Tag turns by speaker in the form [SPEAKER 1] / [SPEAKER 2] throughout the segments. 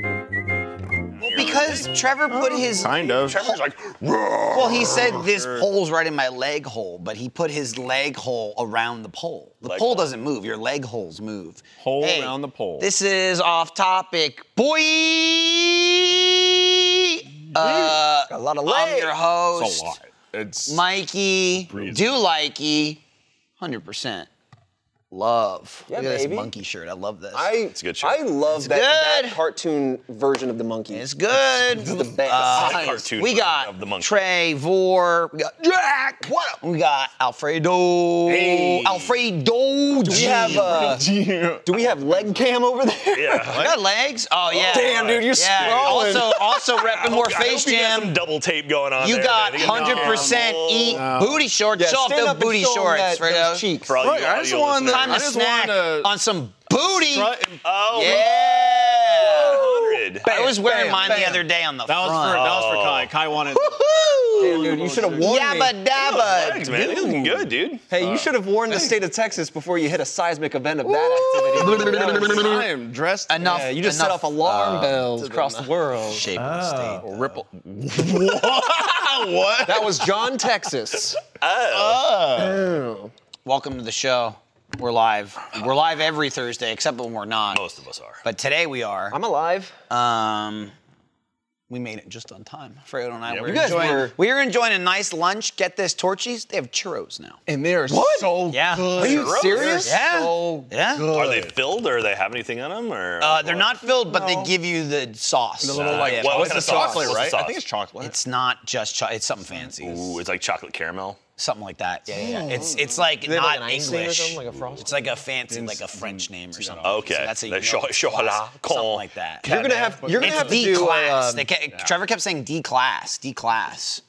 [SPEAKER 1] Well, because Trevor put his
[SPEAKER 2] Kind of.
[SPEAKER 1] Trevor's like, well, he said this pole's right in my leg hole, but he put his leg hole around the pole. The
[SPEAKER 2] Leg
[SPEAKER 1] pole
[SPEAKER 2] hole.
[SPEAKER 1] doesn't move. Your leg holes move.
[SPEAKER 2] Hole around the pole.
[SPEAKER 1] This is off topic, boy. Uh, a lot of I'm your host,
[SPEAKER 2] It's a lot. It's
[SPEAKER 1] Mikey.
[SPEAKER 2] Breathe.
[SPEAKER 1] Do likey, hundred percent. Love.
[SPEAKER 3] Yeah,
[SPEAKER 1] Look at
[SPEAKER 3] baby.
[SPEAKER 1] this monkey shirt. I love this.
[SPEAKER 3] I,
[SPEAKER 2] It's a good show.
[SPEAKER 3] I love that,
[SPEAKER 1] good.
[SPEAKER 3] that cartoon version of the monkey.
[SPEAKER 1] It's good.
[SPEAKER 3] It's the best.
[SPEAKER 1] Uh,
[SPEAKER 2] That cartoon
[SPEAKER 1] we
[SPEAKER 2] version
[SPEAKER 1] got
[SPEAKER 2] of the monkey.
[SPEAKER 1] Trey Vor. We got Jack. What up? We got Alfredo.
[SPEAKER 2] Hey.
[SPEAKER 1] Alfredo.
[SPEAKER 3] do we have uh,
[SPEAKER 2] Yeah.
[SPEAKER 3] do we have leg cam over there?
[SPEAKER 1] We got legs. Oh yeah.
[SPEAKER 3] Damn, dude, you're
[SPEAKER 1] yeah.
[SPEAKER 3] scrolling.
[SPEAKER 1] Also, also repping more
[SPEAKER 2] I hope
[SPEAKER 1] Face
[SPEAKER 2] you got some
[SPEAKER 1] Jam.
[SPEAKER 2] double tape going on.
[SPEAKER 1] You
[SPEAKER 2] there,
[SPEAKER 1] got
[SPEAKER 2] man. They got
[SPEAKER 1] 100%
[SPEAKER 2] double-
[SPEAKER 1] eat booty shorts.
[SPEAKER 3] Yeah,
[SPEAKER 1] show off
[SPEAKER 3] stand
[SPEAKER 1] the
[SPEAKER 3] up and
[SPEAKER 1] booty
[SPEAKER 3] show 'em
[SPEAKER 1] shorts,
[SPEAKER 3] that-
[SPEAKER 1] Fredo.
[SPEAKER 3] those cheeks.
[SPEAKER 2] For all you
[SPEAKER 4] Look, I just
[SPEAKER 2] audio
[SPEAKER 4] wanted
[SPEAKER 2] listeners.
[SPEAKER 1] Time to
[SPEAKER 4] I just
[SPEAKER 1] snack
[SPEAKER 4] wanna
[SPEAKER 1] on some booty.
[SPEAKER 4] strut and-
[SPEAKER 2] Oh,
[SPEAKER 1] yeah.
[SPEAKER 2] 100.
[SPEAKER 1] I was wearing
[SPEAKER 3] bam,
[SPEAKER 1] mine the
[SPEAKER 3] bam.
[SPEAKER 1] other day on the
[SPEAKER 4] that was for
[SPEAKER 1] front.
[SPEAKER 4] that was for Kai. Kai wanted.
[SPEAKER 3] Damn, dude, you should have warned me. Uh,
[SPEAKER 1] Yabba dabba.
[SPEAKER 2] Thanks, man. This is good, dude.
[SPEAKER 3] Hey, you should have warned the state of Texas before you hit a seismic event of that activity. That was-
[SPEAKER 4] I am dressed.
[SPEAKER 1] Enough.
[SPEAKER 3] yeah, you just
[SPEAKER 1] enough,
[SPEAKER 3] set off alarm
[SPEAKER 1] uh,
[SPEAKER 3] bells across the world.
[SPEAKER 1] Shape of
[SPEAKER 4] Oh.
[SPEAKER 1] the state.
[SPEAKER 4] Ripple. what?
[SPEAKER 3] That was John, Texas.
[SPEAKER 1] Welcome to the show. We're live. We're live every Thursday, except when we're not.
[SPEAKER 2] Most of us are.
[SPEAKER 1] But today we are.
[SPEAKER 3] I'm alive.
[SPEAKER 1] Um, we made it just on time. Fredo and I were
[SPEAKER 2] we
[SPEAKER 3] guys
[SPEAKER 1] enjoying.
[SPEAKER 3] were-
[SPEAKER 1] We were enjoying a nice lunch. Get this, Torchies. They have churros now.
[SPEAKER 4] And they are so
[SPEAKER 1] Yeah.
[SPEAKER 4] good.
[SPEAKER 1] Are
[SPEAKER 3] you
[SPEAKER 2] Churros?
[SPEAKER 3] serious?
[SPEAKER 1] Yeah.
[SPEAKER 4] So
[SPEAKER 1] Yeah.
[SPEAKER 4] good.
[SPEAKER 2] Are they filled or they have anything on them? Or
[SPEAKER 1] Uh, they're not filled, but they
[SPEAKER 4] No.
[SPEAKER 1] give you the sauce.
[SPEAKER 4] The little like
[SPEAKER 1] Yeah.
[SPEAKER 2] what-
[SPEAKER 4] what's
[SPEAKER 2] kind of
[SPEAKER 4] the
[SPEAKER 2] sauce?
[SPEAKER 4] chocolate,
[SPEAKER 2] What's the
[SPEAKER 4] right?
[SPEAKER 2] sauce?
[SPEAKER 4] I think it's chocolate.
[SPEAKER 1] It's not just cho- it's something fancy.
[SPEAKER 2] Ooh, it's like chocolate caramel.
[SPEAKER 1] Something like that. Yeah, yeah, yeah.
[SPEAKER 3] Hmm.
[SPEAKER 1] It's it's like
[SPEAKER 3] they have,
[SPEAKER 1] not
[SPEAKER 3] like, an icing or
[SPEAKER 1] English.
[SPEAKER 3] something, like a frosting?
[SPEAKER 1] it's like a fancy, like a French name or something.
[SPEAKER 2] Okay.
[SPEAKER 1] So that's a
[SPEAKER 2] Like cho- chocolat
[SPEAKER 1] something
[SPEAKER 2] con
[SPEAKER 1] like that.
[SPEAKER 3] You're gonna have you're gonna
[SPEAKER 1] it's
[SPEAKER 3] have to
[SPEAKER 1] D
[SPEAKER 3] do
[SPEAKER 1] class.
[SPEAKER 3] a, um,
[SPEAKER 1] they kept, Trevor kept saying D class, D class.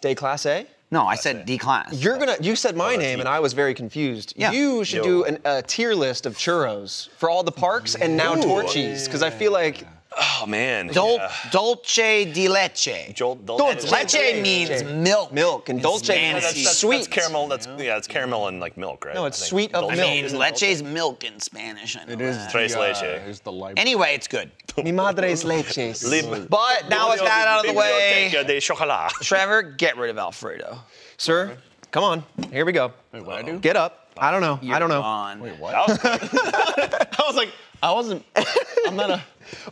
[SPEAKER 3] day class A.
[SPEAKER 1] No, I said D class.
[SPEAKER 3] You're gonna. You said my name, and I was very confused.
[SPEAKER 1] Yeah.
[SPEAKER 3] You should do an, a tier list of churros for all the parks and now Torchies, because I feel like
[SPEAKER 2] Oh, man.
[SPEAKER 1] Dol-
[SPEAKER 2] Yeah.
[SPEAKER 1] Dolce di leche.
[SPEAKER 2] Joel, Dol-
[SPEAKER 3] Dulce.
[SPEAKER 2] That's-
[SPEAKER 1] Leche
[SPEAKER 3] Leche.
[SPEAKER 1] means milk.
[SPEAKER 3] Milk, and
[SPEAKER 1] in
[SPEAKER 3] dolce means
[SPEAKER 1] Spanish.
[SPEAKER 2] that's- that's
[SPEAKER 3] Sweet.
[SPEAKER 2] caramel. That's yeah. It's caramel and like milk, right?
[SPEAKER 3] No,
[SPEAKER 2] I
[SPEAKER 3] it's
[SPEAKER 2] think.
[SPEAKER 3] sweet of
[SPEAKER 2] Dulce.
[SPEAKER 1] I
[SPEAKER 3] milk.
[SPEAKER 1] mean,
[SPEAKER 3] isn't it?
[SPEAKER 1] leche's milk in Spanish. I know
[SPEAKER 4] It is
[SPEAKER 1] that.
[SPEAKER 2] Tres
[SPEAKER 4] the,
[SPEAKER 2] leche.
[SPEAKER 4] Uh, it's the light.
[SPEAKER 1] Anyway, it's good.
[SPEAKER 3] mi madre's leches.
[SPEAKER 2] Lib-
[SPEAKER 1] But now with that out of the way,
[SPEAKER 2] Biblioteca de chocolat.
[SPEAKER 1] Trevor, get rid of Alfredo.
[SPEAKER 3] Sir, come on. Here we go.
[SPEAKER 4] Wait, what I do?
[SPEAKER 3] Get up. I don't know. I don't know.
[SPEAKER 1] On.
[SPEAKER 4] I was like, I wasn't. I'm not a.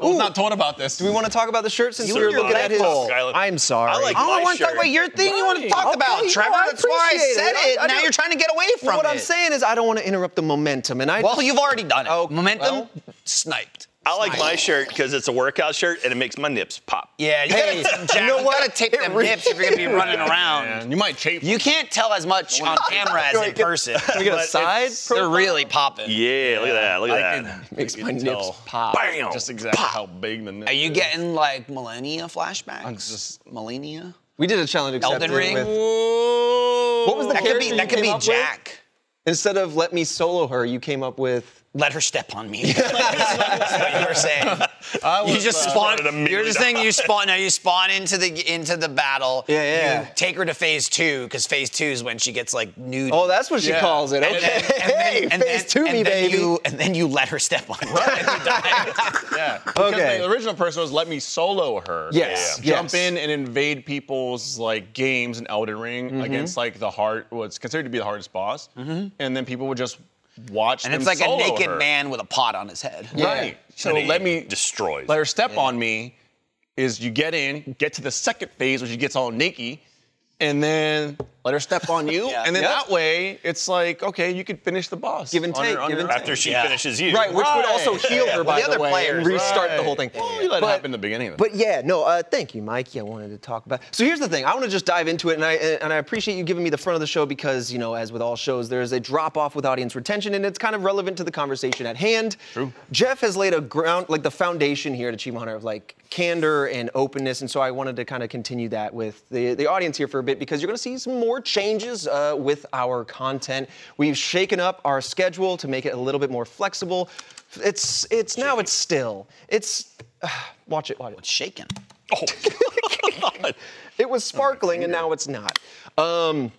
[SPEAKER 4] I was not told about this.
[SPEAKER 3] Do we want to talk about the shirt since
[SPEAKER 1] You
[SPEAKER 3] we were
[SPEAKER 1] look
[SPEAKER 3] looking at his?
[SPEAKER 1] delightful.
[SPEAKER 2] Skylar-
[SPEAKER 3] I'm sorry.
[SPEAKER 2] I like-
[SPEAKER 1] I
[SPEAKER 2] My
[SPEAKER 1] don't want to talk
[SPEAKER 2] shirt.
[SPEAKER 1] about your thing you want to talk
[SPEAKER 3] Okay,
[SPEAKER 1] about,
[SPEAKER 3] no,
[SPEAKER 1] Trevor.
[SPEAKER 3] I
[SPEAKER 1] That's why I
[SPEAKER 3] appreciate it.
[SPEAKER 1] said
[SPEAKER 3] I-
[SPEAKER 1] it.
[SPEAKER 3] I
[SPEAKER 1] now
[SPEAKER 3] do-
[SPEAKER 1] you're trying to get away from
[SPEAKER 3] what
[SPEAKER 1] it.
[SPEAKER 3] I'm saying is I don't want to interrupt the momentum, and I.
[SPEAKER 1] Well, you've already done it.
[SPEAKER 3] Oh,
[SPEAKER 1] Momentum
[SPEAKER 3] well.
[SPEAKER 1] sniped.
[SPEAKER 2] I like my shirt because it's a workout shirt and it makes my nips pop.
[SPEAKER 1] Yeah, you
[SPEAKER 3] Hey,
[SPEAKER 1] gotta,
[SPEAKER 3] you
[SPEAKER 1] Jack,
[SPEAKER 3] know
[SPEAKER 1] you
[SPEAKER 3] what?
[SPEAKER 1] gotta tape
[SPEAKER 3] It
[SPEAKER 1] them
[SPEAKER 3] re-
[SPEAKER 1] hips if you're gonna be running around.
[SPEAKER 4] Man, you might chafe.
[SPEAKER 1] You can't tell as much on camera as in person.
[SPEAKER 3] we get a
[SPEAKER 2] but
[SPEAKER 3] side.
[SPEAKER 1] They're really popping.
[SPEAKER 2] Yeah, look at that. Look at
[SPEAKER 4] I
[SPEAKER 2] that.
[SPEAKER 4] can-
[SPEAKER 3] makes
[SPEAKER 4] you
[SPEAKER 3] my
[SPEAKER 4] can
[SPEAKER 3] nips
[SPEAKER 4] tell
[SPEAKER 3] pop.
[SPEAKER 2] Bam!
[SPEAKER 4] Just exactly how big the nips.
[SPEAKER 1] Are you
[SPEAKER 4] is.
[SPEAKER 1] getting like millennia flashbacks?
[SPEAKER 4] I'm just-
[SPEAKER 1] millennia.
[SPEAKER 3] We did a challenge accepted
[SPEAKER 1] Elden Ring.
[SPEAKER 3] with what was the
[SPEAKER 1] That could be.
[SPEAKER 3] character
[SPEAKER 1] That
[SPEAKER 3] you
[SPEAKER 1] could
[SPEAKER 3] came
[SPEAKER 1] be
[SPEAKER 3] up with?
[SPEAKER 1] Jack.
[SPEAKER 3] Instead of let me solo her, you came up with
[SPEAKER 1] Let her step on me. That's what you were saying. you just spawn.
[SPEAKER 2] Wanted to
[SPEAKER 1] You're
[SPEAKER 2] mute
[SPEAKER 1] just
[SPEAKER 2] it.
[SPEAKER 1] saying you spawn. Now you spawn into the into the battle.
[SPEAKER 3] Yeah, yeah.
[SPEAKER 1] You take her to phase two because phase two is when she gets like nude.
[SPEAKER 3] Oh, that's what she
[SPEAKER 4] Yeah.
[SPEAKER 3] calls it.
[SPEAKER 1] And
[SPEAKER 3] Okay.
[SPEAKER 1] then- and then-
[SPEAKER 3] hey,
[SPEAKER 1] and
[SPEAKER 3] face
[SPEAKER 1] then-
[SPEAKER 3] to me,
[SPEAKER 1] and then
[SPEAKER 3] baby.
[SPEAKER 1] You, and then you let her step on. Her.
[SPEAKER 4] Yeah. Because
[SPEAKER 3] Okay.
[SPEAKER 4] The original person was let me solo her.
[SPEAKER 3] Yes,
[SPEAKER 4] Yeah. Jump
[SPEAKER 3] yes.
[SPEAKER 4] in and invade people's like games in Elden Ring
[SPEAKER 3] Mm-hmm.
[SPEAKER 4] against like the hard what's considered to be the hardest boss. And then people would just watch
[SPEAKER 1] And
[SPEAKER 4] them
[SPEAKER 1] it's like a
[SPEAKER 4] solo
[SPEAKER 1] naked
[SPEAKER 4] her.
[SPEAKER 1] man with a pot on his head.
[SPEAKER 4] Right. So
[SPEAKER 2] And he
[SPEAKER 4] let me
[SPEAKER 2] destroys.
[SPEAKER 4] Let her step on me. Is you get in, get to the second phase where she gets all naked, and then let her step on you,
[SPEAKER 1] Yeah.
[SPEAKER 4] and then
[SPEAKER 3] Yep.
[SPEAKER 4] that way it's like okay, you could finish the boss.
[SPEAKER 3] Give and
[SPEAKER 4] on
[SPEAKER 3] take,
[SPEAKER 4] your- on
[SPEAKER 3] give
[SPEAKER 4] your
[SPEAKER 3] and
[SPEAKER 4] own.
[SPEAKER 3] take.
[SPEAKER 2] After she
[SPEAKER 1] Yeah.
[SPEAKER 2] finishes you.
[SPEAKER 3] Right, which would also
[SPEAKER 4] Right.
[SPEAKER 3] heal her,
[SPEAKER 1] the
[SPEAKER 3] by the,
[SPEAKER 1] other
[SPEAKER 3] way,
[SPEAKER 1] players,
[SPEAKER 3] and restart the
[SPEAKER 4] right.
[SPEAKER 3] whole thing.
[SPEAKER 4] Well, you let it
[SPEAKER 3] But-
[SPEAKER 4] happen in the beginning. Of the
[SPEAKER 3] But yeah, no. Uh, thank you, Mikey. I wanted to talk about. So here's the thing. I want to just dive into it, and I and I appreciate you giving me the front of the show because you know, as with all shows, there is a drop off with audience retention, and it's kind of relevant to the conversation at hand. True. Jeff has laid a ground, like the foundation here at Achievement Hunter of like candor and openness, and so I wanted to kind of continue that with the the audience here for a bit because you're going to see some more changes uh, with our content. We've shaken up our schedule to make it a little bit more flexible. It's it's now it's still it's watch it watch it.
[SPEAKER 1] Shaken.
[SPEAKER 3] It was sparkling and now it's not. Um,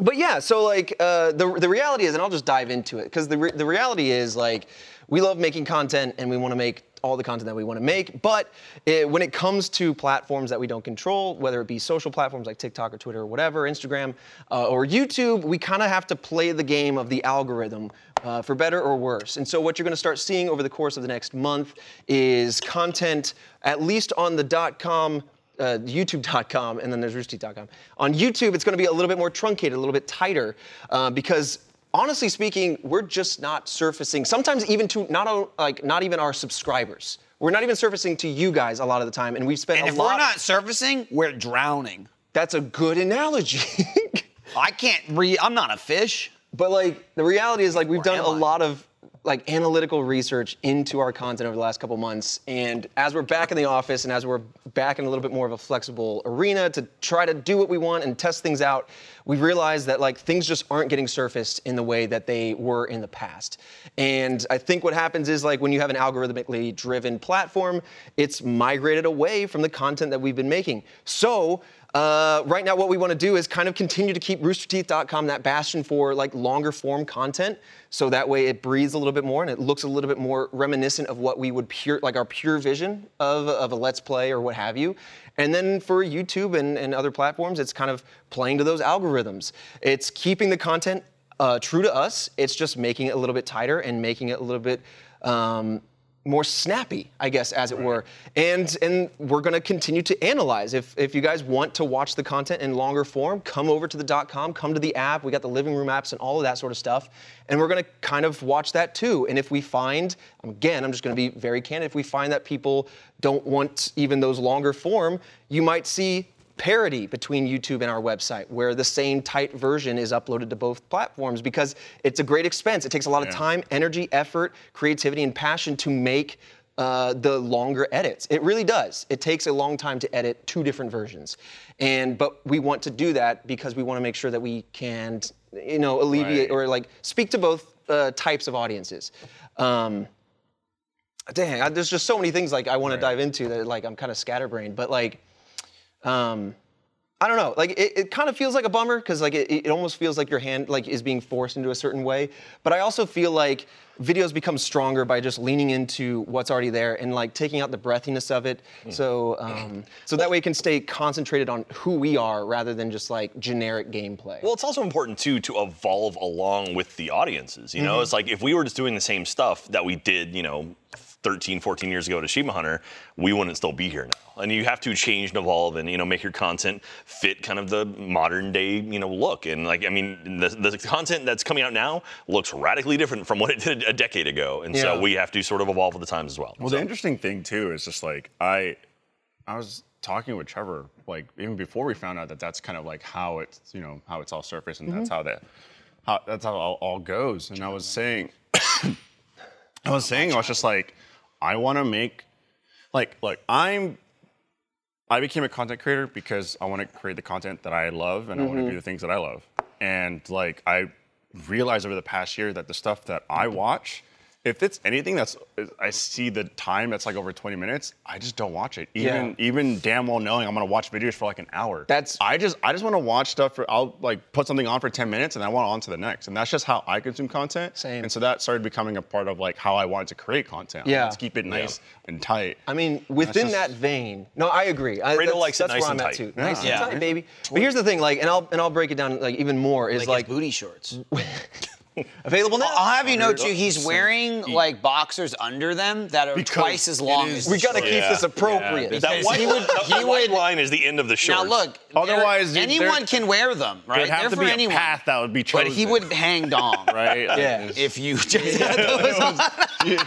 [SPEAKER 3] but yeah, so like uh, the the reality is, and I'll just dive into it because the re- the reality is like we love making content and we want to make all the content that we want to make, but it, when it comes to platforms that we don't control, whether it be social platforms like TikTok or Twitter or whatever, Instagram uh, or YouTube, we kind of have to play the game of the algorithm uh, for better or worse. And so what you're going to start seeing over the course of the next month is content at least on the dot com uh, YouTube.com, and then there's Roosty.com. On YouTube, it's going to be a little bit more truncated, a little bit tighter, uh, because honestly speaking, we're just not surfacing. Sometimes even to not o- like not even our subscribers. We're not even surfacing to you guys a lot of the time, and we've spent
[SPEAKER 1] And
[SPEAKER 3] a
[SPEAKER 1] if
[SPEAKER 3] lot.
[SPEAKER 1] we're not surfacing, we're drowning.
[SPEAKER 3] that's a good analogy.
[SPEAKER 1] I can't re. I'm not a fish.
[SPEAKER 3] But like the reality is like we've done
[SPEAKER 1] am
[SPEAKER 3] a
[SPEAKER 1] I?
[SPEAKER 3] lot of like analytical research into our content over the last couple months and as we're back in the office and as we're back in a little bit more of a flexible arena to try to do what we want and test things out we realized that like things just aren't getting surfaced in the way that they were in the past and i think what happens is like when you have an algorithmically driven platform it's migrated away from the content that we've been making so uh, right now, what we want to do is kind of continue to keep roosterteeth.com that bastion for like longer form content. So that way it breathes a little bit more and it looks a little bit more reminiscent of what we would pure, like our pure vision of, of a Let's Play or what have you. And then for YouTube and, and other platforms, it's kind of playing to those algorithms. It's keeping the content uh, true to us, it's just making it a little bit tighter and making it a little bit. Um, more snappy, I guess, as it were. And and we're gonna continue to analyze. If if you guys want to watch the content in longer form, come over to the dot com, come to the app. We got the living room apps and all of that sort of stuff. And we're gonna kind of watch that too. And if we find, again, I'm just gonna be very candid, if we find that people don't want even those longer form, you might see parity between YouTube and our website where the same tight version is uploaded to both platforms because it's a great expense. It takes a lot of time, energy, effort, creativity, and passion to make uh, the longer edits. It really does. It takes a long time to edit two different versions. And but we want to do that because we want to make sure that we can you know alleviate
[SPEAKER 4] Right.
[SPEAKER 3] or like speak to both uh, types of audiences. Um, dang, I, there's just so many things like I want to dive into that like I'm kind of scatterbrained, but like um I don't know. Like it, it kind of feels like a bummer because like it, it almost feels like your hand like is being forced into a certain way. But I also feel like videos become stronger by just leaning into what's already there and like taking out the breathiness of it. So um, so that way you can stay concentrated on who we are rather than just like generic gameplay.
[SPEAKER 2] Well, it's also important too to evolve along with the audiences. You know,
[SPEAKER 1] Mm-hmm.
[SPEAKER 2] it's like if we were just doing the same stuff that we did, you know, 13, 14 years ago to Shima Hunter, we wouldn't still be here now. And you have to change and evolve and, you know, make your content fit kind of the modern day, you know, look. And like, I mean, the, the content that's coming out now looks radically different from what it did a decade ago. And
[SPEAKER 3] Yeah.
[SPEAKER 2] so we have to sort of evolve with the times as well.
[SPEAKER 4] Well,
[SPEAKER 2] So-
[SPEAKER 4] the interesting thing too is just like I, I was talking with Trevor like even before we found out that that's kind of like how it's you know how it's all surfaced and that's how that, how that's how it all, all goes. And I was saying, I was saying I was just like, I want to make, like like I'm. I became a content creator because I want to create the content that I love and I want
[SPEAKER 3] Mm-hmm.
[SPEAKER 4] to do the things that I love. And like I realized over the past year that the stuff that I watch, if it's anything that's I see the time that's like over 20 minutes, I just don't watch it. Even
[SPEAKER 3] Yeah.
[SPEAKER 4] even damn well knowing I'm gonna watch videos for like an hour.
[SPEAKER 3] That's-
[SPEAKER 4] I just I just want to watch stuff for I'll like put something on for 10 minutes and I want on to the next. And that's just how I consume content.
[SPEAKER 3] Same.
[SPEAKER 4] And so that started becoming a part of like how I wanted to create content.
[SPEAKER 3] Yeah.
[SPEAKER 4] Let's keep it nice and tight.
[SPEAKER 3] I mean, within
[SPEAKER 4] just-
[SPEAKER 3] that vein. No, I agree. I, that's,
[SPEAKER 2] likes it
[SPEAKER 3] that's
[SPEAKER 2] nice
[SPEAKER 3] where
[SPEAKER 2] and
[SPEAKER 3] I'm at
[SPEAKER 2] tight.
[SPEAKER 3] too. Nice
[SPEAKER 1] Yeah.
[SPEAKER 3] and tight, baby. But here's the thing, like, and I'll and I'll break it down like even more. Is
[SPEAKER 1] Like,
[SPEAKER 3] like,
[SPEAKER 1] his booty shorts.
[SPEAKER 3] available now.
[SPEAKER 1] I'll have you know too. He's wearing like boxers under them that are
[SPEAKER 4] Because
[SPEAKER 1] twice as long
[SPEAKER 4] it is-
[SPEAKER 1] as.
[SPEAKER 3] we gotta
[SPEAKER 1] the
[SPEAKER 3] keep this appropriate.
[SPEAKER 2] that white,
[SPEAKER 1] he would-
[SPEAKER 2] that
[SPEAKER 1] he would-
[SPEAKER 2] white line is the end of the
[SPEAKER 1] Now
[SPEAKER 2] shorts.
[SPEAKER 1] look,
[SPEAKER 4] Otherwise,
[SPEAKER 1] there-
[SPEAKER 4] you- there-
[SPEAKER 1] anyone can wear them, right?
[SPEAKER 4] There'd have
[SPEAKER 1] They're
[SPEAKER 4] to
[SPEAKER 1] for
[SPEAKER 4] be a
[SPEAKER 1] anyone.
[SPEAKER 4] path that would be
[SPEAKER 1] but he
[SPEAKER 4] chosen.
[SPEAKER 1] would hang dong,
[SPEAKER 4] right?
[SPEAKER 3] Yeah.
[SPEAKER 1] If you just had those on.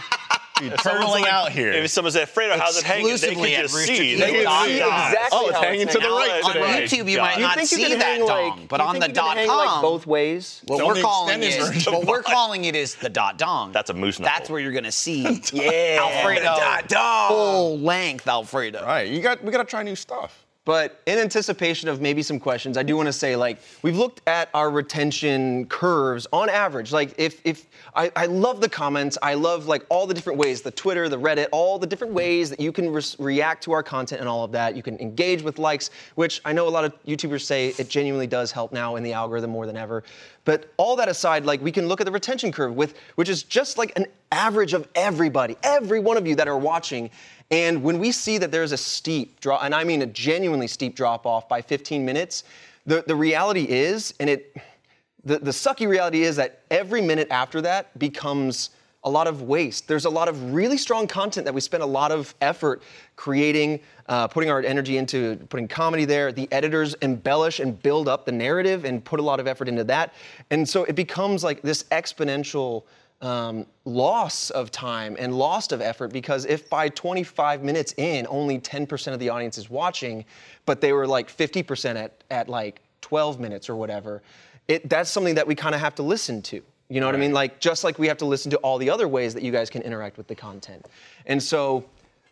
[SPEAKER 4] turtling out here.
[SPEAKER 2] If someone's afraid of how's it hanging, they
[SPEAKER 1] Exclusively
[SPEAKER 2] can
[SPEAKER 1] at
[SPEAKER 2] just
[SPEAKER 1] Rooster
[SPEAKER 2] see.
[SPEAKER 1] Teeth.
[SPEAKER 2] They
[SPEAKER 1] They can
[SPEAKER 2] can
[SPEAKER 1] see
[SPEAKER 2] see eyes.
[SPEAKER 3] exactly
[SPEAKER 4] Oh, it's
[SPEAKER 3] how it's
[SPEAKER 4] hanging to the
[SPEAKER 3] hanging.
[SPEAKER 4] right
[SPEAKER 1] on
[SPEAKER 4] today.
[SPEAKER 1] YouTube, you
[SPEAKER 2] Yeah.
[SPEAKER 1] might
[SPEAKER 2] Do you
[SPEAKER 1] not
[SPEAKER 3] think you
[SPEAKER 1] see
[SPEAKER 3] could
[SPEAKER 1] that
[SPEAKER 3] hang,
[SPEAKER 1] dong,
[SPEAKER 3] like-
[SPEAKER 1] but
[SPEAKER 3] do you
[SPEAKER 1] on
[SPEAKER 3] think
[SPEAKER 1] the
[SPEAKER 3] you could
[SPEAKER 1] dot
[SPEAKER 3] hang,
[SPEAKER 1] com,
[SPEAKER 3] like, both ways.
[SPEAKER 1] what
[SPEAKER 4] Don't
[SPEAKER 1] we're
[SPEAKER 4] extend
[SPEAKER 1] calling
[SPEAKER 4] his
[SPEAKER 1] is
[SPEAKER 4] version.
[SPEAKER 1] what we're calling it is the dot dong.
[SPEAKER 2] That's a moose
[SPEAKER 1] That's
[SPEAKER 2] knuckle.
[SPEAKER 1] where you're gonna see yeah, Alfredo
[SPEAKER 2] Dot dong.
[SPEAKER 1] full length Alfredo.
[SPEAKER 4] All right, you got we gotta try new stuff.
[SPEAKER 3] But in anticipation of maybe some questions, I do want to say like we've looked at our retention curves on average. Like if if I, I love the comments, I love like all the different ways, the Twitter, the Reddit, all the different ways that you can res- react to our content and all of that. You can engage with likes, which I know a lot of YouTubers say it genuinely does help now in the algorithm more than ever. But all that aside, like we can look at the retention curve with which is just like an average of everybody, every one of you that are watching. And when we see that there's a steep drop, and I mean a genuinely steep drop off by 15 minutes, the, the reality is, and it the, the sucky reality is that every minute after that becomes a lot of waste. There's a lot of really strong content that we spend a lot of effort creating, uh, putting our energy into putting comedy there. The editors embellish and build up the narrative and put a lot of effort into that. And so it becomes like this exponential um, loss of time and lost of effort because if by 25 minutes in, only 10% of the audience is watching, but they were like 50% at, at like 12 minutes or whatever, it, that's something that we kind of have to listen to. You know what I mean? Like, just like we have to listen to all the other ways that you guys can interact with the content. And so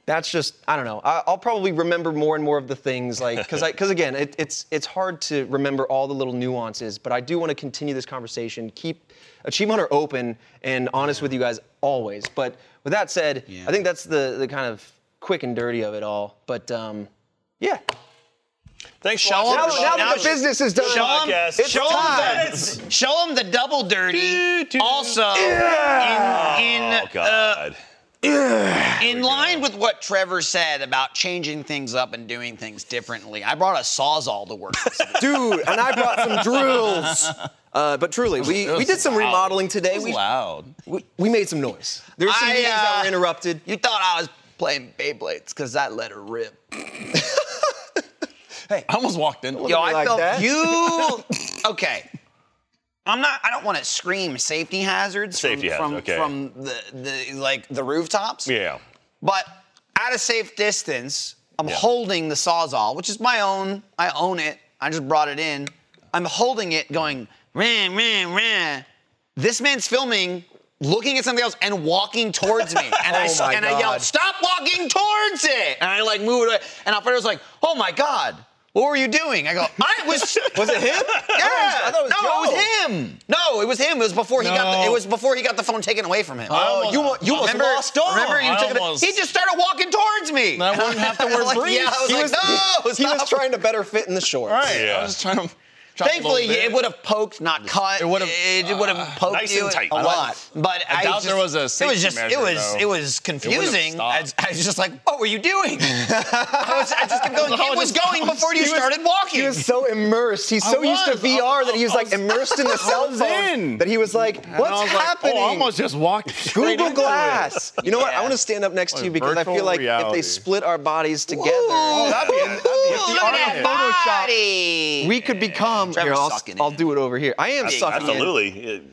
[SPEAKER 3] that's just, I don't know. I, I'll probably remember more and more of the things, like, because because again, it, it's it's hard to remember all the little nuances. But I do want to continue this conversation, keep Achievement Hunter open and honest with you guys always. But with that said, I think that's the the kind of quick and dirty of it all. But um, yeah,
[SPEAKER 2] Thanks,
[SPEAKER 1] Show
[SPEAKER 2] Sean.
[SPEAKER 1] him-
[SPEAKER 3] now, now
[SPEAKER 1] now
[SPEAKER 3] that the business is done,
[SPEAKER 2] Show 'em-
[SPEAKER 3] it's
[SPEAKER 2] show 'em
[SPEAKER 3] time.
[SPEAKER 2] that
[SPEAKER 1] it's show them the double dirty. Also, in, in
[SPEAKER 2] Oh God.
[SPEAKER 1] In line with what Trevor said about changing things up and doing things differently, I brought a sawzall to work. This week.
[SPEAKER 3] dude, and I brought some drills. Uh, but truly, we, we did some remodeling today. We,
[SPEAKER 1] loud.
[SPEAKER 3] we, we made some noise. There were some
[SPEAKER 1] I,
[SPEAKER 3] meetings that
[SPEAKER 1] uh,
[SPEAKER 3] were interrupted.
[SPEAKER 1] You thought I was playing Beyblades because I let her rip.
[SPEAKER 4] I almost walked in.
[SPEAKER 1] Yo,
[SPEAKER 3] me
[SPEAKER 1] I
[SPEAKER 3] like
[SPEAKER 1] felt
[SPEAKER 3] that.
[SPEAKER 1] you. Okay. I'm not. I don't want to scream safety hazards.
[SPEAKER 2] Safety hazard,
[SPEAKER 1] from,
[SPEAKER 2] okay.
[SPEAKER 1] from the, the like the rooftops.
[SPEAKER 2] Yeah.
[SPEAKER 1] But at a safe distance, I'm
[SPEAKER 2] Yeah.
[SPEAKER 1] holding the sawzall, which is my own. I own it. I just brought it in. I'm holding it, going ran, ran, ran. This man's filming, looking at something else, and walking towards me. And I
[SPEAKER 3] Oh
[SPEAKER 1] s-
[SPEAKER 3] my
[SPEAKER 1] and I yelled,
[SPEAKER 3] God.
[SPEAKER 1] "Stop walking towards it!" And I like moved away. And Alfredo was like, "Oh my God." What were you doing? I go, I was. was it him? Yeah.
[SPEAKER 3] I thought it was
[SPEAKER 1] no,
[SPEAKER 3] Joe.
[SPEAKER 1] it was him. No, it was him. It was before he got. The, it
[SPEAKER 4] No.
[SPEAKER 1] was before he got the phone taken away from him.
[SPEAKER 4] Oh, you wa-
[SPEAKER 3] you almost lost on.
[SPEAKER 1] Remember, you
[SPEAKER 4] I
[SPEAKER 1] took
[SPEAKER 4] almost-
[SPEAKER 1] it. He just started walking towards me.
[SPEAKER 4] I wouldn't have to
[SPEAKER 1] I was
[SPEAKER 4] wear
[SPEAKER 1] like,
[SPEAKER 4] briefs.
[SPEAKER 1] Yeah, I was
[SPEAKER 4] He
[SPEAKER 1] like,
[SPEAKER 4] was-
[SPEAKER 1] no.
[SPEAKER 3] He was
[SPEAKER 1] stop."
[SPEAKER 3] trying to better fit in the shorts.
[SPEAKER 4] Right.
[SPEAKER 2] Yeah.
[SPEAKER 4] I was just trying to. chop a
[SPEAKER 1] Thankfully,
[SPEAKER 4] little
[SPEAKER 1] it
[SPEAKER 4] bit.
[SPEAKER 1] would have poked, not cut. It
[SPEAKER 4] It Ah, would've-
[SPEAKER 1] would have poked
[SPEAKER 2] nice
[SPEAKER 1] you
[SPEAKER 2] and tight.
[SPEAKER 1] a
[SPEAKER 2] I
[SPEAKER 1] lot. But I,
[SPEAKER 4] doubt
[SPEAKER 1] just,
[SPEAKER 4] there was a
[SPEAKER 1] It
[SPEAKER 4] safety
[SPEAKER 1] was just. it
[SPEAKER 4] measure,
[SPEAKER 1] was.
[SPEAKER 4] though.
[SPEAKER 1] It was confusing. I, was- I was just like, what were you doing? I, was, I just kept going. It was going before you started walking.
[SPEAKER 3] He was so immersed. He's so used to
[SPEAKER 4] was.
[SPEAKER 3] VR that he was like immersed in the cell
[SPEAKER 4] was
[SPEAKER 3] phone
[SPEAKER 4] in.
[SPEAKER 3] that he was like,
[SPEAKER 4] And I
[SPEAKER 3] "What's
[SPEAKER 4] was like,
[SPEAKER 3] happening?"
[SPEAKER 4] oh, I almost just walked. straight
[SPEAKER 3] Google
[SPEAKER 4] into it.
[SPEAKER 3] Glass. You know what? I want to stand up next to you because I feel
[SPEAKER 4] virtual
[SPEAKER 3] like if they
[SPEAKER 4] reality.
[SPEAKER 3] split our bodies together,
[SPEAKER 4] that'd be a- that'd be a-
[SPEAKER 1] Ooh,
[SPEAKER 4] if the
[SPEAKER 1] look
[SPEAKER 4] art
[SPEAKER 1] at
[SPEAKER 4] of
[SPEAKER 1] that
[SPEAKER 4] Photoshop-
[SPEAKER 1] body.
[SPEAKER 3] we could become.
[SPEAKER 1] Trevor's
[SPEAKER 3] Here, I'll,
[SPEAKER 1] sucking
[SPEAKER 3] I'll
[SPEAKER 1] in.
[SPEAKER 3] do it over here. I am sucking in.
[SPEAKER 2] Absolutely.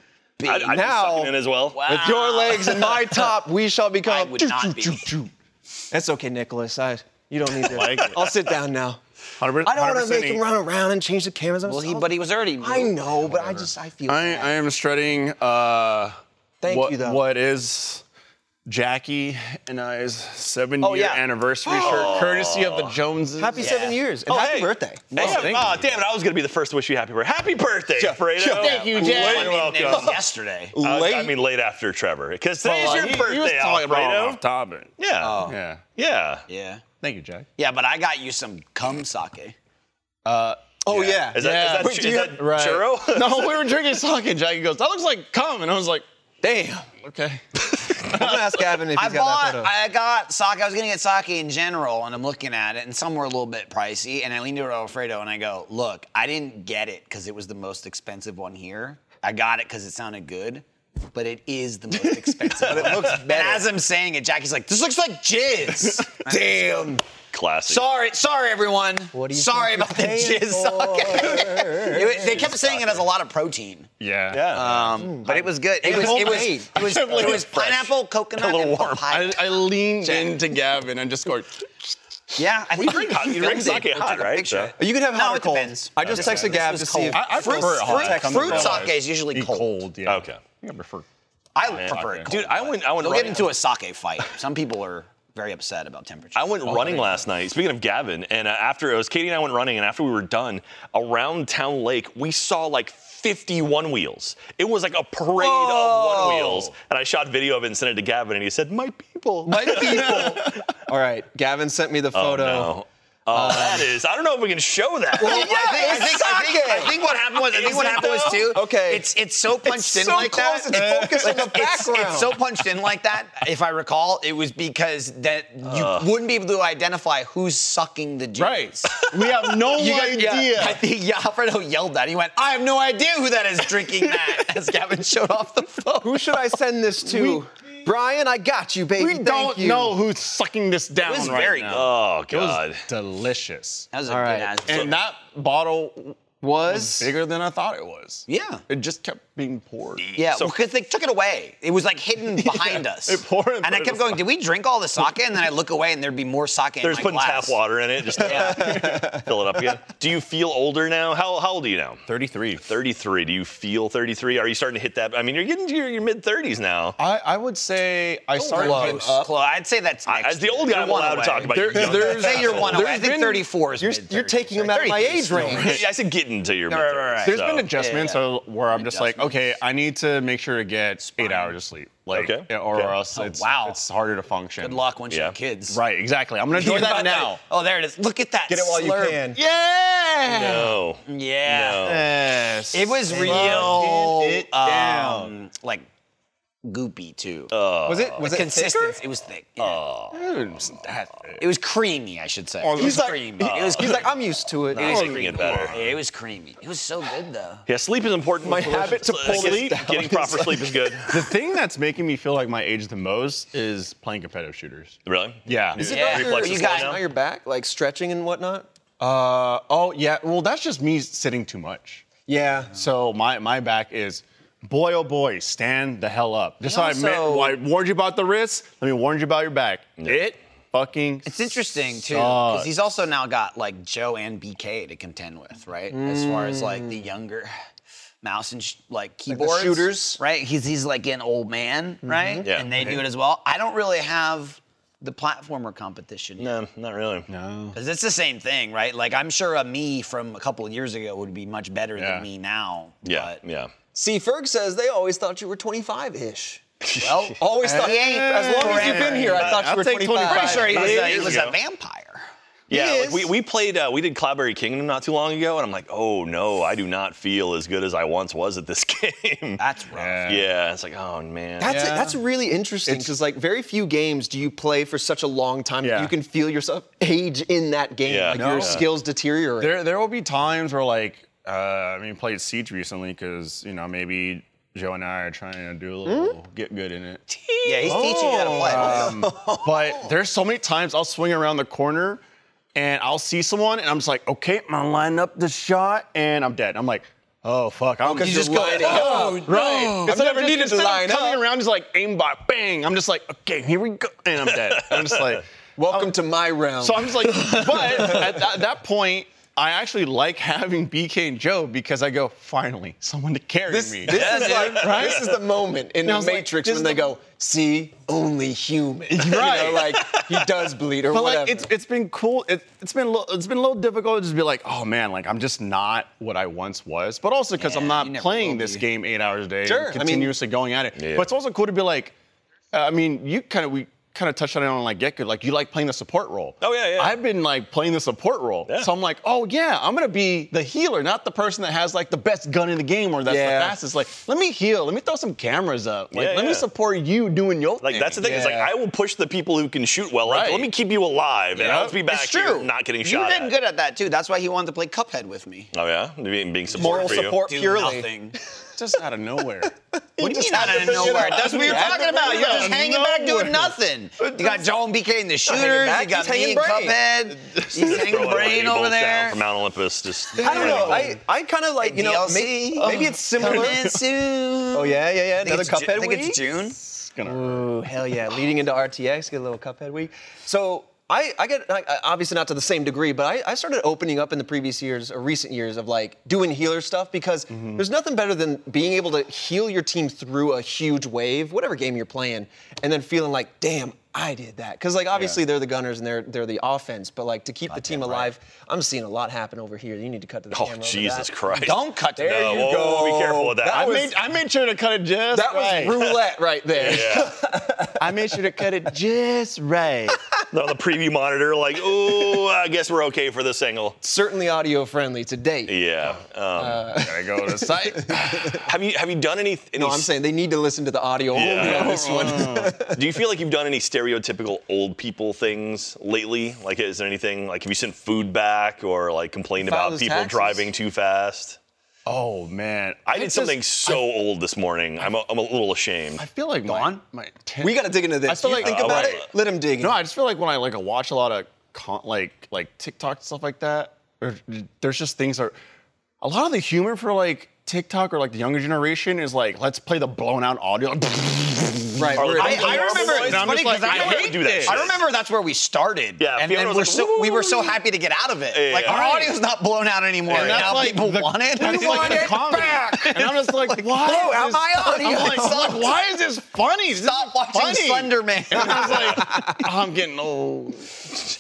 [SPEAKER 2] I, I'd be
[SPEAKER 3] Now-
[SPEAKER 2] sucking in as well.
[SPEAKER 3] With your legs and my top, we shall become.
[SPEAKER 1] Ah. I would not be.
[SPEAKER 3] That's okay, Nicholas. I, you don't need to.
[SPEAKER 4] Like it.
[SPEAKER 3] I'll sit down now.
[SPEAKER 4] 100%,
[SPEAKER 3] I don't want to make
[SPEAKER 4] he-
[SPEAKER 3] him run around and change the cameras. I'm
[SPEAKER 1] Well, he,
[SPEAKER 3] sorry.
[SPEAKER 1] but he was already.
[SPEAKER 3] I know, but I just I feel.
[SPEAKER 4] I,
[SPEAKER 3] bad.
[SPEAKER 4] I am shredding. Uh,
[SPEAKER 3] Thank
[SPEAKER 4] what,
[SPEAKER 3] you though.
[SPEAKER 4] What is Jackie and I's seven
[SPEAKER 3] Oh,
[SPEAKER 4] year
[SPEAKER 3] yeah. Oh.
[SPEAKER 4] anniversary shirt, courtesy of the Joneses?
[SPEAKER 3] Happy seven years
[SPEAKER 1] Oh,
[SPEAKER 3] and happy
[SPEAKER 2] hey.
[SPEAKER 3] birthday.
[SPEAKER 2] Hey,
[SPEAKER 4] Well, thank
[SPEAKER 2] oh, damn it. I was going to be the first to wish you happy birthday. Happy birthday, Fredo.
[SPEAKER 4] Thank you, Jack.
[SPEAKER 2] You're
[SPEAKER 1] I mean, it was
[SPEAKER 2] welcome.
[SPEAKER 1] yesterday.
[SPEAKER 2] Uh, I was- I
[SPEAKER 3] Late.
[SPEAKER 2] mean, late after Trevor. Because today's
[SPEAKER 4] Oh,
[SPEAKER 2] your
[SPEAKER 4] he-
[SPEAKER 2] birthday,
[SPEAKER 4] he was talking about it
[SPEAKER 2] Alfredo.
[SPEAKER 4] off topic.
[SPEAKER 2] Yeah.
[SPEAKER 4] Yeah.
[SPEAKER 2] Yeah.
[SPEAKER 1] Yeah.
[SPEAKER 4] Thank you, Jack.
[SPEAKER 1] Yeah, but I got you some cum sake.
[SPEAKER 3] Oh yeah.
[SPEAKER 2] Is that,
[SPEAKER 4] Wait,
[SPEAKER 2] is that,
[SPEAKER 4] do
[SPEAKER 2] is
[SPEAKER 4] you-
[SPEAKER 2] that
[SPEAKER 4] right.
[SPEAKER 2] churro?
[SPEAKER 4] No, we were drinking sake, and Jackie goes, "That looks like cum," and I was like,
[SPEAKER 3] Damn.
[SPEAKER 4] "Okay."
[SPEAKER 3] I'm gonna ask Gavin if
[SPEAKER 1] I
[SPEAKER 3] he's got
[SPEAKER 1] bought,
[SPEAKER 3] that photo.
[SPEAKER 1] I got sake. I was gonna get sake in general, and I'm looking at it, and some were a little bit pricey. And I leaned over to Alfredo and I go, "Look, I didn't get it because it was the most expensive one here. I got it because it sounded good." But it is the most expensive. but it looks better. And as I'm saying it, Jackie's like, "This looks like jizz." Damn.
[SPEAKER 2] Classic.
[SPEAKER 1] Sorry, sorry, everyone.
[SPEAKER 3] What do you
[SPEAKER 1] sorry
[SPEAKER 3] think
[SPEAKER 1] about the
[SPEAKER 3] you're paying
[SPEAKER 1] jizz sake. they kept saying it has a lot of protein.
[SPEAKER 4] Yeah.
[SPEAKER 2] Yeah.
[SPEAKER 1] Um, but it was good. It was, it was,
[SPEAKER 3] homemade.
[SPEAKER 1] it was, it was pineapple, coconut,
[SPEAKER 2] A little
[SPEAKER 1] and
[SPEAKER 2] warm.
[SPEAKER 1] papaya.
[SPEAKER 4] I, I leaned into Gavin and just go,
[SPEAKER 1] Yeah, I think
[SPEAKER 2] drink
[SPEAKER 1] he
[SPEAKER 2] hot- you
[SPEAKER 1] filmed
[SPEAKER 2] drink sake
[SPEAKER 1] it and
[SPEAKER 2] hot,
[SPEAKER 1] took a
[SPEAKER 2] right?
[SPEAKER 1] picture.
[SPEAKER 2] So-
[SPEAKER 3] You can have
[SPEAKER 1] No,
[SPEAKER 3] hot or
[SPEAKER 1] it
[SPEAKER 3] cold.
[SPEAKER 1] depends.
[SPEAKER 3] I just texted Gab to see if
[SPEAKER 4] I, I
[SPEAKER 1] Fruit-
[SPEAKER 4] prefer it hot.
[SPEAKER 1] fruit-
[SPEAKER 4] comes
[SPEAKER 1] fruit
[SPEAKER 4] out.
[SPEAKER 1] sake is usually
[SPEAKER 4] Be
[SPEAKER 1] cold.
[SPEAKER 4] yeah.
[SPEAKER 2] Okay.
[SPEAKER 4] I think I prefer.
[SPEAKER 1] I prefer it. cold,
[SPEAKER 2] Dude, I
[SPEAKER 1] but
[SPEAKER 2] wouldn't- I wouldn't
[SPEAKER 1] They'll get
[SPEAKER 2] run-
[SPEAKER 1] into a sake fight. Some people are very upset about temperature.
[SPEAKER 2] I went running last night. Speaking of Gavin, and uh, after it was Katie and I went running, and after we were done around Town Lake, we saw like 51 wheels. It was like a parade of one wheels. And I shot video of it and sent it to Gavin, and he said, "My people,
[SPEAKER 3] My people. All right, Gavin sent me the
[SPEAKER 2] Oh,
[SPEAKER 3] photo.
[SPEAKER 2] no. Oh, that is. I don't know if we can show that.
[SPEAKER 1] I think- I think, I think- I think what happened was I think what happened was too.
[SPEAKER 3] Okay.
[SPEAKER 1] It's it's so punched in
[SPEAKER 3] so
[SPEAKER 1] like
[SPEAKER 3] close,
[SPEAKER 1] that.
[SPEAKER 3] it's focused on the
[SPEAKER 1] it's- It's,
[SPEAKER 3] background.
[SPEAKER 1] so punched in like that. If I recall, it was because that you wouldn't be able to identify who's sucking the juice.
[SPEAKER 4] Right. We have no
[SPEAKER 1] yeah,
[SPEAKER 4] idea.
[SPEAKER 1] I think yeah, Alfredo yelled that. He went, "I have no idea who that is drinking that." as Gavin showed off the phone.
[SPEAKER 3] Who should I send this to? Brian, I got you, baby.
[SPEAKER 4] we
[SPEAKER 3] Thank
[SPEAKER 4] don't
[SPEAKER 3] you.
[SPEAKER 4] know who's sucking this down
[SPEAKER 1] was
[SPEAKER 4] right
[SPEAKER 1] very
[SPEAKER 4] now.
[SPEAKER 1] good.
[SPEAKER 2] Oh
[SPEAKER 4] It was
[SPEAKER 2] God.
[SPEAKER 4] delicious.
[SPEAKER 1] That was a
[SPEAKER 3] All right.
[SPEAKER 1] good ass.
[SPEAKER 4] And that bottle
[SPEAKER 3] Was
[SPEAKER 4] bigger than I thought it was.
[SPEAKER 1] yeah.
[SPEAKER 4] It just kept being poured.
[SPEAKER 1] Yeah,
[SPEAKER 2] So-
[SPEAKER 1] because they took it away. It was like hidden behind us.
[SPEAKER 4] it poured
[SPEAKER 1] and
[SPEAKER 4] and
[SPEAKER 1] I
[SPEAKER 4] poured
[SPEAKER 1] kept going, did we drink all the sake? And then I look away and there'd be more sake in
[SPEAKER 2] There's
[SPEAKER 1] my
[SPEAKER 2] putting
[SPEAKER 1] glass.
[SPEAKER 2] tap water in it, just fill it up again. Do you feel older now? How, how old are you now?
[SPEAKER 4] 33.
[SPEAKER 2] 33. Do you feel 33? Are you starting to hit that? I mean, you're getting to your, your mid 30s now.
[SPEAKER 4] I, I would say I started
[SPEAKER 1] Close, close. I'd say that's
[SPEAKER 2] Uh, I-
[SPEAKER 1] next
[SPEAKER 2] as the old
[SPEAKER 1] year.
[SPEAKER 2] guy,
[SPEAKER 1] You're
[SPEAKER 2] I'm
[SPEAKER 1] one
[SPEAKER 2] allowed
[SPEAKER 1] away.
[SPEAKER 2] to talk about
[SPEAKER 4] There-
[SPEAKER 2] you young
[SPEAKER 4] there's-
[SPEAKER 1] Say you're one away. I
[SPEAKER 4] There's
[SPEAKER 1] think
[SPEAKER 4] been-
[SPEAKER 1] 34 is
[SPEAKER 3] you're-
[SPEAKER 1] mid-thirties,
[SPEAKER 3] you're taking
[SPEAKER 1] right?
[SPEAKER 3] them out of my
[SPEAKER 1] 33 is
[SPEAKER 3] age
[SPEAKER 1] still
[SPEAKER 3] range.
[SPEAKER 1] right.
[SPEAKER 2] Yeah, I said getting to your mid
[SPEAKER 1] Right, right,
[SPEAKER 2] 30s.
[SPEAKER 1] right, right.
[SPEAKER 4] There's
[SPEAKER 2] so-
[SPEAKER 4] been adjustments
[SPEAKER 1] Yeah,
[SPEAKER 4] so- where I'm just like, okay, I need to make sure to get eight hours of sleep. Like,
[SPEAKER 2] Okay.
[SPEAKER 4] Or
[SPEAKER 2] Okay.
[SPEAKER 4] else
[SPEAKER 1] Oh,
[SPEAKER 4] it's,
[SPEAKER 1] wow.
[SPEAKER 4] it's harder to function.
[SPEAKER 1] Good luck once you
[SPEAKER 2] Yeah.
[SPEAKER 1] have kids.
[SPEAKER 4] Right, exactly. I'm going to enjoy that now.
[SPEAKER 1] Oh, there it is. Look at that.
[SPEAKER 3] Get it while you
[SPEAKER 1] slurp.
[SPEAKER 3] can.
[SPEAKER 4] Yeah.
[SPEAKER 2] No.
[SPEAKER 1] Yeah.
[SPEAKER 4] Yes.
[SPEAKER 1] It was real.
[SPEAKER 4] Slugging it down.
[SPEAKER 1] um, like goopy too.
[SPEAKER 3] was it was it thicker?
[SPEAKER 1] Consistency. It was thick. Yeah.
[SPEAKER 4] Dude, wasn't that
[SPEAKER 1] It was creamy, I should say. Oh. it
[SPEAKER 3] He's
[SPEAKER 1] was
[SPEAKER 3] like,
[SPEAKER 1] creamy.
[SPEAKER 3] he-
[SPEAKER 1] it was
[SPEAKER 3] he's like, I'm used to it.
[SPEAKER 2] He's making it better.
[SPEAKER 1] Yeah, it was creamy. It was so good though.
[SPEAKER 2] Yeah, sleep is important. My
[SPEAKER 3] habit to pull this down
[SPEAKER 2] Getting
[SPEAKER 3] is
[SPEAKER 2] proper
[SPEAKER 3] like-
[SPEAKER 2] sleep is good.
[SPEAKER 4] The thing that's making me feel like my age the most is playing competitive shooters.
[SPEAKER 2] Really?
[SPEAKER 4] Yeah.
[SPEAKER 3] Is it
[SPEAKER 1] Yeah.
[SPEAKER 3] not your-
[SPEAKER 2] Reflexes
[SPEAKER 3] you
[SPEAKER 1] slow
[SPEAKER 3] guys-
[SPEAKER 1] now?
[SPEAKER 3] now your back, like stretching and whatnot?
[SPEAKER 4] Uh, oh yeah. Well, that's just me sitting too much.
[SPEAKER 3] Yeah.
[SPEAKER 4] So my my back is, boy oh boy, stand the hell up. Just so I, meant,
[SPEAKER 3] also-
[SPEAKER 4] I warned you about the wrists. Let me warn you about your back. It fucking.
[SPEAKER 1] It's interesting too, because he's also now got like Joe and BK to contend with, right? As far as like the younger mouse and sh- Mm. like
[SPEAKER 3] the
[SPEAKER 1] keyboards,
[SPEAKER 3] shooters.
[SPEAKER 1] right? He's he's like an old man, right?
[SPEAKER 2] Yeah.
[SPEAKER 1] And they do it as well. I don't really have the platformer competition
[SPEAKER 2] No, not really. No.
[SPEAKER 1] because it's the same thing, right? Like I'm sure a me from a couple of years ago would be much better
[SPEAKER 4] Yeah.
[SPEAKER 1] than me now.
[SPEAKER 2] Yeah.
[SPEAKER 1] but-
[SPEAKER 2] Yeah.
[SPEAKER 3] See, Ferg says they always thought you were 25 ish.
[SPEAKER 1] Well,
[SPEAKER 3] Always thought.
[SPEAKER 1] he ain't
[SPEAKER 3] as long as you've been here, I thought you
[SPEAKER 4] I'll
[SPEAKER 3] were
[SPEAKER 4] take
[SPEAKER 3] 25.
[SPEAKER 1] pretty sure he was, a,
[SPEAKER 2] Years
[SPEAKER 1] he was
[SPEAKER 2] ago.
[SPEAKER 1] a vampire.
[SPEAKER 2] Yeah,
[SPEAKER 3] He
[SPEAKER 2] like
[SPEAKER 3] is.
[SPEAKER 2] we, we played, uh, we did Cloudberry Kingdom not too long ago, and I'm like, oh no, I do not feel as good as I once was at this game.
[SPEAKER 1] That's rough.
[SPEAKER 2] yeah, it's like, oh man.
[SPEAKER 3] That's
[SPEAKER 4] Yeah.
[SPEAKER 3] that's really interesting because like very few games do you play for such a long time that
[SPEAKER 4] Yeah.
[SPEAKER 3] you can feel yourself age in that game.
[SPEAKER 2] Yeah.
[SPEAKER 3] Like
[SPEAKER 2] No.
[SPEAKER 3] your skills deteriorate.
[SPEAKER 4] There, there will be times where, like, uh, I mean, played Siege recently because you know maybe Joe and I are trying to do a little
[SPEAKER 3] Hmm?
[SPEAKER 4] get good in it. Um,
[SPEAKER 1] Yeah, he's teaching you how to play.
[SPEAKER 3] Oh.
[SPEAKER 4] But there's so many times I'll swing around the corner and I'll see someone and I'm just like, okay, I'm gonna line up the shot and I'm dead. I'm like, oh fuck, I'm
[SPEAKER 3] you just go,
[SPEAKER 4] oh,
[SPEAKER 3] "Oh,
[SPEAKER 4] right.
[SPEAKER 3] no."
[SPEAKER 4] It's
[SPEAKER 3] I've
[SPEAKER 4] like
[SPEAKER 3] never
[SPEAKER 4] I'm
[SPEAKER 3] needed
[SPEAKER 4] just-
[SPEAKER 3] to
[SPEAKER 4] instead
[SPEAKER 3] line
[SPEAKER 4] of coming
[SPEAKER 3] up.
[SPEAKER 4] around, just like aimbot, bang. I'm just like, okay, here we go, and I'm dead. I'm just like,
[SPEAKER 3] Welcome to my realm.
[SPEAKER 4] so I'm just like, but at that, that point. I actually like having BK and Joe because I go, finally, someone to carry
[SPEAKER 3] this,
[SPEAKER 4] me.
[SPEAKER 3] this is like this is the moment in
[SPEAKER 4] And I
[SPEAKER 3] the
[SPEAKER 4] was like,
[SPEAKER 3] Matrix
[SPEAKER 4] this
[SPEAKER 3] when
[SPEAKER 4] is
[SPEAKER 3] they
[SPEAKER 4] the-
[SPEAKER 3] go, see, only human. You know,
[SPEAKER 4] Right.
[SPEAKER 3] like he does bleed or
[SPEAKER 4] But
[SPEAKER 3] whatever.
[SPEAKER 4] like it's it's been cool. It, it's been a little, it's been a little difficult to just be like, oh man, like I'm just not what I once was. But also because
[SPEAKER 1] Yeah,
[SPEAKER 4] I'm
[SPEAKER 1] you
[SPEAKER 4] not
[SPEAKER 1] never will
[SPEAKER 4] playing this
[SPEAKER 1] be.
[SPEAKER 4] game eight hours a day, and
[SPEAKER 3] Sure, I mean-
[SPEAKER 4] continuously going at it.
[SPEAKER 2] Yeah.
[SPEAKER 4] But it's also cool to be like, uh, I mean, you kind of we kind of touched on it on like get good. Like you like playing the support role.
[SPEAKER 2] Oh, yeah, yeah.
[SPEAKER 4] I've been like playing the support role,
[SPEAKER 2] Yeah.
[SPEAKER 4] so I'm like, oh yeah, I'm gonna be the healer, not the person that has like the best gun in the game or that's
[SPEAKER 3] Yeah.
[SPEAKER 4] the fastest. Like, let me heal. Let me throw some cameras up. Like,
[SPEAKER 2] Yeah,
[SPEAKER 4] let
[SPEAKER 2] yeah.
[SPEAKER 4] me support you doing your
[SPEAKER 2] Like
[SPEAKER 4] thing.
[SPEAKER 2] that's the thing. It's like
[SPEAKER 3] Yeah.
[SPEAKER 2] I will push the people who can shoot well. Like,
[SPEAKER 4] Right.
[SPEAKER 2] let me keep you alive, and I'll be back
[SPEAKER 1] It's true.
[SPEAKER 2] here not getting
[SPEAKER 1] you
[SPEAKER 2] shot.
[SPEAKER 1] You did
[SPEAKER 2] at.
[SPEAKER 1] good at that too. That's why he wanted to play Cuphead with me.
[SPEAKER 2] Oh yeah, being, being support
[SPEAKER 3] moral
[SPEAKER 2] for you.
[SPEAKER 3] support
[SPEAKER 1] Do
[SPEAKER 3] purely.
[SPEAKER 1] nothing.
[SPEAKER 4] just out of nowhere.
[SPEAKER 1] What do you mean
[SPEAKER 3] had
[SPEAKER 1] out
[SPEAKER 3] to
[SPEAKER 1] of
[SPEAKER 3] bring it
[SPEAKER 1] nowhere?
[SPEAKER 3] up.
[SPEAKER 1] That's what you're
[SPEAKER 3] You had to
[SPEAKER 1] talking about.
[SPEAKER 3] bring
[SPEAKER 1] You're
[SPEAKER 3] it
[SPEAKER 1] just
[SPEAKER 3] up.
[SPEAKER 1] hanging back doing nothing. You got Joel and BK in the shooters.
[SPEAKER 3] back,
[SPEAKER 1] You got
[SPEAKER 3] he's
[SPEAKER 1] me
[SPEAKER 3] hanging
[SPEAKER 1] and Cuphead. He's
[SPEAKER 2] Throwing
[SPEAKER 1] hanging brain
[SPEAKER 2] lightning
[SPEAKER 1] over
[SPEAKER 2] bolts down
[SPEAKER 1] there.
[SPEAKER 2] from Mount Olympus. Just
[SPEAKER 3] I don't know. I,
[SPEAKER 2] lightning
[SPEAKER 3] I kind of like, you know, may-
[SPEAKER 1] DLC.
[SPEAKER 3] maybe, it's similar.
[SPEAKER 1] Coming Oh. soon.
[SPEAKER 3] Oh, yeah, yeah, yeah.
[SPEAKER 1] Think
[SPEAKER 3] Another
[SPEAKER 1] it's Ju-
[SPEAKER 3] Cuphead
[SPEAKER 1] I think
[SPEAKER 3] week?
[SPEAKER 1] it's June.
[SPEAKER 4] It's gonna hurt.
[SPEAKER 3] Ooh, hell yeah. Leading into RTX, get a little Cuphead week. So I, I get, I, I- obviously not to the same degree, but I, I started opening up in the previous years or recent years of like doing healer stuff because
[SPEAKER 2] Mm-hmm.
[SPEAKER 3] there's nothing better than being able to heal your team through a huge wave, whatever game you're playing, and then feeling like, damn, I did that because like obviously they're the gunners and they're they're the offense, but like to keep the team alive, I'm seeing a lot happen over here. You need to cut to the
[SPEAKER 2] Oh,
[SPEAKER 3] camera. over
[SPEAKER 2] Jesus
[SPEAKER 3] that.
[SPEAKER 2] Christ.
[SPEAKER 1] Don't cut to
[SPEAKER 2] no,
[SPEAKER 1] that.
[SPEAKER 2] whoa, whoa, whoa, be careful with that.
[SPEAKER 3] That
[SPEAKER 4] I
[SPEAKER 3] was-
[SPEAKER 4] made I made sure to cut it just
[SPEAKER 3] That was
[SPEAKER 4] right.
[SPEAKER 3] roulette right there.
[SPEAKER 2] yeah.
[SPEAKER 4] I made sure to cut it just right.
[SPEAKER 2] on the preview monitor, like, ooh, I guess we're okay for this angle.
[SPEAKER 3] Certainly audio friendly to date.
[SPEAKER 2] Yeah.
[SPEAKER 3] Uh,
[SPEAKER 2] Um,
[SPEAKER 4] Gotta go to the site.
[SPEAKER 2] have you have you done any? any
[SPEAKER 3] No, I'm saying they need to listen to the audio
[SPEAKER 2] Yeah.
[SPEAKER 3] only on this one.
[SPEAKER 2] Do you feel like you've done any stereotypical old people things lately? Like, is there anything like have you sent food back or like complained
[SPEAKER 3] File
[SPEAKER 2] about
[SPEAKER 3] those
[SPEAKER 2] people
[SPEAKER 3] taxes.
[SPEAKER 2] driving too fast?
[SPEAKER 4] Oh man,
[SPEAKER 2] I did something so old this morning. I'm a, I'm a little ashamed.
[SPEAKER 4] I feel like
[SPEAKER 1] Gone?
[SPEAKER 4] my, my
[SPEAKER 3] we got to dig into this.
[SPEAKER 4] I feel
[SPEAKER 3] You
[SPEAKER 4] like-
[SPEAKER 3] think
[SPEAKER 4] uh,
[SPEAKER 3] about
[SPEAKER 2] right.
[SPEAKER 3] it. Let them dig.
[SPEAKER 4] No,
[SPEAKER 3] in.
[SPEAKER 4] I just feel like when I like watch a lot of con- like like TikTok stuff like that, or, there's just things that are a lot of the humor for like TikTok or like the younger generation is like let's play the blown out audio.
[SPEAKER 3] right.
[SPEAKER 2] Or
[SPEAKER 3] we're-
[SPEAKER 2] like-
[SPEAKER 1] I, I remember
[SPEAKER 2] And
[SPEAKER 1] it's
[SPEAKER 4] I'm
[SPEAKER 1] funny
[SPEAKER 4] just like,
[SPEAKER 1] because I,
[SPEAKER 4] I
[SPEAKER 2] don't
[SPEAKER 1] hate
[SPEAKER 2] do
[SPEAKER 1] do
[SPEAKER 2] that
[SPEAKER 1] this.
[SPEAKER 2] shit.
[SPEAKER 1] I remember that's where we started.
[SPEAKER 2] Yeah,
[SPEAKER 1] and, and
[SPEAKER 2] Fiona was
[SPEAKER 1] we're
[SPEAKER 2] like,
[SPEAKER 1] so we were so
[SPEAKER 2] "Woo."
[SPEAKER 1] happy to get out of it.
[SPEAKER 2] Yeah,
[SPEAKER 1] like our
[SPEAKER 2] right.
[SPEAKER 1] audio's not blown out anymore.
[SPEAKER 4] And that's
[SPEAKER 1] now
[SPEAKER 4] like
[SPEAKER 1] people
[SPEAKER 4] the-
[SPEAKER 1] want it.
[SPEAKER 4] That's
[SPEAKER 1] They
[SPEAKER 4] like
[SPEAKER 1] want
[SPEAKER 4] the
[SPEAKER 1] it
[SPEAKER 4] comedy.
[SPEAKER 1] back.
[SPEAKER 4] And I'm just like, why?
[SPEAKER 3] blow
[SPEAKER 4] is
[SPEAKER 3] out
[SPEAKER 4] this-
[SPEAKER 3] my
[SPEAKER 4] I'm
[SPEAKER 3] audio.
[SPEAKER 4] like,
[SPEAKER 1] Sucks.
[SPEAKER 4] "Look, why is this funny? This
[SPEAKER 1] Stop
[SPEAKER 4] isn't
[SPEAKER 1] watching
[SPEAKER 4] funny.
[SPEAKER 1] Slender Man.
[SPEAKER 4] And I was like, I'm getting old.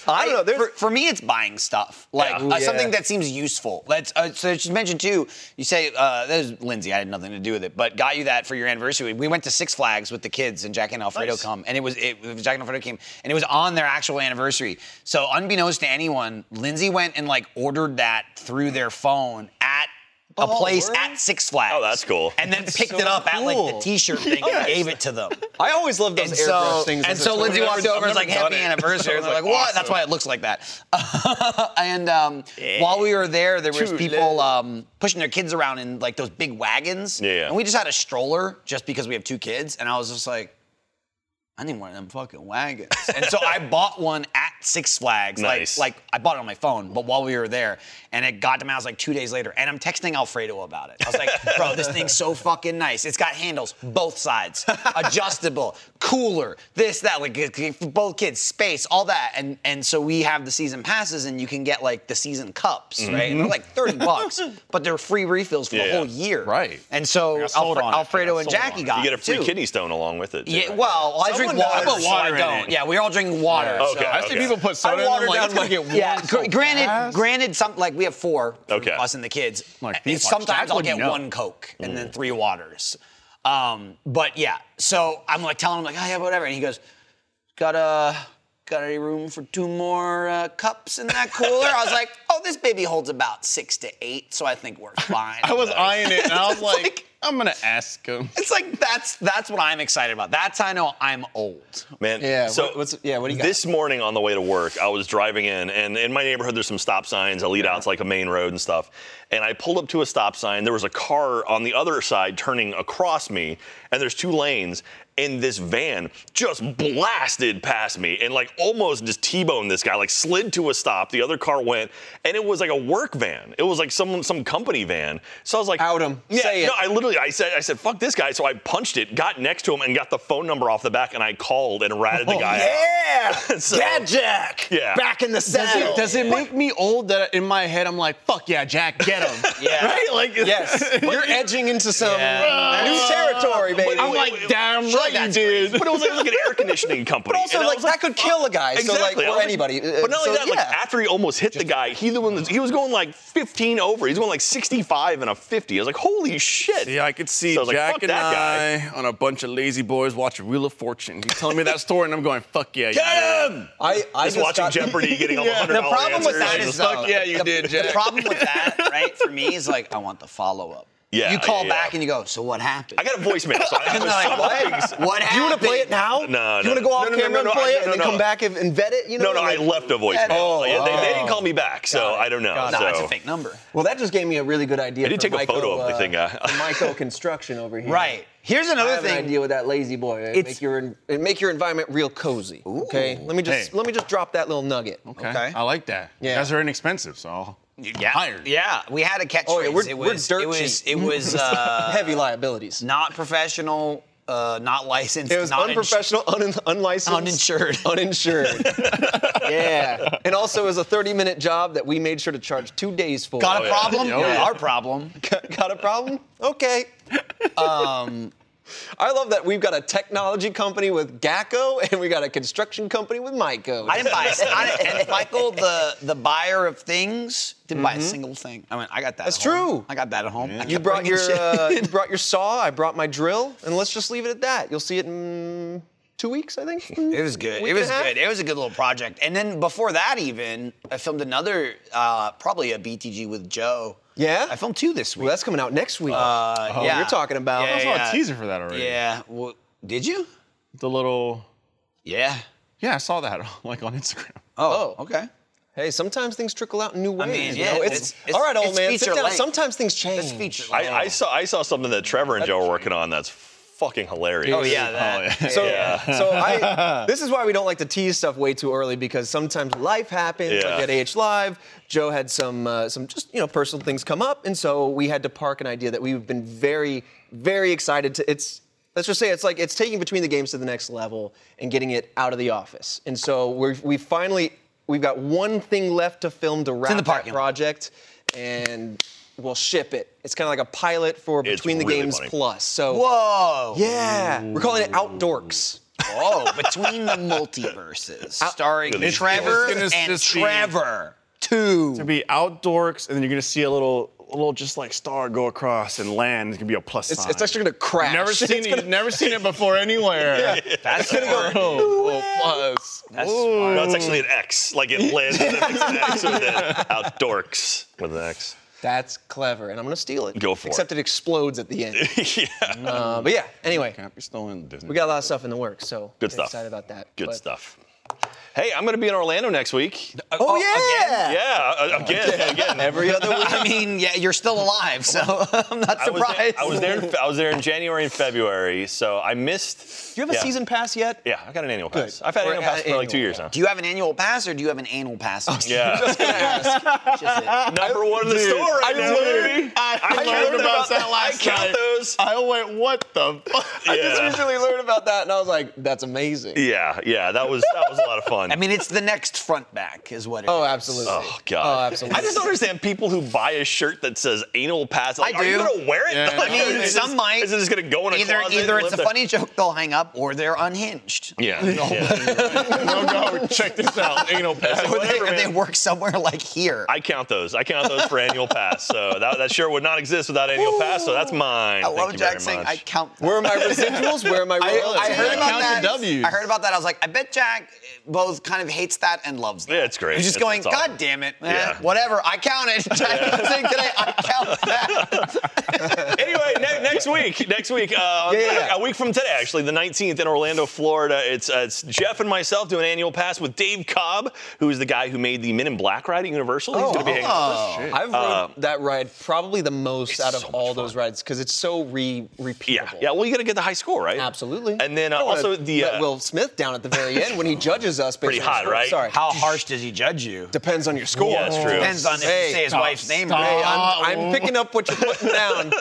[SPEAKER 1] I
[SPEAKER 3] don't know, there's-
[SPEAKER 1] For, for me, it's buying stuff, like
[SPEAKER 2] Yeah.
[SPEAKER 1] uh,
[SPEAKER 3] Ooh, yeah.
[SPEAKER 1] something that seems useful. That's uh, so. Just mentioned too. You say uh, that was Lindsay. I had nothing to do with it, but got you that for your anniversary. We went to Six Flags with the kids, and Jack and Alfredo
[SPEAKER 2] Nice.
[SPEAKER 1] come, and it was it, it was Jack and Alfredo came, and it was on their actual anniversary. So unbeknownst to anyone, Lindsay went and like ordered that through their phone at. A
[SPEAKER 3] Oh,
[SPEAKER 1] place
[SPEAKER 3] word?
[SPEAKER 1] at Six Flags.
[SPEAKER 2] Oh, that's cool.
[SPEAKER 1] And then picked
[SPEAKER 3] so
[SPEAKER 1] it up at like the
[SPEAKER 3] cool.
[SPEAKER 1] T-shirt thing and gave it to them.
[SPEAKER 3] I always love those
[SPEAKER 1] And
[SPEAKER 3] airbrush
[SPEAKER 1] so,
[SPEAKER 3] things.
[SPEAKER 1] and
[SPEAKER 3] as a
[SPEAKER 1] so
[SPEAKER 3] toy.
[SPEAKER 1] Lindsay walked over and was like,
[SPEAKER 4] never done
[SPEAKER 1] happy
[SPEAKER 4] it."
[SPEAKER 1] anniversary. And I was like, what? That's why it looks like that. and um, while we were there, there was
[SPEAKER 4] Too
[SPEAKER 1] people um, pushing their kids around in like those big wagons.
[SPEAKER 2] Yeah, yeah.
[SPEAKER 1] And we just had a stroller just because we have two kids. And I was just like, I need one of them fucking wagons. and so I bought one at Six Flags.
[SPEAKER 2] Nice.
[SPEAKER 1] Like, like I bought it on my phone, but while we were there, and it got to my house like two days later, and I'm texting Alfredo about it. I was like, bro, this thing's so fucking nice. It's got handles, both sides, adjustable, cooler, this, that, like g- g- for both kids, space, all that. And and so we have the season passes, and you can get like the season cups, right?
[SPEAKER 4] Mm-hmm.
[SPEAKER 1] And they're like 30 bucks, but they're free refills for the
[SPEAKER 2] Yeah.
[SPEAKER 1] whole year.
[SPEAKER 4] Right.
[SPEAKER 1] And so
[SPEAKER 4] I got sold
[SPEAKER 1] Alfre-
[SPEAKER 4] on it. I
[SPEAKER 1] Alfredo
[SPEAKER 4] got
[SPEAKER 1] and
[SPEAKER 4] sold on
[SPEAKER 1] Jackie
[SPEAKER 4] it.
[SPEAKER 1] got
[SPEAKER 2] You get a
[SPEAKER 1] it,
[SPEAKER 2] free
[SPEAKER 1] too.
[SPEAKER 2] kidney stone along with it. Too,
[SPEAKER 1] Yeah,
[SPEAKER 2] right?
[SPEAKER 1] well, I drink
[SPEAKER 3] Someone
[SPEAKER 1] water.
[SPEAKER 3] knows. I put
[SPEAKER 1] so
[SPEAKER 4] water
[SPEAKER 1] I
[SPEAKER 4] in
[SPEAKER 1] don't.
[SPEAKER 4] it.
[SPEAKER 1] Yeah, we're all drinking water.
[SPEAKER 2] Okay.
[SPEAKER 1] so-
[SPEAKER 4] I see people put soda in
[SPEAKER 3] water
[SPEAKER 4] them. Like,
[SPEAKER 3] down
[SPEAKER 4] it's gonna
[SPEAKER 3] my-
[SPEAKER 4] get warm
[SPEAKER 1] Yeah,
[SPEAKER 4] so
[SPEAKER 1] gr- granted,
[SPEAKER 4] fast.
[SPEAKER 1] granted, some like we have four, for
[SPEAKER 2] Okay.
[SPEAKER 1] us and the kids.
[SPEAKER 4] Like,
[SPEAKER 1] And
[SPEAKER 4] these ones,
[SPEAKER 1] sometimes
[SPEAKER 4] Jack
[SPEAKER 1] I'll
[SPEAKER 4] would
[SPEAKER 1] get
[SPEAKER 4] know.
[SPEAKER 1] one Coke and then three waters. Um, but yeah, so I'm like telling him like, oh yeah, whatever, and he goes, got a. Got any room for two more uh, cups in that cooler? I was like, oh, this baby holds about six to eight, so I think we're fine.
[SPEAKER 4] I was eyeing it, and I was like,
[SPEAKER 1] like-
[SPEAKER 4] I'm gonna ask him.
[SPEAKER 1] It's like that's that's what I'm excited about. That's how I know I'm old.
[SPEAKER 2] Man,
[SPEAKER 3] Yeah,
[SPEAKER 2] So
[SPEAKER 3] what- what's- yeah, what do you got?
[SPEAKER 2] This morning on the way to work, I was driving in, and in my neighborhood, there's some stop signs. I lead out to like a main road and stuff. And I pulled up to a stop sign. There was a car on the other side turning across me, and there's two lanes. And this van just blasted past me and like almost just T-boned this guy, like slid to a stop. The other car went, and it was like a work van. It was like some some company van. So I was like,
[SPEAKER 3] Out him.
[SPEAKER 2] Yeah,
[SPEAKER 3] Say it.
[SPEAKER 2] no, I literally, I said, I said, fuck this guy. So I punched it, got next to him, and got the phone number off the back, and I called and ratted the guy. out.
[SPEAKER 3] yeah,
[SPEAKER 2] So-
[SPEAKER 3] Dad Jack,
[SPEAKER 2] Yeah.
[SPEAKER 3] back in the saddle.
[SPEAKER 4] Does it make me old that in my head I'm like, fuck yeah, Jack, get him?
[SPEAKER 1] Yeah.
[SPEAKER 4] Right? Like,
[SPEAKER 3] Yes, you're edging into some new territory, baby.
[SPEAKER 4] I'm like, damn right you
[SPEAKER 1] that's
[SPEAKER 4] did.
[SPEAKER 2] But it was like, it was like an air conditioning company.
[SPEAKER 3] but also
[SPEAKER 2] And I
[SPEAKER 3] like,
[SPEAKER 2] was
[SPEAKER 3] that could kill a guy. So like,
[SPEAKER 2] Exactly. I
[SPEAKER 3] or
[SPEAKER 2] was like-
[SPEAKER 3] anybody. Uh,
[SPEAKER 2] But not only
[SPEAKER 3] so,
[SPEAKER 2] that, like
[SPEAKER 3] yeah.
[SPEAKER 2] after he almost hit the guy, he the one that's- he was going like 15 over. He's going like 65 and a 50. I was like, holy shit.
[SPEAKER 4] Yeah, I could see
[SPEAKER 2] So I was like,
[SPEAKER 4] Jack
[SPEAKER 2] fuck
[SPEAKER 4] and
[SPEAKER 2] that guy.
[SPEAKER 4] I on a bunch of lazy boys watching Wheel of Fortune. He's telling me that story, and I'm going, fuck yeah, you did.
[SPEAKER 3] I, I
[SPEAKER 2] Just
[SPEAKER 3] just
[SPEAKER 2] watching
[SPEAKER 3] got-
[SPEAKER 2] Jeopardy, getting all the
[SPEAKER 4] Yeah.
[SPEAKER 2] hundred
[SPEAKER 1] The
[SPEAKER 2] dollars.
[SPEAKER 1] problem with that is
[SPEAKER 4] Fuck
[SPEAKER 1] though,
[SPEAKER 4] yeah, you
[SPEAKER 1] the,
[SPEAKER 4] did,
[SPEAKER 1] the
[SPEAKER 4] Jack.
[SPEAKER 1] problem with that, right, for me is like I want the follow up.
[SPEAKER 2] Yeah,
[SPEAKER 1] You call
[SPEAKER 2] yeah,
[SPEAKER 1] back
[SPEAKER 2] yeah.
[SPEAKER 1] and you go, so what happened?
[SPEAKER 2] I got a voicemail. So I
[SPEAKER 1] and they're like, what? what happened?
[SPEAKER 3] You want to play it now?
[SPEAKER 2] No, no,
[SPEAKER 3] You want to go
[SPEAKER 2] no,
[SPEAKER 3] off
[SPEAKER 2] no, no,
[SPEAKER 3] camera
[SPEAKER 2] no,
[SPEAKER 3] and
[SPEAKER 2] no, I-
[SPEAKER 3] play it
[SPEAKER 2] no,
[SPEAKER 3] and then
[SPEAKER 2] no.
[SPEAKER 3] come back and, and vet it? You know?
[SPEAKER 2] No, no, I
[SPEAKER 3] like-
[SPEAKER 2] left a voicemail.
[SPEAKER 3] Oh,
[SPEAKER 2] Yeah, they, they
[SPEAKER 3] oh.
[SPEAKER 2] didn't call me back, so I don't know.
[SPEAKER 1] No,
[SPEAKER 2] so.
[SPEAKER 1] it's a fake number.
[SPEAKER 3] Well, that just gave me a really good idea.
[SPEAKER 2] I did
[SPEAKER 3] for
[SPEAKER 2] take a
[SPEAKER 3] Michael,
[SPEAKER 2] photo of the
[SPEAKER 3] uh,
[SPEAKER 2] thing, uh,
[SPEAKER 3] for Michael construction over here.
[SPEAKER 1] Right. Here's another
[SPEAKER 3] I have
[SPEAKER 1] thing.
[SPEAKER 3] an idea with that lazy boy. It'd
[SPEAKER 1] It's-
[SPEAKER 3] make your en- it'd make your environment real cozy. Okay. Let me just
[SPEAKER 4] Hey.
[SPEAKER 3] let me just drop that little nugget.
[SPEAKER 4] Okay.
[SPEAKER 1] Okay.
[SPEAKER 4] I like that.
[SPEAKER 3] Yeah.
[SPEAKER 4] Yeah. Guys are inexpensive, so I'll
[SPEAKER 1] yeah,
[SPEAKER 4] hired.
[SPEAKER 1] yeah, we had a catchphrase.
[SPEAKER 3] Oh, yeah, we're-
[SPEAKER 1] it
[SPEAKER 3] we're
[SPEAKER 1] was,
[SPEAKER 3] dirt
[SPEAKER 1] it was,
[SPEAKER 3] cheap.
[SPEAKER 1] it was uh,
[SPEAKER 3] Heavy liabilities.
[SPEAKER 1] not professional, uh, not licensed.
[SPEAKER 3] It was
[SPEAKER 1] not ins-
[SPEAKER 3] unprofessional, un- unlicensed,
[SPEAKER 1] Uninsured.
[SPEAKER 3] uninsured. yeah. And also, it was a 30-minute job that we made sure to charge two days for.
[SPEAKER 1] Got
[SPEAKER 2] Oh,
[SPEAKER 1] a
[SPEAKER 2] yeah.
[SPEAKER 1] problem?
[SPEAKER 4] Oh, yeah.
[SPEAKER 1] Our problem.
[SPEAKER 3] Got a problem? Okay. Um, I love that we've got a technology company with Gacko and we got a construction company with Myco.
[SPEAKER 1] I didn't buy. a- I didn't- and Michael, the the buyer of things, didn't buy a single thing. I went. I got that.
[SPEAKER 3] Mm-hmm. That's
[SPEAKER 1] at home.
[SPEAKER 3] true.
[SPEAKER 1] I got that at home. I
[SPEAKER 3] You
[SPEAKER 1] kept
[SPEAKER 3] brought
[SPEAKER 1] bringing
[SPEAKER 3] your
[SPEAKER 1] shit.
[SPEAKER 3] uh, you brought your saw. I brought my drill, and let's just leave it at that. You'll see it in two weeks, I think.
[SPEAKER 1] It was good.
[SPEAKER 3] Week
[SPEAKER 1] It
[SPEAKER 3] and a
[SPEAKER 1] was
[SPEAKER 3] half?
[SPEAKER 1] good. It was a good little project. And then before that, even I filmed another, uh, probably a BTG with Joe.
[SPEAKER 3] Yeah?
[SPEAKER 1] I filmed two this week.
[SPEAKER 3] Well, that's coming out next week.
[SPEAKER 1] Uh,
[SPEAKER 3] what you're talking about.
[SPEAKER 4] I
[SPEAKER 1] Yeah,
[SPEAKER 4] saw
[SPEAKER 1] yeah.
[SPEAKER 4] a Oh, teaser for that already.
[SPEAKER 1] Yeah. Well, did you?
[SPEAKER 4] The little.
[SPEAKER 1] Yeah.
[SPEAKER 4] Yeah, I saw that like on Instagram.
[SPEAKER 1] Oh.
[SPEAKER 3] Oh.
[SPEAKER 1] Okay.
[SPEAKER 3] hey, sometimes things trickle out in new ways.
[SPEAKER 1] mean,
[SPEAKER 3] you
[SPEAKER 1] yeah,
[SPEAKER 3] know? it's,
[SPEAKER 1] it's- it's-
[SPEAKER 3] all right, old
[SPEAKER 1] it's
[SPEAKER 3] man. Sit
[SPEAKER 1] feature
[SPEAKER 3] down.
[SPEAKER 1] length.
[SPEAKER 3] Sometimes things change.
[SPEAKER 1] That's feature.
[SPEAKER 2] I, I
[SPEAKER 1] length.
[SPEAKER 2] saw I saw something that Trevor and Joe were working on that's fucking hilarious.
[SPEAKER 1] Oh yeah. That.
[SPEAKER 3] So,
[SPEAKER 2] Yeah.
[SPEAKER 3] so I, this is why we don't like to tease stuff way too early because sometimes life happens.
[SPEAKER 2] Yeah.
[SPEAKER 3] Like at AH Live, Joe had some uh, some just you know personal things come up, and so we had to park an idea that we've been very very excited to. It's let's just say it's like it's taking between the games to the next level and getting it out of the office, and so we we finally we've got one thing left to film to wrap
[SPEAKER 1] in the
[SPEAKER 3] that
[SPEAKER 1] parking lot.
[SPEAKER 3] project, and. We'll ship it. It's kind of like a pilot for
[SPEAKER 2] It's
[SPEAKER 3] Between the
[SPEAKER 2] really
[SPEAKER 3] Games
[SPEAKER 2] funny.
[SPEAKER 3] Plus. So
[SPEAKER 1] Whoa.
[SPEAKER 3] yeah, we're calling it Outdorks.
[SPEAKER 1] Oh, between the multiverses, starring
[SPEAKER 2] It's-
[SPEAKER 1] Trevor
[SPEAKER 4] it's gonna
[SPEAKER 1] and
[SPEAKER 4] just be-
[SPEAKER 1] Trevor. Two.
[SPEAKER 4] It'll be outdoors, and then you're gonna see a little, a little just like star go across and land. It's gonna be a plus
[SPEAKER 3] It's,
[SPEAKER 4] sign.
[SPEAKER 3] it's actually gonna crash.
[SPEAKER 4] never
[SPEAKER 3] It's
[SPEAKER 4] seen it.
[SPEAKER 3] gonna-
[SPEAKER 4] Never seen it before anywhere.
[SPEAKER 1] That's gonna
[SPEAKER 4] oh, plus.
[SPEAKER 1] That's
[SPEAKER 2] No, it's actually an X. Like it lands and then it's an X with an out dorks with an X.
[SPEAKER 3] That's clever, and I'm gonna steal it.
[SPEAKER 2] Go for it.
[SPEAKER 3] Except it explodes at the end. yeah. Uh, but yeah. Anyway,
[SPEAKER 4] Can't be stolen. Disney.
[SPEAKER 3] we got a lot of stuff in the works, so
[SPEAKER 2] Good
[SPEAKER 3] we're
[SPEAKER 2] stuff.
[SPEAKER 3] Excited about that.
[SPEAKER 2] Good
[SPEAKER 3] But-
[SPEAKER 2] stuff. Hey, I'm gonna be in Orlando next week.
[SPEAKER 3] Oh,
[SPEAKER 1] again?
[SPEAKER 3] yeah.
[SPEAKER 2] Yeah, uh, again, again.
[SPEAKER 3] Every other week.
[SPEAKER 1] I mean, yeah, you're still alive, so I'm not
[SPEAKER 2] I was, there,
[SPEAKER 1] surprised.
[SPEAKER 2] I was there. In, I was there in January and February, so I missed.
[SPEAKER 3] Do you have a
[SPEAKER 2] yeah.
[SPEAKER 3] season pass yet?
[SPEAKER 2] Yeah, I got an annual pass.
[SPEAKER 3] Good.
[SPEAKER 2] I've had
[SPEAKER 3] We're
[SPEAKER 2] annual pass
[SPEAKER 3] at
[SPEAKER 2] for like two
[SPEAKER 3] annual,
[SPEAKER 2] years now.
[SPEAKER 1] Do you have an annual pass or do you have an annual pass?
[SPEAKER 2] Yeah, number one in the
[SPEAKER 4] Dude,
[SPEAKER 2] store right
[SPEAKER 4] I
[SPEAKER 2] now.
[SPEAKER 4] literally- I,
[SPEAKER 2] I
[SPEAKER 4] learned
[SPEAKER 2] counted
[SPEAKER 4] about, that
[SPEAKER 2] I
[SPEAKER 4] last
[SPEAKER 2] count
[SPEAKER 4] night.
[SPEAKER 2] those.
[SPEAKER 4] I went, what the fuck?
[SPEAKER 3] I just
[SPEAKER 2] Yeah.
[SPEAKER 3] recently learned about that, and I was like, that's amazing.
[SPEAKER 2] Yeah, yeah, that was that was a lot of fun.
[SPEAKER 1] I mean, it's the next front back, is what it
[SPEAKER 3] Oh,
[SPEAKER 1] is.
[SPEAKER 3] absolutely.
[SPEAKER 2] Oh god!
[SPEAKER 3] Oh, absolutely.
[SPEAKER 2] I just don't understand people who buy a shirt that says "anal pass." Like,
[SPEAKER 1] I
[SPEAKER 2] Are
[SPEAKER 1] do.
[SPEAKER 2] you gonna wear it?
[SPEAKER 4] Yeah.
[SPEAKER 2] Like,
[SPEAKER 4] I
[SPEAKER 1] mean,
[SPEAKER 2] is
[SPEAKER 1] some
[SPEAKER 2] it,
[SPEAKER 1] might.
[SPEAKER 2] Is it just gonna go in a
[SPEAKER 1] Either,
[SPEAKER 2] closet?
[SPEAKER 1] either
[SPEAKER 2] and
[SPEAKER 1] it's a
[SPEAKER 2] live
[SPEAKER 1] funny joke they'll hang up, or they're unhinged.
[SPEAKER 2] there? Yeah. yeah.
[SPEAKER 4] no, go, check this out. Anal pass.
[SPEAKER 1] Or they,
[SPEAKER 2] Whatever,
[SPEAKER 1] or they
[SPEAKER 2] man.
[SPEAKER 1] work somewhere like here.
[SPEAKER 2] I count those. I count those for annual pass. So that, that shirt would not exist without annual pass. So that's mine.
[SPEAKER 1] I
[SPEAKER 2] Thank
[SPEAKER 1] love
[SPEAKER 2] you
[SPEAKER 1] Jack
[SPEAKER 2] very
[SPEAKER 1] saying
[SPEAKER 2] much.
[SPEAKER 1] I count.
[SPEAKER 3] Where are my residuals? Where are my
[SPEAKER 1] I,
[SPEAKER 3] royalties?
[SPEAKER 1] I heard
[SPEAKER 4] Yeah,
[SPEAKER 1] about
[SPEAKER 4] count
[SPEAKER 1] that.
[SPEAKER 4] the Ws.
[SPEAKER 1] I heard about that. I was like, I bet Jack eh, both kind of hates that and loves that.
[SPEAKER 2] Yeah, it's great.
[SPEAKER 1] He's just
[SPEAKER 2] It's-
[SPEAKER 1] going,
[SPEAKER 2] it's awesome.
[SPEAKER 1] God damn it, eh,
[SPEAKER 2] Yeah.
[SPEAKER 1] whatever. I counted. Jack was saying today, I count that.
[SPEAKER 2] anyway, ne- next week, next week, uh,
[SPEAKER 3] Yeah, yeah, yeah.
[SPEAKER 2] a week from today, actually, the 19th in Orlando, Florida. It's, uh, it's Jeff and myself doing annual pass with Dave Cobb, who is the guy who made the Men in Black ride at Universal.
[SPEAKER 3] Oh,
[SPEAKER 2] He's going to be hanging
[SPEAKER 3] ah.
[SPEAKER 2] out with us.
[SPEAKER 3] I've rode that ride probably the most out of
[SPEAKER 2] Um, so much
[SPEAKER 3] all
[SPEAKER 2] fun.
[SPEAKER 3] those rides because it's so re repeatable.
[SPEAKER 2] Yeah, yeah. Well, you got to get the high score, right?
[SPEAKER 3] Absolutely.
[SPEAKER 2] And then uh,
[SPEAKER 3] I don't wanna
[SPEAKER 2] also the
[SPEAKER 3] let
[SPEAKER 2] uh,
[SPEAKER 3] Will Smith down at the very end when he judges us. Based
[SPEAKER 2] Pretty
[SPEAKER 3] on his
[SPEAKER 2] hot,
[SPEAKER 3] score.
[SPEAKER 2] right?
[SPEAKER 3] Sorry.
[SPEAKER 1] How harsh does he judge you?
[SPEAKER 3] Depends on your score.
[SPEAKER 2] Yeah, that's true.
[SPEAKER 1] Depends on if
[SPEAKER 3] Hey,
[SPEAKER 1] you say his
[SPEAKER 4] stop,
[SPEAKER 1] wife's name.
[SPEAKER 4] stop.
[SPEAKER 1] right.
[SPEAKER 3] Hey, I'm, I'm picking up what you're putting down.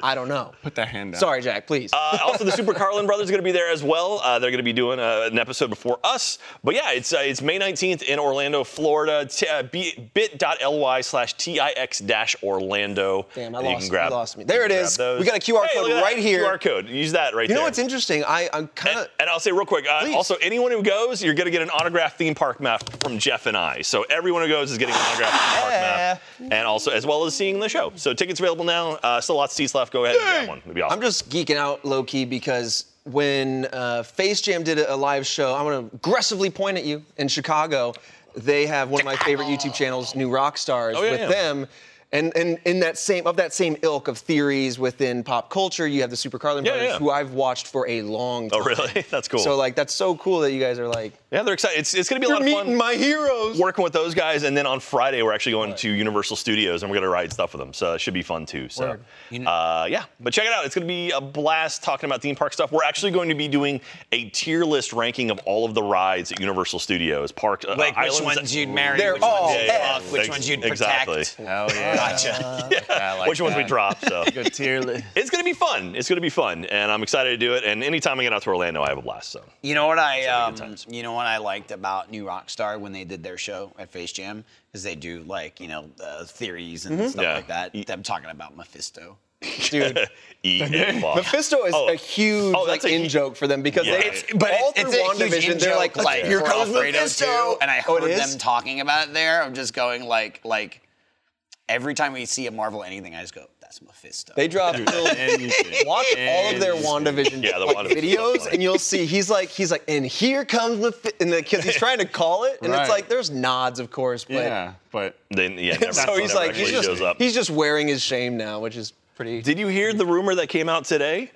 [SPEAKER 3] I don't know.
[SPEAKER 4] Put that hand down.
[SPEAKER 3] Sorry, Jack. Please.
[SPEAKER 2] uh, also, the Super Carlin brothers are going to be there as well. Uh, they're going to be doing uh, an episode before us. But yeah, it's uh, it's May 19th in Orlando, Florida. T- uh, b- bit.ly slash tix dash Orlando.
[SPEAKER 3] Damn, I
[SPEAKER 2] And you
[SPEAKER 3] lost-
[SPEAKER 2] can grab-
[SPEAKER 3] you lost me. There it
[SPEAKER 2] grab
[SPEAKER 3] is.
[SPEAKER 2] those.
[SPEAKER 3] We got a QR
[SPEAKER 2] Hey,
[SPEAKER 3] code
[SPEAKER 2] look at that.
[SPEAKER 3] right here.
[SPEAKER 2] QR code. Use that right
[SPEAKER 3] you know
[SPEAKER 2] there.
[SPEAKER 3] what's interesting? I, I'm kind
[SPEAKER 2] and,
[SPEAKER 3] of.
[SPEAKER 2] and I'll say real quick. Uh,
[SPEAKER 3] Please.
[SPEAKER 2] also, anyone who goes, you're going to get an autographed theme park map from Jeff and I. So everyone who goes is getting an autographed theme park map, and also as well as seeing the show. So tickets available now. Uh, still lots of seats left. Go ahead and grab one. It'd be awesome.
[SPEAKER 3] I'm just geeking out low key because when uh, Face Jam did a a live show, I'm gonna aggressively point at you in Chicago. They have one of my favorite YouTube channels, New Rock Stars,
[SPEAKER 2] Oh, yeah,
[SPEAKER 3] with
[SPEAKER 2] yeah.
[SPEAKER 3] them. And, and in that same of that same ilk of theories within pop culture, you have the Super Carlin
[SPEAKER 2] Yeah,
[SPEAKER 3] brothers,
[SPEAKER 2] yeah.
[SPEAKER 3] who I've watched for a long time.
[SPEAKER 2] Oh, really? That's cool.
[SPEAKER 3] So like that's so cool that you guys are like
[SPEAKER 2] yeah, they're excited. It's, it's going to be a
[SPEAKER 3] you're
[SPEAKER 2] lot of fun
[SPEAKER 3] meeting my heroes.
[SPEAKER 2] working with those guys. And then on Friday, we're actually going to Universal Studios and we're going to ride stuff with them. So it should be fun too. So,
[SPEAKER 3] Word.
[SPEAKER 2] uh, yeah, but check it out. It's going to be a blast talking about theme park stuff. We're actually going to be doing a tier list ranking of all of the rides at Universal Studios, park uh,
[SPEAKER 1] Like
[SPEAKER 2] islands.
[SPEAKER 1] which ones you'd marry,
[SPEAKER 3] They're
[SPEAKER 1] which ones
[SPEAKER 3] all
[SPEAKER 1] you'd
[SPEAKER 3] Yeah,
[SPEAKER 1] fuck, which ones you'd protect.
[SPEAKER 2] exactly.
[SPEAKER 4] Hell yeah.
[SPEAKER 1] Gotcha.
[SPEAKER 2] which ones we
[SPEAKER 3] uh,
[SPEAKER 2] drop. So
[SPEAKER 4] Good tier list.
[SPEAKER 2] it's going to be fun. It's going to be fun, and I'm excited to do it. And anytime I get out to Orlando, I have a blast. So
[SPEAKER 1] You know what I
[SPEAKER 2] Sounds like good
[SPEAKER 1] um,
[SPEAKER 2] times.
[SPEAKER 1] you know what I liked about New Rockstar when they did their show at Face Jam is they do like you know uh, theories and stuff
[SPEAKER 2] Yeah.
[SPEAKER 1] like that. Them talking about Mephisto.
[SPEAKER 3] dude.
[SPEAKER 2] E and Bob.
[SPEAKER 3] Mephisto is
[SPEAKER 2] Oh.
[SPEAKER 3] a huge
[SPEAKER 2] Oh,
[SPEAKER 3] like
[SPEAKER 2] that's a
[SPEAKER 3] in
[SPEAKER 2] hu-
[SPEAKER 3] joke for them because
[SPEAKER 2] Yeah.
[SPEAKER 3] they,
[SPEAKER 2] It's-
[SPEAKER 1] But
[SPEAKER 3] all
[SPEAKER 1] it's, it's
[SPEAKER 3] through
[SPEAKER 1] a huge
[SPEAKER 3] WandaVision,
[SPEAKER 1] in
[SPEAKER 3] they're
[SPEAKER 1] joke,
[SPEAKER 3] like,
[SPEAKER 1] like,
[SPEAKER 3] like here
[SPEAKER 1] for
[SPEAKER 3] comes
[SPEAKER 1] Alfredo
[SPEAKER 3] Mephisto,
[SPEAKER 1] too. And I
[SPEAKER 3] Oh, it
[SPEAKER 1] heard
[SPEAKER 3] is?
[SPEAKER 1] them talking about it there. I'm just going like, like every time we see a Marvel anything, I just go, that's Mephisto.
[SPEAKER 3] They drop
[SPEAKER 4] Anything.
[SPEAKER 3] watch all of their
[SPEAKER 4] Anything.
[SPEAKER 3] WandaVision
[SPEAKER 2] Yeah, the
[SPEAKER 3] like,
[SPEAKER 2] WandaVision stuff's
[SPEAKER 3] videos,
[SPEAKER 2] funny.
[SPEAKER 3] and you'll see he's like he's like, and here comes Mephi-" and because he's trying to call it, and it's
[SPEAKER 4] Right.
[SPEAKER 3] like there's nods, of course, but
[SPEAKER 4] yeah, but
[SPEAKER 2] Then yeah, never,
[SPEAKER 3] so he's
[SPEAKER 2] never
[SPEAKER 3] like
[SPEAKER 2] actually
[SPEAKER 3] he's just
[SPEAKER 2] shows up.
[SPEAKER 3] he's just wearing his shame now, which is pretty.
[SPEAKER 2] Did you hear the rumor that came out today?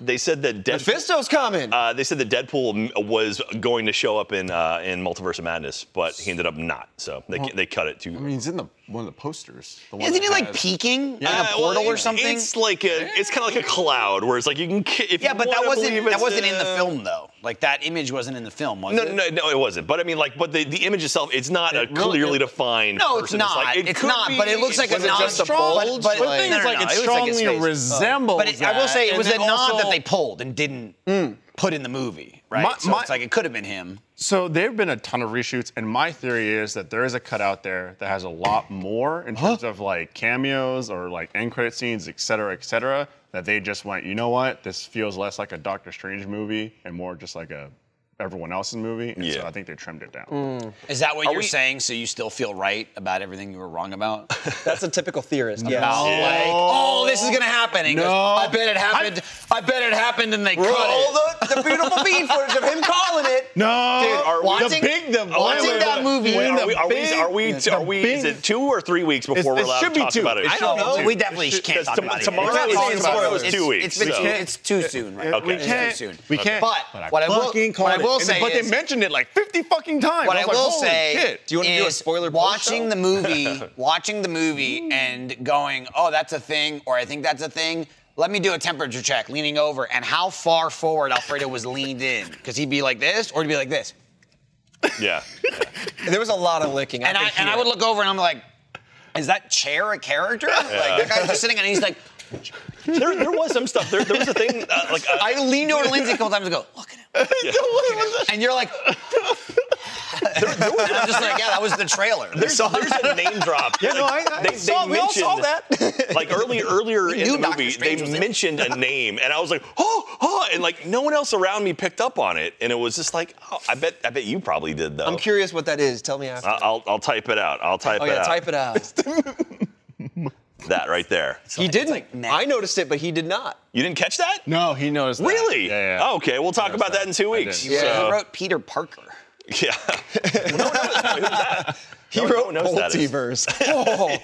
[SPEAKER 2] They said that Deadpool.
[SPEAKER 3] Mephisto's coming.
[SPEAKER 2] Uh, they said that Deadpool m- was going to show up in uh, in Multiverse of Madness, but he ended up not. So they ca- they cut it to.
[SPEAKER 4] I mean, he's in the one of the posters. The one
[SPEAKER 1] Isn't he
[SPEAKER 4] that
[SPEAKER 1] like
[SPEAKER 4] has-
[SPEAKER 1] peeking
[SPEAKER 4] Yeah.
[SPEAKER 1] like
[SPEAKER 2] Uh,
[SPEAKER 1] a
[SPEAKER 2] well,
[SPEAKER 1] portal or
[SPEAKER 2] it's-
[SPEAKER 1] something?
[SPEAKER 2] It's like a, it's kind of like a cloud where it's like you can. ki- If
[SPEAKER 1] yeah,
[SPEAKER 2] you
[SPEAKER 1] but that
[SPEAKER 2] wanna
[SPEAKER 1] wasn't
[SPEAKER 2] believe
[SPEAKER 1] that
[SPEAKER 2] it's,
[SPEAKER 1] wasn't in the
[SPEAKER 2] uh,
[SPEAKER 1] film though. Like that image wasn't in the film, was
[SPEAKER 2] No,
[SPEAKER 1] it?
[SPEAKER 2] no, no, no, it wasn't. But I mean, like, but the, the image itself, it's not a
[SPEAKER 4] really-
[SPEAKER 2] clearly defined.
[SPEAKER 1] No, it's
[SPEAKER 2] person.
[SPEAKER 1] not.
[SPEAKER 2] like,
[SPEAKER 1] it's
[SPEAKER 2] could
[SPEAKER 1] not.
[SPEAKER 2] be-
[SPEAKER 1] but it looks like a
[SPEAKER 3] was it
[SPEAKER 1] non.
[SPEAKER 3] just a bulge?
[SPEAKER 1] But, but
[SPEAKER 3] Well, the thing
[SPEAKER 1] no,
[SPEAKER 4] is,
[SPEAKER 1] no,
[SPEAKER 4] like,
[SPEAKER 1] no,
[SPEAKER 4] it
[SPEAKER 1] it was, like, his
[SPEAKER 4] strongly
[SPEAKER 1] face.
[SPEAKER 4] resembles
[SPEAKER 1] But it, I will
[SPEAKER 4] that,
[SPEAKER 1] say it
[SPEAKER 4] and
[SPEAKER 1] was a
[SPEAKER 4] then
[SPEAKER 1] nod
[SPEAKER 4] also- Mm.
[SPEAKER 1] that they pulled and didn't put in the movie, right?
[SPEAKER 4] My-
[SPEAKER 1] so
[SPEAKER 4] my-
[SPEAKER 1] it's like it could have been him.
[SPEAKER 4] So there have been a ton of reshoots, and my theory is that there is a cut out there that has a lot more in terms of like cameos or like end credit scenes, et cetera, et cetera. That they just went, you know what? This feels less like a Doctor Strange movie and more just like a everyone else's movie. And so
[SPEAKER 2] Yeah.
[SPEAKER 4] I think they trimmed it down.
[SPEAKER 1] Is that what you're
[SPEAKER 2] we-
[SPEAKER 1] saying? So you still feel right about everything you were wrong about?
[SPEAKER 3] That's a typical theorist. Yeah.
[SPEAKER 1] About, like, oh, this is gonna happen. And he goes,
[SPEAKER 4] No.
[SPEAKER 1] I bet it happened. I, bet it happened, and they cut
[SPEAKER 3] All
[SPEAKER 1] it.
[SPEAKER 3] the, the beautiful bean footage of him calling it.
[SPEAKER 4] No,
[SPEAKER 2] are we-
[SPEAKER 4] the
[SPEAKER 1] watching-
[SPEAKER 4] big the
[SPEAKER 1] watching
[SPEAKER 4] wait, wait,
[SPEAKER 1] that
[SPEAKER 4] wait.
[SPEAKER 1] movie-
[SPEAKER 4] Wait,
[SPEAKER 2] Wait, are we? Are we?
[SPEAKER 4] big-
[SPEAKER 2] Are we?
[SPEAKER 4] the
[SPEAKER 2] Are we is
[SPEAKER 4] big-
[SPEAKER 2] it two or three weeks
[SPEAKER 4] It's-
[SPEAKER 2] before we're
[SPEAKER 4] it
[SPEAKER 2] allowed
[SPEAKER 4] should
[SPEAKER 2] to
[SPEAKER 4] be
[SPEAKER 2] talk
[SPEAKER 4] two.
[SPEAKER 2] about it?
[SPEAKER 4] It
[SPEAKER 1] I don't
[SPEAKER 4] should be
[SPEAKER 1] know.
[SPEAKER 4] two.
[SPEAKER 1] We definitely
[SPEAKER 2] It should-
[SPEAKER 1] can't
[SPEAKER 2] that's
[SPEAKER 1] talk
[SPEAKER 2] tom-
[SPEAKER 1] about it.
[SPEAKER 2] tomorrow
[SPEAKER 1] We're not
[SPEAKER 2] is-
[SPEAKER 1] talking about
[SPEAKER 2] tomorrow
[SPEAKER 1] it.
[SPEAKER 2] is two
[SPEAKER 1] It's-
[SPEAKER 2] weeks,
[SPEAKER 1] It's, been
[SPEAKER 2] so-
[SPEAKER 1] too- it's too soon, right?
[SPEAKER 4] We
[SPEAKER 2] Okay.
[SPEAKER 4] can't.
[SPEAKER 1] It's too soon.
[SPEAKER 4] We can't.
[SPEAKER 1] But,
[SPEAKER 4] I
[SPEAKER 1] what I will,
[SPEAKER 4] fucking called
[SPEAKER 1] what I
[SPEAKER 4] it.
[SPEAKER 1] will
[SPEAKER 4] And-
[SPEAKER 1] say
[SPEAKER 4] but
[SPEAKER 1] is-
[SPEAKER 4] they mentioned it like 50 fucking times.
[SPEAKER 1] What I,
[SPEAKER 4] was like,
[SPEAKER 1] will
[SPEAKER 4] holy
[SPEAKER 1] say
[SPEAKER 4] shit.
[SPEAKER 3] Do you wanna do a
[SPEAKER 1] is
[SPEAKER 3] spoiler post
[SPEAKER 1] watching
[SPEAKER 3] show?
[SPEAKER 1] the movie, watching the movie, and going, "Oh, that's a thing," or "I think that's a thing." Let me do a temperature check, leaning over, and how far forward Alfredo was leaned in, because he'd be like this, or he'd be like this,
[SPEAKER 2] Yeah.
[SPEAKER 3] There was a lot of licking.
[SPEAKER 1] and I
[SPEAKER 3] could
[SPEAKER 1] and I
[SPEAKER 3] hear
[SPEAKER 1] would
[SPEAKER 3] it.
[SPEAKER 1] look over and I'm like, "Is that chair a character?" Like that guy's just sitting, and he's like,
[SPEAKER 2] there, there was some stuff. There, there was a thing. Uh, like uh,
[SPEAKER 1] "I leaned over to Lindsay a couple times and go, look at him," and you're like, and I'm just like, "Yeah, that was the trailer."
[SPEAKER 2] there's, there's a name drop.
[SPEAKER 3] Yeah, no,
[SPEAKER 2] Like,
[SPEAKER 3] I- I saw- we all saw that.
[SPEAKER 2] like early, earlier in
[SPEAKER 1] knew
[SPEAKER 2] the
[SPEAKER 1] Dr.
[SPEAKER 2] movie,
[SPEAKER 1] Strange was
[SPEAKER 2] they
[SPEAKER 1] in it.
[SPEAKER 2] mentioned a name, and I was like, oh, oh, and like no one else around me picked up on it, and it was just like, oh, I bet, I bet you probably did though.
[SPEAKER 3] I'm curious what that is. Tell me after.
[SPEAKER 2] I- I'll, I'll type it out. I'll type
[SPEAKER 3] oh
[SPEAKER 2] it
[SPEAKER 3] yeah,
[SPEAKER 2] out.
[SPEAKER 3] type it out.
[SPEAKER 2] That right there.
[SPEAKER 3] he didn't.
[SPEAKER 1] nah.
[SPEAKER 3] I noticed it, but he did not.
[SPEAKER 2] You didn't catch that?
[SPEAKER 4] No, he knows that.
[SPEAKER 2] Really?
[SPEAKER 4] Yeah, yeah.
[SPEAKER 2] Oh, okay, we'll talk
[SPEAKER 4] knows
[SPEAKER 2] about that.
[SPEAKER 4] that.
[SPEAKER 2] in two
[SPEAKER 4] I
[SPEAKER 2] weeks.
[SPEAKER 4] did.
[SPEAKER 1] He
[SPEAKER 2] So,
[SPEAKER 1] wrote Peter Parker.
[SPEAKER 2] yeah. Well, no one knows- who's that?
[SPEAKER 3] He
[SPEAKER 2] No- no
[SPEAKER 3] wrote
[SPEAKER 2] one knows who that is.
[SPEAKER 3] multiverse. Oh,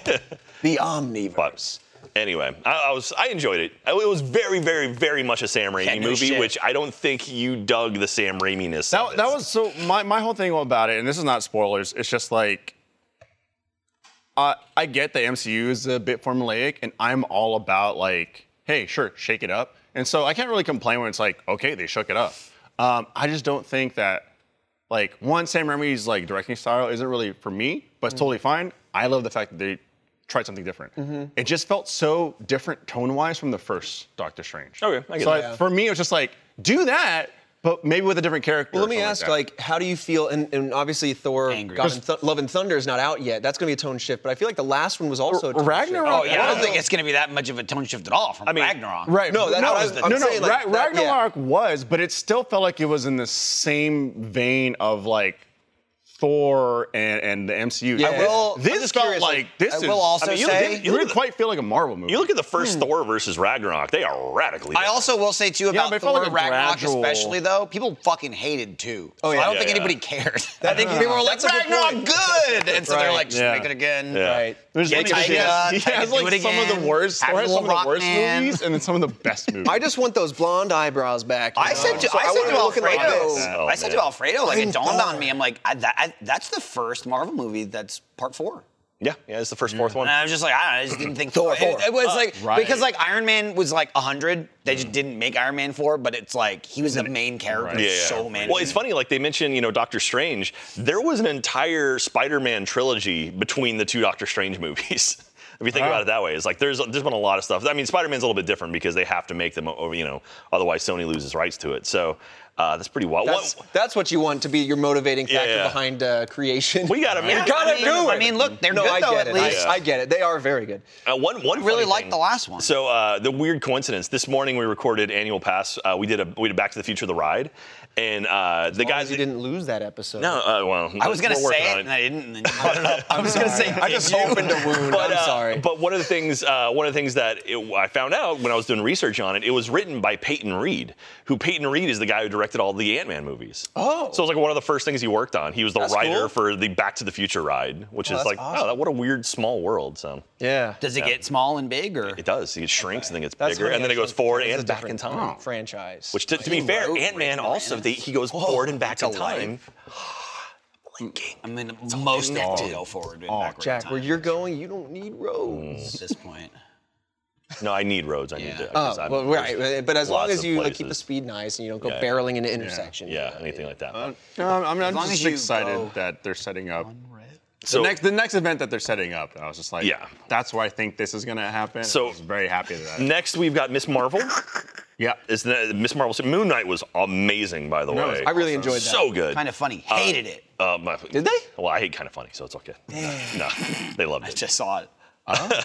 [SPEAKER 3] the omniverse.
[SPEAKER 2] But anyway, I, I was I enjoyed it. I- it was very, very, very much a Sam Raimi
[SPEAKER 1] Yeah, no
[SPEAKER 2] movie,
[SPEAKER 1] shit.
[SPEAKER 2] which I don't think you dug the Sam Raiminess. of
[SPEAKER 4] That,
[SPEAKER 2] it.
[SPEAKER 4] that was so my, my whole thing about it, and this is not spoilers. It's just like uh, I get the MCU is a bit formulaic, and I'm all about like, hey, sure, shake it up. And so I can't really complain when it's like, okay, they shook it up. Um, I just don't think that like one Sam Raimi's like directing style isn't really for me, but
[SPEAKER 2] Mm-hmm.
[SPEAKER 4] it's totally fine. I love the fact that they tried something different.
[SPEAKER 2] Mm-hmm.
[SPEAKER 4] It just felt so different tone-wise from the first Doctor Strange.
[SPEAKER 2] Okay, Oh, I get
[SPEAKER 4] so
[SPEAKER 2] that.
[SPEAKER 4] I, for me, it was just like do that, but maybe with a different character.
[SPEAKER 3] Well, let me
[SPEAKER 4] or
[SPEAKER 3] ask,
[SPEAKER 4] something
[SPEAKER 3] like, how do you feel? And, and obviously, Thor:
[SPEAKER 1] Angry.
[SPEAKER 3] God and Th- Love and Thunder is not out yet. That's going to be a tone shift. But I feel like the last one was also a tone
[SPEAKER 4] Ragnarok-
[SPEAKER 3] Shift.
[SPEAKER 1] Oh yeah, I don't
[SPEAKER 4] Wow.
[SPEAKER 1] think it's gonna be that much of a tone shift at all from
[SPEAKER 2] mean,
[SPEAKER 1] Ragnarok.
[SPEAKER 4] that. right?
[SPEAKER 3] No, that-
[SPEAKER 4] no,
[SPEAKER 3] I was- I'm
[SPEAKER 4] no, no,
[SPEAKER 3] saying, like,
[SPEAKER 4] Ra-
[SPEAKER 3] that- yeah.
[SPEAKER 4] Ragnarok was, but it still felt like it was in the same vein of like Thor and, and the MCU.
[SPEAKER 3] Yeah. I will- I'm
[SPEAKER 4] This
[SPEAKER 3] just
[SPEAKER 4] felt
[SPEAKER 3] curious,
[SPEAKER 4] like,
[SPEAKER 3] like,
[SPEAKER 4] this
[SPEAKER 3] I
[SPEAKER 4] is.
[SPEAKER 3] will also
[SPEAKER 4] I mean, you
[SPEAKER 3] say-
[SPEAKER 4] didn't, you didn't quite feel like a Marvel movie.
[SPEAKER 2] You look at the first Thor versus Ragnarok; they are radically.
[SPEAKER 1] I also will say too about
[SPEAKER 4] but it
[SPEAKER 1] Thor
[SPEAKER 4] felt like a
[SPEAKER 1] Ragnarok,
[SPEAKER 4] gradual-
[SPEAKER 1] especially though, people fucking hated too. Oh
[SPEAKER 3] yeah.
[SPEAKER 1] I don't
[SPEAKER 2] Yeah,
[SPEAKER 1] think
[SPEAKER 2] yeah.
[SPEAKER 1] anybody cared. I think people were like
[SPEAKER 3] That's a good
[SPEAKER 1] Ragnarok good, and so they're
[SPEAKER 3] Right.
[SPEAKER 1] like, just
[SPEAKER 4] Yeah.
[SPEAKER 1] make it again.
[SPEAKER 2] Yeah.
[SPEAKER 3] Right.
[SPEAKER 4] There's
[SPEAKER 1] Yeah,
[SPEAKER 4] like, he
[SPEAKER 1] Taika,
[SPEAKER 4] has, he
[SPEAKER 1] Taika,
[SPEAKER 4] has,
[SPEAKER 1] do
[SPEAKER 4] like
[SPEAKER 1] it
[SPEAKER 4] some of
[SPEAKER 1] again.
[SPEAKER 4] the worst,
[SPEAKER 1] Have
[SPEAKER 4] Thor has
[SPEAKER 1] Will
[SPEAKER 4] some of the worst
[SPEAKER 1] Rockman.
[SPEAKER 4] movies, and then some of the best movies.
[SPEAKER 3] I just want those blonde eyebrows back. you
[SPEAKER 1] I
[SPEAKER 3] know?
[SPEAKER 1] said to
[SPEAKER 3] So
[SPEAKER 1] I said
[SPEAKER 3] want
[SPEAKER 1] to
[SPEAKER 3] it looking like
[SPEAKER 1] Alfredo,
[SPEAKER 3] this.
[SPEAKER 2] Oh,
[SPEAKER 1] I said to
[SPEAKER 2] man.
[SPEAKER 1] Alfredo, like
[SPEAKER 3] I'm
[SPEAKER 1] it dawned
[SPEAKER 3] Thor.
[SPEAKER 1] on me. I'm like, I, that, I, that's the first Marvel movie that's part four.
[SPEAKER 2] yeah, yeah, it's the first fourth one.
[SPEAKER 1] And I was just like, I, don't know, I just didn't think Thor.
[SPEAKER 3] Thor.
[SPEAKER 1] It, it was like
[SPEAKER 4] right.
[SPEAKER 1] because like Iron Man was like hundred. They just didn't make Iron Man four, but it's like he was the main character. in
[SPEAKER 2] Yeah, yeah.
[SPEAKER 1] so many.
[SPEAKER 2] Well, it's funny. Like they mentioned, you know, Doctor Strange. There was an entire Spider-Man trilogy between the two Doctor Strange movies. If you think about it
[SPEAKER 1] Uh-huh.
[SPEAKER 2] that way, it's like there's there's been a lot of stuff. I mean, Spider-Man's a little bit different because they have to make them over, you know, otherwise Sony loses rights to it. So uh, that's pretty wild.
[SPEAKER 3] That's,
[SPEAKER 2] What-
[SPEAKER 3] that's what you want to be your motivating factor
[SPEAKER 2] yeah.
[SPEAKER 3] behind uh, creation.
[SPEAKER 2] We gotta make-
[SPEAKER 3] You gotta
[SPEAKER 1] I mean-
[SPEAKER 3] do it.
[SPEAKER 1] I mean, look, they're
[SPEAKER 3] no,
[SPEAKER 1] good,
[SPEAKER 3] I
[SPEAKER 1] though,
[SPEAKER 3] get
[SPEAKER 1] at
[SPEAKER 3] it.
[SPEAKER 1] least.
[SPEAKER 3] I, I get it. They are very good.
[SPEAKER 2] Uh, one, one
[SPEAKER 1] really
[SPEAKER 2] funny
[SPEAKER 1] liked
[SPEAKER 2] thing.
[SPEAKER 1] the last one.
[SPEAKER 2] So uh, the weird coincidence. This morning we recorded annual pass. Uh, we did a we did Back to the Future the ride, and uh, the guys
[SPEAKER 3] you didn't lose that episode.
[SPEAKER 2] No, uh, well,
[SPEAKER 1] I was gonna
[SPEAKER 2] we're working
[SPEAKER 1] say
[SPEAKER 2] on
[SPEAKER 1] it, and I didn't. And then you brought it up. I was gonna say
[SPEAKER 3] I just opened a wound. I'm
[SPEAKER 2] uh,
[SPEAKER 3] sorry.
[SPEAKER 2] But one of the things, uh, one of the things that it, I found out when I was doing research on it, it was written by Peyton Reed, who Peyton Reed is the guy who directed all the Ant Man movies.
[SPEAKER 3] Oh.
[SPEAKER 2] so it was like one of the first things he worked on. He was the
[SPEAKER 3] That's
[SPEAKER 2] writer
[SPEAKER 3] cool.
[SPEAKER 2] for the Back to the Future ride, which
[SPEAKER 3] Oh,
[SPEAKER 2] is
[SPEAKER 3] that's
[SPEAKER 2] like,
[SPEAKER 3] awesome.
[SPEAKER 2] oh, that, what a weird small world. So
[SPEAKER 3] yeah.
[SPEAKER 1] Does it get small and big, or
[SPEAKER 2] it does. It shrinks and then gets
[SPEAKER 3] That's
[SPEAKER 2] bigger,
[SPEAKER 3] funny,
[SPEAKER 2] and then it goes
[SPEAKER 3] actually.
[SPEAKER 2] forward
[SPEAKER 3] That is
[SPEAKER 2] and
[SPEAKER 3] a
[SPEAKER 2] back in
[SPEAKER 3] different Oh.
[SPEAKER 2] time.
[SPEAKER 3] franchise.
[SPEAKER 2] Which, to, to be fair,
[SPEAKER 1] wrote
[SPEAKER 2] Ant Man
[SPEAKER 1] original
[SPEAKER 2] also
[SPEAKER 1] Ant-Man.
[SPEAKER 2] they, he goes forward and back in
[SPEAKER 1] it's alive.
[SPEAKER 2] time.
[SPEAKER 1] I mean, most of them go forward and backward. in
[SPEAKER 3] Oh, Jack,
[SPEAKER 1] time Mm.
[SPEAKER 3] where you're going, you don't need roads.
[SPEAKER 1] at this point.
[SPEAKER 2] No, I need roads. I need
[SPEAKER 1] Yeah.
[SPEAKER 2] to. 'cause
[SPEAKER 3] Oh,
[SPEAKER 2] I'm-
[SPEAKER 3] well, right. But as long
[SPEAKER 2] lots
[SPEAKER 3] as
[SPEAKER 2] of
[SPEAKER 3] you like, keep the
[SPEAKER 2] places.
[SPEAKER 3] speed nice and you don't go
[SPEAKER 2] Yeah.
[SPEAKER 3] barreling into intersections.
[SPEAKER 2] Yeah, anything like
[SPEAKER 3] Uh,
[SPEAKER 2] that.
[SPEAKER 4] No, I'm, I'm- I'm
[SPEAKER 1] long as
[SPEAKER 4] just
[SPEAKER 1] you
[SPEAKER 4] excited
[SPEAKER 1] go-
[SPEAKER 4] that they're setting up.
[SPEAKER 2] so
[SPEAKER 4] the next, the next event that they're setting up, I was just like,
[SPEAKER 2] Yeah.
[SPEAKER 4] that's why I think this is gonna happen.
[SPEAKER 2] So-
[SPEAKER 4] I was very happy that.
[SPEAKER 2] Next, we've got Miss Marvel.
[SPEAKER 4] yeah,
[SPEAKER 2] Is Miss Marvel? so Moon Knight was amazing, by the
[SPEAKER 4] No,
[SPEAKER 2] way.
[SPEAKER 4] it
[SPEAKER 3] I really enjoyed that.
[SPEAKER 2] so good.
[SPEAKER 1] Kind of funny. Hated it.
[SPEAKER 2] Uh, my-
[SPEAKER 3] Did they?
[SPEAKER 2] Well, I hate kind of funny, so it's okay. No, they loved
[SPEAKER 1] I
[SPEAKER 2] it.
[SPEAKER 1] just saw it. I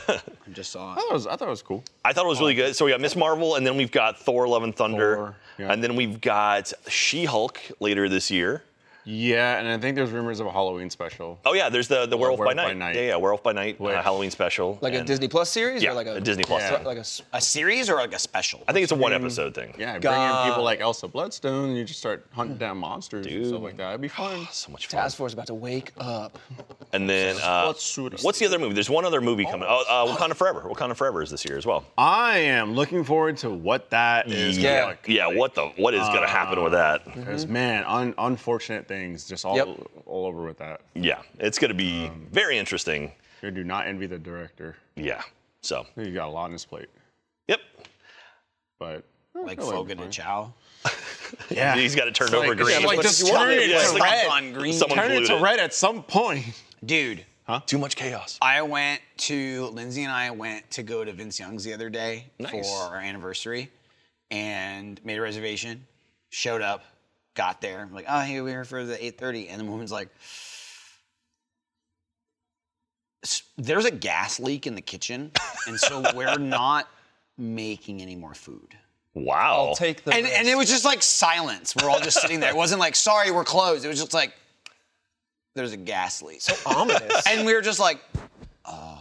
[SPEAKER 1] just saw it.
[SPEAKER 4] I thought it was, I thought it was cool.
[SPEAKER 2] I thought it was really good. So we got Miss Marvel, and then we've got Thor: Love and Thunder,
[SPEAKER 4] Thor, yeah.
[SPEAKER 2] and then we've got She-Hulk later this year.
[SPEAKER 4] Yeah, and I think there's rumors of a Halloween special.
[SPEAKER 2] Oh yeah, there's the the Werewolf, by,
[SPEAKER 4] Werewolf
[SPEAKER 2] Night.
[SPEAKER 4] by Night.
[SPEAKER 2] Yeah, yeah, Werewolf by Night, uh,
[SPEAKER 4] Which-
[SPEAKER 2] Halloween special.
[SPEAKER 3] Like a
[SPEAKER 2] and-
[SPEAKER 3] Disney Plus series
[SPEAKER 2] Yeah,
[SPEAKER 3] or like a,
[SPEAKER 2] a Disney Plus.
[SPEAKER 4] Yeah.
[SPEAKER 3] like a s-
[SPEAKER 1] A series or like a special?
[SPEAKER 2] I think it's a one episode thing.
[SPEAKER 4] Yeah, bring
[SPEAKER 3] God.
[SPEAKER 4] in people like Elsa Bloodstone, and you just start hunting down monsters and stuff like that. It'd be fun.
[SPEAKER 2] So much fun.
[SPEAKER 3] task force about to wake up.
[SPEAKER 2] And then uh,
[SPEAKER 4] Let's shoot us.
[SPEAKER 2] what's the other movie? There's one other movie coming. Oh, uh, Wakanda Forever. Wakanda Forever is this year as well.
[SPEAKER 4] I am looking forward to what that is. gonna
[SPEAKER 3] Yeah.
[SPEAKER 4] look
[SPEAKER 2] Yeah,
[SPEAKER 4] like.
[SPEAKER 2] what the what is gonna happen with that?
[SPEAKER 4] Because
[SPEAKER 1] Mm-hmm.
[SPEAKER 4] man, un- unfortunate things just all
[SPEAKER 3] Yep.
[SPEAKER 4] all over with that.
[SPEAKER 2] Yeah, it's gonna be
[SPEAKER 4] um,
[SPEAKER 2] very interesting.
[SPEAKER 4] I do not envy the director.
[SPEAKER 2] Yeah. So,
[SPEAKER 4] He's got a lot on his plate,
[SPEAKER 2] yep.
[SPEAKER 4] but
[SPEAKER 1] like
[SPEAKER 4] I feel
[SPEAKER 1] Fogan and Chow.
[SPEAKER 4] yeah,
[SPEAKER 2] He's got to turn
[SPEAKER 4] like-
[SPEAKER 2] over
[SPEAKER 4] it's
[SPEAKER 2] green.
[SPEAKER 4] like
[SPEAKER 2] It's
[SPEAKER 4] just
[SPEAKER 2] like-
[SPEAKER 4] turn it
[SPEAKER 2] yeah,
[SPEAKER 4] to
[SPEAKER 2] it's like-
[SPEAKER 4] red.
[SPEAKER 1] on green.
[SPEAKER 2] Someone
[SPEAKER 4] turn it to
[SPEAKER 2] glued it.
[SPEAKER 4] red at some point.
[SPEAKER 1] Dude,
[SPEAKER 2] Too much chaos.
[SPEAKER 1] I went to Lindsay and I went to go to Vince Young's the other day
[SPEAKER 2] Nice.
[SPEAKER 1] for our anniversary, and made a reservation. Showed up, got there. I'm like, oh, hey, we're here for the 8:30, and the woman's like, "S- there's a gas leak in the kitchen, and so we're not making any more food.
[SPEAKER 2] Wow.
[SPEAKER 3] I'll take the
[SPEAKER 1] And, and it was just like silence. We're all just sitting there. It wasn't like, sorry, we're closed. It was just like, there's a gas leak.
[SPEAKER 3] ominous.
[SPEAKER 1] And we were just like, uh,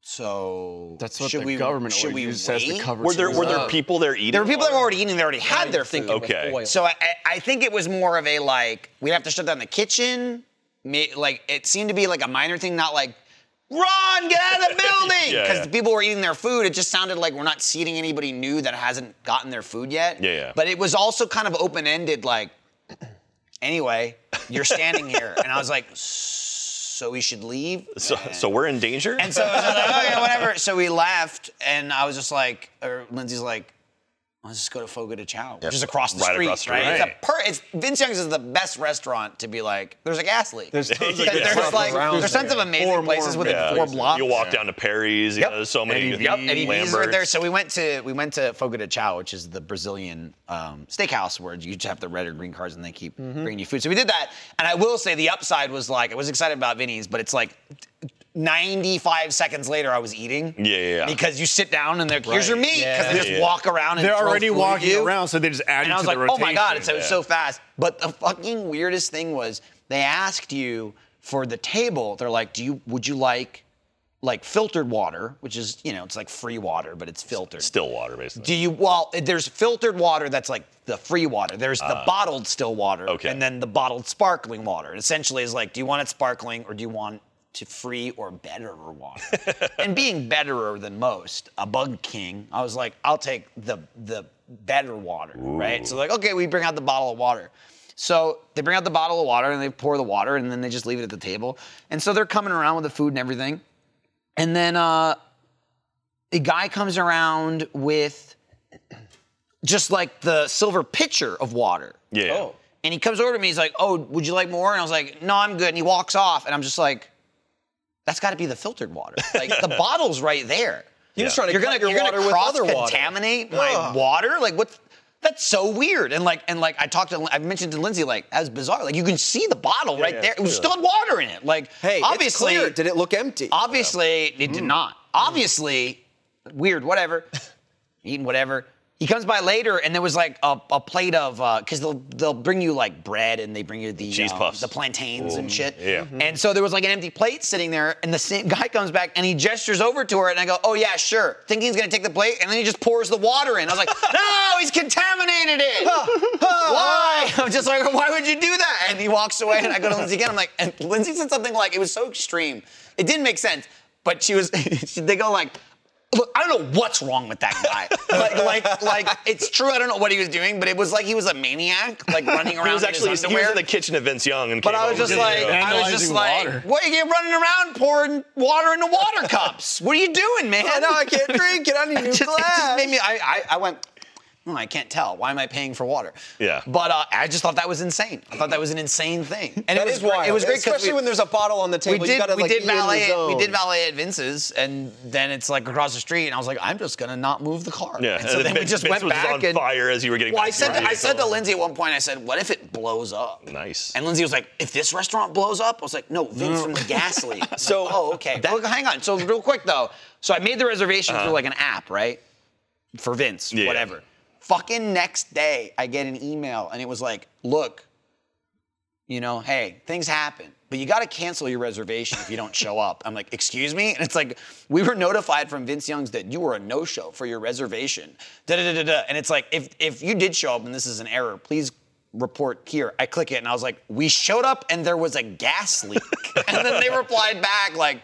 [SPEAKER 1] so
[SPEAKER 4] That's what
[SPEAKER 1] should
[SPEAKER 4] the
[SPEAKER 1] we,
[SPEAKER 4] government
[SPEAKER 1] should
[SPEAKER 4] always
[SPEAKER 1] we
[SPEAKER 4] uses as the
[SPEAKER 1] wait?
[SPEAKER 4] cover.
[SPEAKER 2] Were there were there
[SPEAKER 4] Uh,
[SPEAKER 2] people there eating?
[SPEAKER 1] There were people that were already eating. They already had their food.
[SPEAKER 3] Thinking with
[SPEAKER 2] Okay.
[SPEAKER 3] oil.
[SPEAKER 1] So I, I- I think it was more of a like we'd have to shut down the kitchen. ma- Like it seemed to be like a minor thing, not like run, get out of the building,
[SPEAKER 2] Yeah,
[SPEAKER 1] because
[SPEAKER 2] yeah.
[SPEAKER 1] the people were eating their food. It just sounded like we're not seating anybody new that hasn't gotten their food yet.
[SPEAKER 2] Yeah, yeah.
[SPEAKER 1] But it was also kind of open ended, like anyway, you're standing here, and I was like, so we should leave.
[SPEAKER 2] So, so we're in danger.
[SPEAKER 1] And so I was just like, okay, whatever. So we left, and I was just like, or Lindsay's like, let's just go to Fogo de Chao, which is across the
[SPEAKER 2] Right
[SPEAKER 1] street,
[SPEAKER 2] across the
[SPEAKER 1] right?
[SPEAKER 2] street.
[SPEAKER 1] It's a per- it's, Vince Young's is the best restaurant to be like, there's a gas leak.
[SPEAKER 3] There's tons of
[SPEAKER 1] Because
[SPEAKER 3] gas
[SPEAKER 1] there's
[SPEAKER 3] leaks
[SPEAKER 1] like,
[SPEAKER 3] around
[SPEAKER 1] there's tons of
[SPEAKER 3] there.
[SPEAKER 1] amazing
[SPEAKER 4] Or more
[SPEAKER 1] places within
[SPEAKER 4] amazing
[SPEAKER 1] four
[SPEAKER 4] places.
[SPEAKER 1] blocks.
[SPEAKER 2] you walk down to Perry's. You
[SPEAKER 1] Yep.
[SPEAKER 2] know, there's so many.
[SPEAKER 4] Eddie
[SPEAKER 2] yep.
[SPEAKER 4] V's.
[SPEAKER 1] Eddie V's right
[SPEAKER 2] Lambert's.
[SPEAKER 1] there. So we went to we went to Fogo de Chao, which is the Brazilian um, steakhouse where you just have the red or green cards and they keep bringing you food. So we did that, and I will say the upside was like I was excited about Vinny's, but it's like 95 seconds later I was eating.
[SPEAKER 2] Yeah, yeah, yeah.
[SPEAKER 1] Because you sit down and they're here's your meat because
[SPEAKER 3] Yeah.
[SPEAKER 1] they just
[SPEAKER 2] Yeah.
[SPEAKER 1] walk around. And
[SPEAKER 4] They're
[SPEAKER 1] throw
[SPEAKER 4] already
[SPEAKER 1] food at
[SPEAKER 4] walking
[SPEAKER 1] you.
[SPEAKER 4] around, so they just add
[SPEAKER 1] And
[SPEAKER 4] it
[SPEAKER 1] I was
[SPEAKER 4] to
[SPEAKER 1] like,
[SPEAKER 4] the
[SPEAKER 1] oh my god, it's,
[SPEAKER 4] rotation.
[SPEAKER 1] it was so fast. But the fucking weirdest thing was they asked you for the table. They're like, do you would you like like filtered water, which is you know it's like free water, but it's filtered.
[SPEAKER 2] Still water, basically.
[SPEAKER 1] Do you well? There's filtered water that's like the free water. There's the bottled still water,
[SPEAKER 2] okay.
[SPEAKER 1] and then the bottled sparkling water. It essentially is like, do you want it sparkling or do you want to free or betterer water? and being betterer than most, a bug king, I was like, I'll take the the better water, right? So like, okay, we bring out the bottle of water. So they bring out the bottle of water and they pour the water and then they just leave it at the table. And so they're coming around with the food and everything. And then uh, the guy comes around with just like the silver pitcher of water.
[SPEAKER 2] yeah.
[SPEAKER 1] And "Oh, he comes over to me, he's like, Oh, would you like more? And I was like, No, I'm good. And he walks off, and I'm just like, That's got to be the filtered water. Like the bottle's right there.
[SPEAKER 3] He was
[SPEAKER 2] Yeah.
[SPEAKER 3] trying to
[SPEAKER 1] You're gonna
[SPEAKER 3] cut your
[SPEAKER 1] you're
[SPEAKER 3] water
[SPEAKER 1] gonna
[SPEAKER 3] with
[SPEAKER 1] cross
[SPEAKER 3] other water.
[SPEAKER 1] contaminate my
[SPEAKER 3] Ugh.
[SPEAKER 1] water. Like what's That's so weird. And like and like I talked to I mentioned to Lindsay like that was bizarre. Like you can see the bottle right
[SPEAKER 2] yeah,
[SPEAKER 1] there.
[SPEAKER 2] it's
[SPEAKER 1] It was
[SPEAKER 2] clear.
[SPEAKER 1] still had water in it. Like
[SPEAKER 3] Hey,
[SPEAKER 1] obviously
[SPEAKER 3] it's clear. did it look empty? Mm.
[SPEAKER 1] Obviously, it did not. Obviously, weird, whatever. Eating whatever. He comes by later, and there was like a, a plate of because they'll they'll bring you like bread, and they bring you the
[SPEAKER 2] Cheese
[SPEAKER 1] um,
[SPEAKER 2] puffs.
[SPEAKER 1] the plantains and shit. Mm-hmm.
[SPEAKER 2] yeah. Mhm.
[SPEAKER 1] And so there was like an empty plate sitting there, and the same guy comes back and he gestures over to her, and I go, "Oh yeah, sure." Thinking he's gonna take the plate, and then he just pours the water in. I was like, "No, he's contaminated it. why?" I'm just like, "Why would you do that?" And he walks away, and I go to Lindsay again. I'm like, and Lindsay said something like, "It was so extreme, it didn't make sense," but she was. they go like. Look, I don't know what's wrong with that guy. like, like, like, it's true. I don't know what he was doing, but it was like he was a maniac, like running around
[SPEAKER 2] He was actually
[SPEAKER 1] in his
[SPEAKER 2] he
[SPEAKER 1] underwear.
[SPEAKER 2] was in the kitchen at Vince Young and
[SPEAKER 1] But
[SPEAKER 2] came
[SPEAKER 1] I was
[SPEAKER 2] over
[SPEAKER 1] just
[SPEAKER 2] to-
[SPEAKER 1] like,
[SPEAKER 2] Yeah.
[SPEAKER 1] I was just
[SPEAKER 4] Analyzing
[SPEAKER 1] like,
[SPEAKER 4] water.
[SPEAKER 1] what are you running around pouring water into water cups? What are you doing, man?
[SPEAKER 3] I know I can't drink it. I need a new
[SPEAKER 1] Just- it just
[SPEAKER 3] glass.
[SPEAKER 1] made me. I, I, I went. Hmm, I can't tell. Why am I paying for water?
[SPEAKER 2] Yeah.
[SPEAKER 1] But uh, I just thought that was insane. I thought that was an insane thing. And
[SPEAKER 3] That
[SPEAKER 1] it was
[SPEAKER 3] is
[SPEAKER 1] great-
[SPEAKER 3] wild.
[SPEAKER 1] It was great 'cause
[SPEAKER 3] especially
[SPEAKER 1] we-
[SPEAKER 3] when there's a bottle on the
[SPEAKER 1] we
[SPEAKER 3] table.
[SPEAKER 1] did,
[SPEAKER 3] you gotta,
[SPEAKER 1] we
[SPEAKER 3] like,
[SPEAKER 1] did
[SPEAKER 3] eat in the
[SPEAKER 1] valet at, we
[SPEAKER 3] zone.
[SPEAKER 1] did valet at Vince's, and then it's like across the street, and I was like, I'm just gonna not move the car.
[SPEAKER 2] Yeah,
[SPEAKER 1] And so
[SPEAKER 2] and
[SPEAKER 1] then we
[SPEAKER 2] Vince-
[SPEAKER 1] just
[SPEAKER 2] Vince
[SPEAKER 1] went
[SPEAKER 2] was
[SPEAKER 1] back
[SPEAKER 2] on
[SPEAKER 1] and
[SPEAKER 2] fire as you were getting
[SPEAKER 1] Well,
[SPEAKER 2] back
[SPEAKER 1] I
[SPEAKER 2] to
[SPEAKER 1] said,
[SPEAKER 2] your
[SPEAKER 1] I said to
[SPEAKER 2] vehicle.
[SPEAKER 1] Lindsay at one point, I said, "What if it blows up?"
[SPEAKER 2] Nice.
[SPEAKER 1] And Lindsay was like, "If this restaurant blows up," I was like, "No, Vince from the gas leak." I'm like,
[SPEAKER 2] So,
[SPEAKER 1] oh, okay. Well, hang on. So, real quick though, so I made the reservation through like an app, right? For Vince,
[SPEAKER 2] Yeah.
[SPEAKER 1] whatever. Fucking next day, I get an email, and it was like, "Look, you know, hey, things happen, but you got to cancel your reservation if you don't show up. I'm like, excuse me? And it's like, we were notified from Vince Young's that you were a no show for your reservation. Da, da, da, da, da. And it's like, if, if you did show up and this is an error, please report here. I click it and I was like, we showed up and there was a gas leak. and then they replied back, like,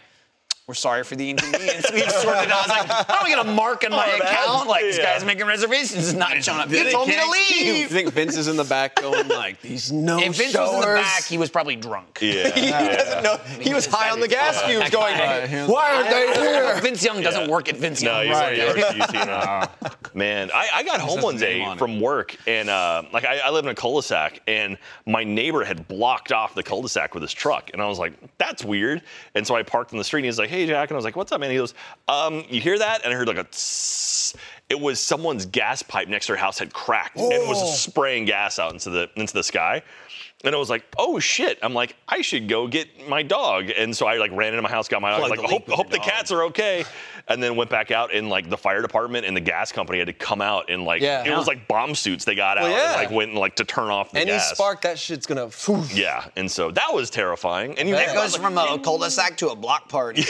[SPEAKER 1] we're sorry for the inconvenience. We've sorted it out. I was like, how am I gonna mark in my
[SPEAKER 2] Oh, that-
[SPEAKER 1] account? Like, this
[SPEAKER 2] yeah.
[SPEAKER 1] guy's making reservations, is not showing up. You told me to
[SPEAKER 3] You
[SPEAKER 1] leave.
[SPEAKER 3] think Vince is in the back going like these no
[SPEAKER 1] If Vince was in the back, he was probably drunk.
[SPEAKER 2] Yeah.
[SPEAKER 3] he doesn't know. He was high on the gas fumes, going, Oh. "Why aren't they here?"
[SPEAKER 1] Vince Young doesn't
[SPEAKER 2] Yeah.
[SPEAKER 1] work at Vince
[SPEAKER 2] No,
[SPEAKER 1] Young.
[SPEAKER 2] he's already worked at UT now. Man, I, I got home
[SPEAKER 4] his
[SPEAKER 2] one day
[SPEAKER 4] name on it.
[SPEAKER 2] from work, and uh, like I, I live in a cul-de-sac, and my neighbor had blocked off the cul-de-sac with his truck, and I was like, "That's weird." And so I parked in the street, and he's like, "Hey, Jack," and I was like, "What's up, man?" He goes, um, "You hear that?" And I heard like a. Tss. It was someone's gas pipe next to her house had cracked and
[SPEAKER 4] Oh.
[SPEAKER 2] was spraying gas out into the into the sky. And I was like, "Oh shit!" I'm like, "I should go get my dog." And so I like ran into my house, got my dog.
[SPEAKER 4] Plug
[SPEAKER 2] Like,
[SPEAKER 4] the leak
[SPEAKER 2] hope,
[SPEAKER 4] with
[SPEAKER 2] hope the
[SPEAKER 4] your dog."
[SPEAKER 2] cats are okay. And then went back out, and like the fire department and the gas company had to come out and like
[SPEAKER 3] Yeah.
[SPEAKER 2] it was like bomb suits they got
[SPEAKER 3] Well,
[SPEAKER 2] out
[SPEAKER 3] yeah.
[SPEAKER 2] and like went and like to turn off the
[SPEAKER 3] Any
[SPEAKER 2] gas.
[SPEAKER 3] spark, that shit's gonna.
[SPEAKER 2] Yeah, and so that was terrifying. And you
[SPEAKER 1] That goes from a cul-de-sac to a block party.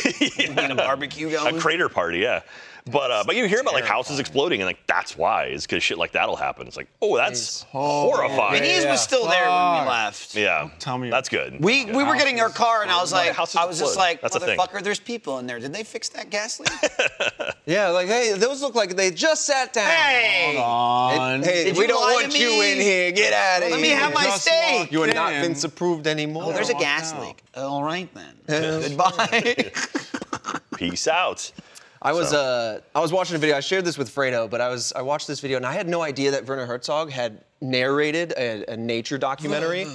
[SPEAKER 1] And a barbecue
[SPEAKER 2] a
[SPEAKER 1] going.
[SPEAKER 2] crater party, yeah. But uh, but you hear about like houses exploding, and like that's why is because shit like that'll happen. It's like, oh, that's
[SPEAKER 1] I mean,
[SPEAKER 2] horrifying.
[SPEAKER 1] his
[SPEAKER 3] Yeah.
[SPEAKER 1] was still there when we
[SPEAKER 4] Fuck.
[SPEAKER 1] left.
[SPEAKER 2] Yeah,
[SPEAKER 4] Tell me-
[SPEAKER 2] that's good.
[SPEAKER 1] We, we were getting our car and I was like,
[SPEAKER 2] houses
[SPEAKER 1] I was just
[SPEAKER 2] explode.
[SPEAKER 1] like,
[SPEAKER 2] That's a thing.
[SPEAKER 1] motherfucker, there's people in there. Did they fix that gas leak?
[SPEAKER 3] Yeah, like hey, those look like they just sat down.
[SPEAKER 1] hey,
[SPEAKER 4] On.
[SPEAKER 3] Hey,
[SPEAKER 1] Did
[SPEAKER 3] we
[SPEAKER 1] you
[SPEAKER 3] don't
[SPEAKER 1] lie to
[SPEAKER 3] want you
[SPEAKER 1] me?
[SPEAKER 3] in here. Get out of here.
[SPEAKER 1] let me have my
[SPEAKER 4] Just
[SPEAKER 1] steak.
[SPEAKER 4] walked
[SPEAKER 3] You are not
[SPEAKER 4] in.
[SPEAKER 3] Vince approved anymore.
[SPEAKER 1] Oh, there's a
[SPEAKER 4] Walked
[SPEAKER 1] gas
[SPEAKER 4] out.
[SPEAKER 1] leak. All right then. Goodbye.
[SPEAKER 2] Peace out.
[SPEAKER 3] I was
[SPEAKER 2] So-
[SPEAKER 3] uh, I was watching a video. I shared this with Fredo, but I was I watched this video and I had no idea that Werner Herzog had narrated a, a nature documentary.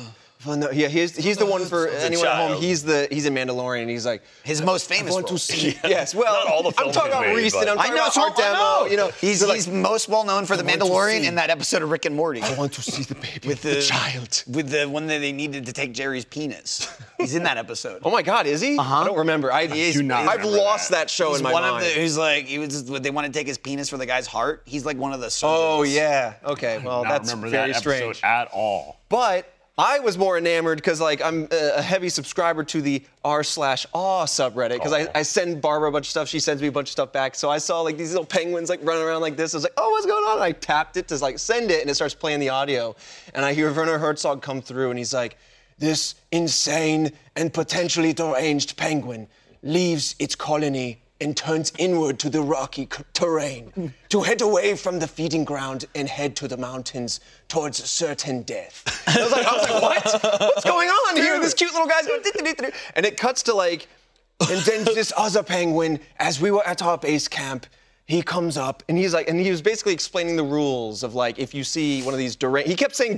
[SPEAKER 3] Well, no, yeah, he's he's the one for anyone at home.
[SPEAKER 2] child.
[SPEAKER 3] He's the he's in Mandalorian. and He's like
[SPEAKER 1] His most
[SPEAKER 3] I
[SPEAKER 1] famous.
[SPEAKER 3] want to
[SPEAKER 1] role.
[SPEAKER 3] see. Yes, well,
[SPEAKER 2] Not all the
[SPEAKER 3] I'm
[SPEAKER 2] films
[SPEAKER 3] talking
[SPEAKER 2] he's
[SPEAKER 3] about
[SPEAKER 2] made,
[SPEAKER 3] Reese and I'm
[SPEAKER 2] but-
[SPEAKER 1] I
[SPEAKER 3] talking
[SPEAKER 1] know,
[SPEAKER 3] about
[SPEAKER 1] so I
[SPEAKER 3] Art Demo.
[SPEAKER 1] know.
[SPEAKER 3] You know,
[SPEAKER 1] he's,
[SPEAKER 3] they're like,
[SPEAKER 1] he's most well known for the
[SPEAKER 3] want to
[SPEAKER 1] Mandalorian
[SPEAKER 3] see-
[SPEAKER 1] and that episode of Rick and Morty.
[SPEAKER 3] I want to see the baby,
[SPEAKER 1] with
[SPEAKER 3] with
[SPEAKER 1] the,
[SPEAKER 3] the, child.
[SPEAKER 1] with the one that they needed to take Jerry's penis. He's in that episode.
[SPEAKER 3] Oh my God, is he? I don't remember. I,
[SPEAKER 4] do not
[SPEAKER 3] I've
[SPEAKER 4] remember
[SPEAKER 3] lost that,
[SPEAKER 4] that.
[SPEAKER 3] show
[SPEAKER 1] He's
[SPEAKER 3] in my
[SPEAKER 1] one
[SPEAKER 3] mind.
[SPEAKER 1] of the who's like he was just, they want to take his penis for the guy's heart. He's like one of the surgeons.
[SPEAKER 3] oh yeah. Okay. Well,
[SPEAKER 4] Not
[SPEAKER 3] that's
[SPEAKER 4] remember
[SPEAKER 3] very
[SPEAKER 4] that episode
[SPEAKER 3] strange.
[SPEAKER 4] at all.
[SPEAKER 3] But I was more enamored because like I'm a a heavy subscriber to the r slash aw subreddit because I,
[SPEAKER 2] Aw.
[SPEAKER 3] I send Barbara a bunch of stuff. She sends me a bunch of stuff back. So I saw like these little penguins like running around like this. I was like, oh, what's going on? And I tapped it to like send it, and it starts playing the audio. And I hear Werner Herzog come through, and he's like, this insane and potentially deranged penguin leaves its colony and turns inward to the rocky c- terrain to head away from the feeding ground and head to the mountains towards certain death. And I was like, I was like, what? What's going on here? This cute little guy's going, "Do-do-do-do-do." and it cuts to like, and then this other penguin, as we were at our base camp, he comes up and he's like, and he was basically explaining the rules of like, if you see one of these deranged, he kept saying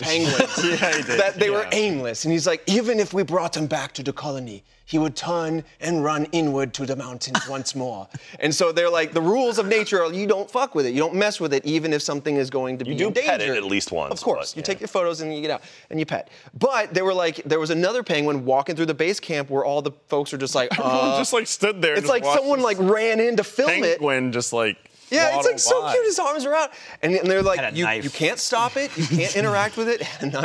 [SPEAKER 3] penguins, that they were aimless. And he's like, even if we brought him back to the colony, he would turn and run inward to the mountains once more. And so they're like, the rules of nature are you don't fuck with it, you don't mess with it, even if something is going to be
[SPEAKER 2] do pet
[SPEAKER 3] endangered.
[SPEAKER 2] it at least once,
[SPEAKER 3] Of course,
[SPEAKER 2] but,
[SPEAKER 3] you
[SPEAKER 2] yeah.
[SPEAKER 3] take your photos and you get out and you pet. But they were like, there was another penguin walking through the base camp where all the folks are just like, uh,
[SPEAKER 4] just like stood there. and
[SPEAKER 3] it's
[SPEAKER 4] just
[SPEAKER 3] like
[SPEAKER 4] watched
[SPEAKER 3] someone like
[SPEAKER 4] this
[SPEAKER 3] ran in to film it.
[SPEAKER 4] penguin just like.
[SPEAKER 3] Yeah, it's
[SPEAKER 4] waddle
[SPEAKER 3] like so
[SPEAKER 4] by.
[SPEAKER 3] cute. His arms are out, and, and they're like,
[SPEAKER 1] Had a
[SPEAKER 3] you,
[SPEAKER 1] knife.
[SPEAKER 3] you can't stop it. You can't interact with it. Had a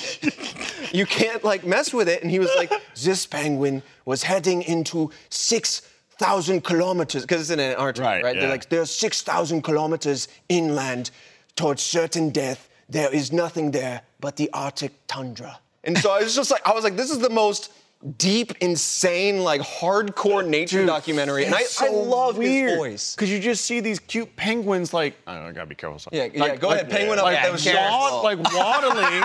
[SPEAKER 3] knife. you can't like mess with it. And he was like, this penguin was heading into six thousand kilometers because it's in an Antarctic, right?
[SPEAKER 4] Right,
[SPEAKER 3] They're
[SPEAKER 4] yeah.
[SPEAKER 3] like, there's six thousand kilometers inland towards certain death. There is nothing there but the Arctic tundra. And so I was just like, I was like, this is the most deep, insane, like hardcore nature documentary. And I,
[SPEAKER 4] It's
[SPEAKER 3] I
[SPEAKER 4] so
[SPEAKER 3] love
[SPEAKER 4] weird,
[SPEAKER 3] his voice.
[SPEAKER 4] Cause you just see these cute penguins, like I don't know, I gotta be careful. so-
[SPEAKER 3] Yeah, yeah, go ahead, penguin up
[SPEAKER 4] like,
[SPEAKER 3] at those
[SPEAKER 4] wad-
[SPEAKER 3] carrots.
[SPEAKER 4] like waddling,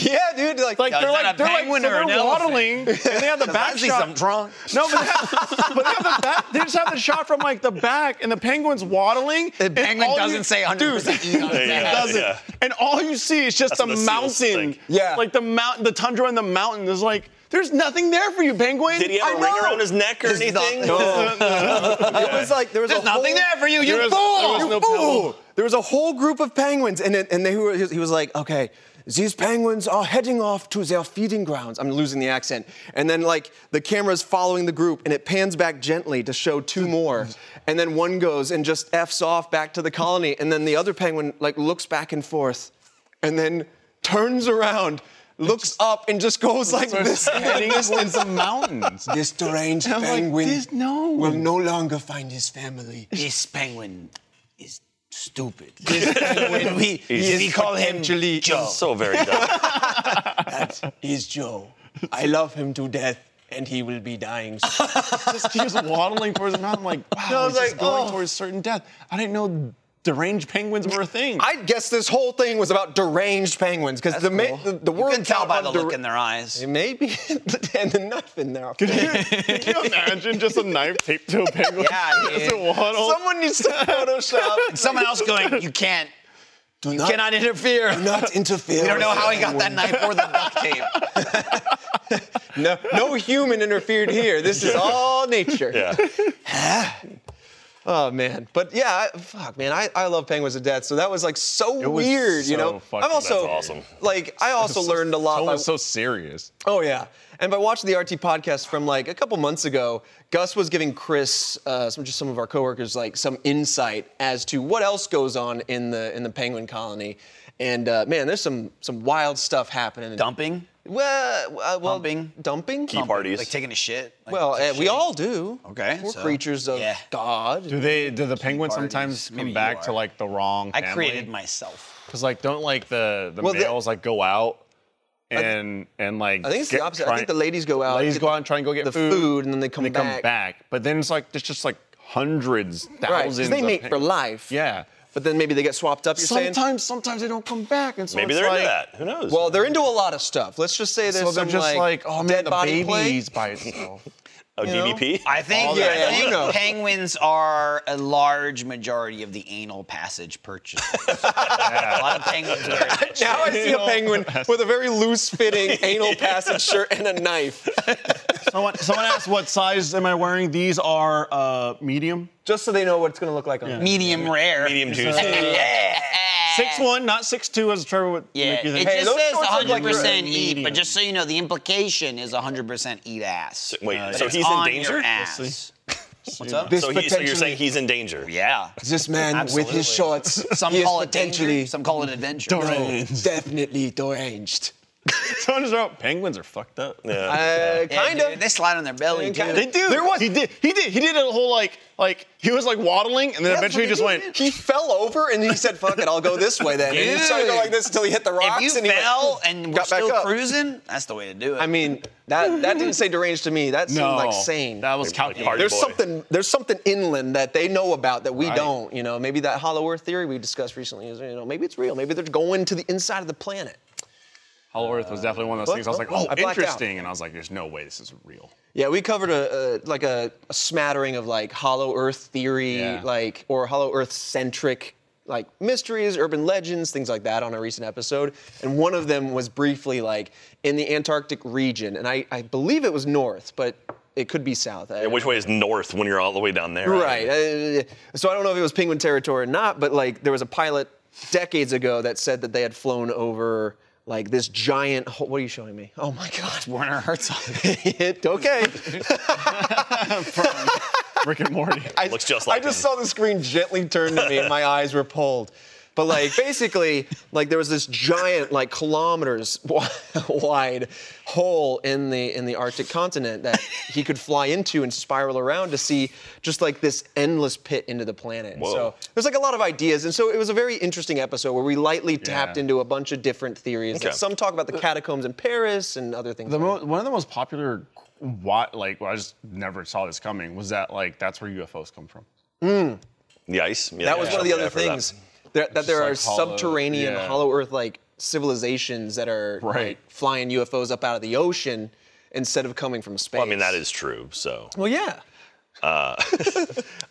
[SPEAKER 3] Yeah, dude. Like,
[SPEAKER 4] like
[SPEAKER 1] Now, is
[SPEAKER 4] they're
[SPEAKER 1] that
[SPEAKER 4] like
[SPEAKER 1] a
[SPEAKER 4] they're
[SPEAKER 1] penguin
[SPEAKER 4] like so
[SPEAKER 1] or an
[SPEAKER 4] they're
[SPEAKER 1] elephant?
[SPEAKER 4] waddling, and they have the
[SPEAKER 1] I
[SPEAKER 4] back
[SPEAKER 1] see
[SPEAKER 4] shot.
[SPEAKER 1] something drunk.
[SPEAKER 4] No, but they, have, but they have the back. They just have the shot from like the back, and the penguin's waddling.
[SPEAKER 1] The
[SPEAKER 4] and
[SPEAKER 1] penguin
[SPEAKER 4] all you-
[SPEAKER 1] doesn't say 100%
[SPEAKER 4] Dude,
[SPEAKER 1] eat on
[SPEAKER 4] it
[SPEAKER 1] that.
[SPEAKER 4] doesn't.
[SPEAKER 2] Yeah.
[SPEAKER 4] And all you see is just
[SPEAKER 2] That's
[SPEAKER 4] the
[SPEAKER 2] what the seals
[SPEAKER 4] mountain.
[SPEAKER 2] think.
[SPEAKER 3] Yeah.
[SPEAKER 4] like the mountain, the tundra and the mountain. There's like, there's nothing there for you, penguin.
[SPEAKER 2] Did he have
[SPEAKER 4] I
[SPEAKER 2] a ring
[SPEAKER 4] know.
[SPEAKER 2] around his neck or anything?
[SPEAKER 3] it was like there was
[SPEAKER 1] There's
[SPEAKER 3] a whole,
[SPEAKER 1] nothing there for you, you
[SPEAKER 4] There is-
[SPEAKER 1] fool!
[SPEAKER 4] there is
[SPEAKER 3] You
[SPEAKER 4] no
[SPEAKER 3] fool!
[SPEAKER 4] pebble.
[SPEAKER 3] There was a whole group of penguins, and it- and they were, he was like, okay, these penguins are heading off to their feeding grounds. I'm losing the accent. And then like the camera's following the group, and it pans back gently to show two more, and then one goes and just f's off back to the colony, and then the other penguin like looks back and forth, and then turns around. Looks up and just goes like this.
[SPEAKER 4] Heading towards the mountains.
[SPEAKER 3] This deranged
[SPEAKER 4] I'm like,
[SPEAKER 3] penguin
[SPEAKER 4] "This- no."
[SPEAKER 3] will no longer find his family.
[SPEAKER 1] This penguin is stupid. This penguin, we, we call him
[SPEAKER 3] potentially
[SPEAKER 1] Joe.
[SPEAKER 2] So very dumb.
[SPEAKER 3] That is Joe. I love him to death, and he will be dying. soon.
[SPEAKER 4] just he was waddling towards the mountain, like wow,
[SPEAKER 3] I was
[SPEAKER 4] he's just
[SPEAKER 3] like,
[SPEAKER 4] going
[SPEAKER 3] oh.
[SPEAKER 4] towards certain death. I didn't know deranged penguins were a thing.
[SPEAKER 3] I guess this whole thing was about deranged penguins because the, ma- the the
[SPEAKER 1] You
[SPEAKER 3] word
[SPEAKER 1] can tell
[SPEAKER 3] count
[SPEAKER 1] by
[SPEAKER 3] on
[SPEAKER 1] the
[SPEAKER 3] der-
[SPEAKER 1] look in their eyes.
[SPEAKER 3] Maybe and the knife in there.
[SPEAKER 4] could, you, could you imagine just a knife taped to a penguin?
[SPEAKER 1] Yeah,
[SPEAKER 4] Just a
[SPEAKER 1] dude.
[SPEAKER 4] waddle.
[SPEAKER 3] Someone needs to Photoshop.
[SPEAKER 1] Someone else going, you can't,
[SPEAKER 3] Do
[SPEAKER 1] you
[SPEAKER 3] not,
[SPEAKER 1] cannot interfere.
[SPEAKER 3] do not interfere.
[SPEAKER 1] We don't know
[SPEAKER 3] with
[SPEAKER 1] how
[SPEAKER 3] the
[SPEAKER 1] he got that
[SPEAKER 3] penguin.
[SPEAKER 1] knife or the duct tape.
[SPEAKER 3] No, no human interfered here. This is all nature.
[SPEAKER 2] Yeah.
[SPEAKER 3] Oh man, but yeah, I- fuck man, I, I love penguins to death. So that was like so
[SPEAKER 4] was
[SPEAKER 3] weird, you
[SPEAKER 4] so
[SPEAKER 3] know.
[SPEAKER 4] fucking-
[SPEAKER 3] I'm also
[SPEAKER 2] that's awesome.
[SPEAKER 3] like I also learned a lot.
[SPEAKER 4] Someone
[SPEAKER 3] by-
[SPEAKER 4] was so serious.
[SPEAKER 3] Oh yeah, and by watching the RT podcast from like a couple months ago, Gus was giving Chris, uh, some just some of our coworkers, like some insight as to what else goes on in the in the penguin colony. And uh, man, there's some some wild stuff happening.
[SPEAKER 1] Dumping?
[SPEAKER 3] Well, uh, well,
[SPEAKER 1] Dumping.
[SPEAKER 3] dumping.
[SPEAKER 2] Key parties.
[SPEAKER 1] Like taking a shit? Like,
[SPEAKER 3] Well,
[SPEAKER 1] it's
[SPEAKER 3] uh, we
[SPEAKER 1] shitty.
[SPEAKER 3] all do.
[SPEAKER 1] Okay,
[SPEAKER 3] we're
[SPEAKER 1] so-
[SPEAKER 3] creatures of
[SPEAKER 1] Yeah.
[SPEAKER 3] God.
[SPEAKER 4] Do they? Do the penguins
[SPEAKER 1] parties.
[SPEAKER 4] sometimes come
[SPEAKER 1] Maybe you
[SPEAKER 4] back
[SPEAKER 1] are.
[SPEAKER 4] to like the wrong?
[SPEAKER 1] I
[SPEAKER 4] family?
[SPEAKER 1] created myself.
[SPEAKER 4] Cause like don't like the the
[SPEAKER 3] Well, the-
[SPEAKER 4] males like go out and and like.
[SPEAKER 3] I think it's the
[SPEAKER 4] get-
[SPEAKER 3] opposite. I
[SPEAKER 4] try-
[SPEAKER 3] think the ladies go out,
[SPEAKER 4] Ladies
[SPEAKER 3] get
[SPEAKER 4] go out and try and go get
[SPEAKER 3] the
[SPEAKER 4] food,
[SPEAKER 3] food, and then they come
[SPEAKER 4] they
[SPEAKER 3] back.
[SPEAKER 4] come back. But then it's like there's just like hundreds,
[SPEAKER 3] Right, 'cause
[SPEAKER 4] thousands.
[SPEAKER 3] they
[SPEAKER 4] of
[SPEAKER 3] mate
[SPEAKER 4] peng-
[SPEAKER 3] for life.
[SPEAKER 4] Yeah.
[SPEAKER 3] But then maybe they get swapped up. You're saying.
[SPEAKER 4] sometimes sometimes they don't come back and so
[SPEAKER 2] Maybe
[SPEAKER 4] it's
[SPEAKER 2] they're
[SPEAKER 4] like,
[SPEAKER 2] into that. Who knows?
[SPEAKER 3] Well, they're into a lot of stuff. Let's just say there's
[SPEAKER 4] so they're
[SPEAKER 3] some
[SPEAKER 4] just like, oh man
[SPEAKER 3] dead
[SPEAKER 4] the
[SPEAKER 3] body
[SPEAKER 4] baby's
[SPEAKER 3] play.
[SPEAKER 4] by itself
[SPEAKER 2] a DDP.
[SPEAKER 1] I think,
[SPEAKER 3] Yeah,
[SPEAKER 1] I
[SPEAKER 3] yeah,
[SPEAKER 1] think
[SPEAKER 3] you know.
[SPEAKER 1] penguins are a large majority of the anal passage purchasers. A lot of penguins are.
[SPEAKER 3] Now I see a
[SPEAKER 4] Anal
[SPEAKER 3] penguin with a very loose-fitting anal passage shirt and a knife.
[SPEAKER 4] someone someone asked what size am i wearing these are uh medium
[SPEAKER 3] Just so they know what it's going to look like on them.
[SPEAKER 1] Medium rare.
[SPEAKER 2] Medium juice.
[SPEAKER 1] Yeah.
[SPEAKER 4] six one not six two as trevor would
[SPEAKER 1] Yeah,
[SPEAKER 4] make you
[SPEAKER 1] it
[SPEAKER 4] think
[SPEAKER 3] Hey,
[SPEAKER 1] just
[SPEAKER 3] those
[SPEAKER 1] says
[SPEAKER 3] shorts look like
[SPEAKER 1] 100% eat,
[SPEAKER 3] you're
[SPEAKER 4] a
[SPEAKER 1] but
[SPEAKER 4] medium.
[SPEAKER 1] just so you know, the implication is 100% eat ass.
[SPEAKER 2] Wait,
[SPEAKER 1] Uh,
[SPEAKER 2] so
[SPEAKER 1] it's
[SPEAKER 2] he's in
[SPEAKER 1] on
[SPEAKER 2] danger?
[SPEAKER 1] Your
[SPEAKER 2] Let's
[SPEAKER 1] ass. What's up?
[SPEAKER 3] This
[SPEAKER 2] So, he, so you're
[SPEAKER 3] potentially-
[SPEAKER 2] saying he's in danger?
[SPEAKER 1] yeah.
[SPEAKER 3] This man with
[SPEAKER 1] Absolutely.
[SPEAKER 3] his shorts.
[SPEAKER 1] Some
[SPEAKER 3] he is
[SPEAKER 1] call it
[SPEAKER 3] potentially
[SPEAKER 1] danger. Some call it adventure.
[SPEAKER 3] no, definitely deranged.
[SPEAKER 4] Someone just wrote, penguins are fucked up
[SPEAKER 2] Yeah.
[SPEAKER 3] Uh,
[SPEAKER 1] Yeah,
[SPEAKER 3] kind
[SPEAKER 1] dude,
[SPEAKER 3] of.
[SPEAKER 1] They slide on their belly
[SPEAKER 3] Yeah,
[SPEAKER 1] too.
[SPEAKER 3] kinda.
[SPEAKER 4] they do there was he did he did he did a whole like like he was like waddling and then eventually he just went
[SPEAKER 3] He fell over and he said, "Fuck it, I'll go this way then." And he started to go like this until he hit the rocks.
[SPEAKER 1] If you
[SPEAKER 3] and he went,
[SPEAKER 1] fell and we're
[SPEAKER 3] got back
[SPEAKER 1] still
[SPEAKER 3] up.
[SPEAKER 1] cruising, that's the way to do it.
[SPEAKER 3] I mean, that that didn't say deranged to me. That seemed like sane.
[SPEAKER 4] that was calculated
[SPEAKER 3] There's
[SPEAKER 2] boy.
[SPEAKER 3] something there's something inland that they know about that we
[SPEAKER 4] Right.
[SPEAKER 3] don't. You know, maybe that hollow Earth theory we discussed recently is you know maybe it's real. Maybe they're going to the inside of the planet.
[SPEAKER 4] Hollow Earth was definitely one of those things. I was like, oh,
[SPEAKER 3] I blacked out.
[SPEAKER 4] interesting, and I was like, there's no way this is real.
[SPEAKER 3] Yeah, we covered a, a like a, a smattering of like Hollow Earth theory,
[SPEAKER 4] Yeah.
[SPEAKER 3] like or Hollow Earth centric like mysteries, urban legends, things like that on a recent episode. And one of them was briefly like in the Antarctic region, and I, I believe it was north, but it could be south. I-
[SPEAKER 2] Which way is north when you're all the way down there?
[SPEAKER 3] Right. Uh, so I don't know if it was penguin territory or not, but like there was a pilot decades ago that said that they had flown over like this giant. ho- What are you showing me? Oh my god.
[SPEAKER 1] Werner Herzog.
[SPEAKER 3] It, okay.
[SPEAKER 4] Rick and Morty.
[SPEAKER 3] I,
[SPEAKER 2] Looks just like
[SPEAKER 3] I just
[SPEAKER 2] him.
[SPEAKER 3] saw the screen gently turn to me and my eyes were pulled. But like basically, like there was this giant, like kilometers wi- wide hole in the in the Arctic continent that he could fly into and spiral around to see just like this endless pit into the planet.
[SPEAKER 2] Whoa.
[SPEAKER 3] So there's like a lot of ideas, and so it was a very interesting episode where we lightly tapped into a bunch of different theories. Like,
[SPEAKER 2] Okay. Uh,
[SPEAKER 3] some talk about the catacombs in Paris and other things.
[SPEAKER 4] The
[SPEAKER 3] like
[SPEAKER 4] mo- one of the most popular, what like well, I just never saw this coming was that like that's where UFOs come from.
[SPEAKER 2] The ice. Yeah,
[SPEAKER 3] That was
[SPEAKER 2] yeah,
[SPEAKER 3] one of the
[SPEAKER 2] yeah,
[SPEAKER 3] other
[SPEAKER 2] for that.
[SPEAKER 3] things that, that there
[SPEAKER 4] just
[SPEAKER 3] are
[SPEAKER 4] like hollow-
[SPEAKER 3] subterranean
[SPEAKER 4] yeah.
[SPEAKER 3] hollow earth like civilizations that are like,
[SPEAKER 4] Right.
[SPEAKER 3] flying UFOs up out of the ocean instead of coming from space.
[SPEAKER 2] Well, I mean, that is true. So
[SPEAKER 3] Well, yeah.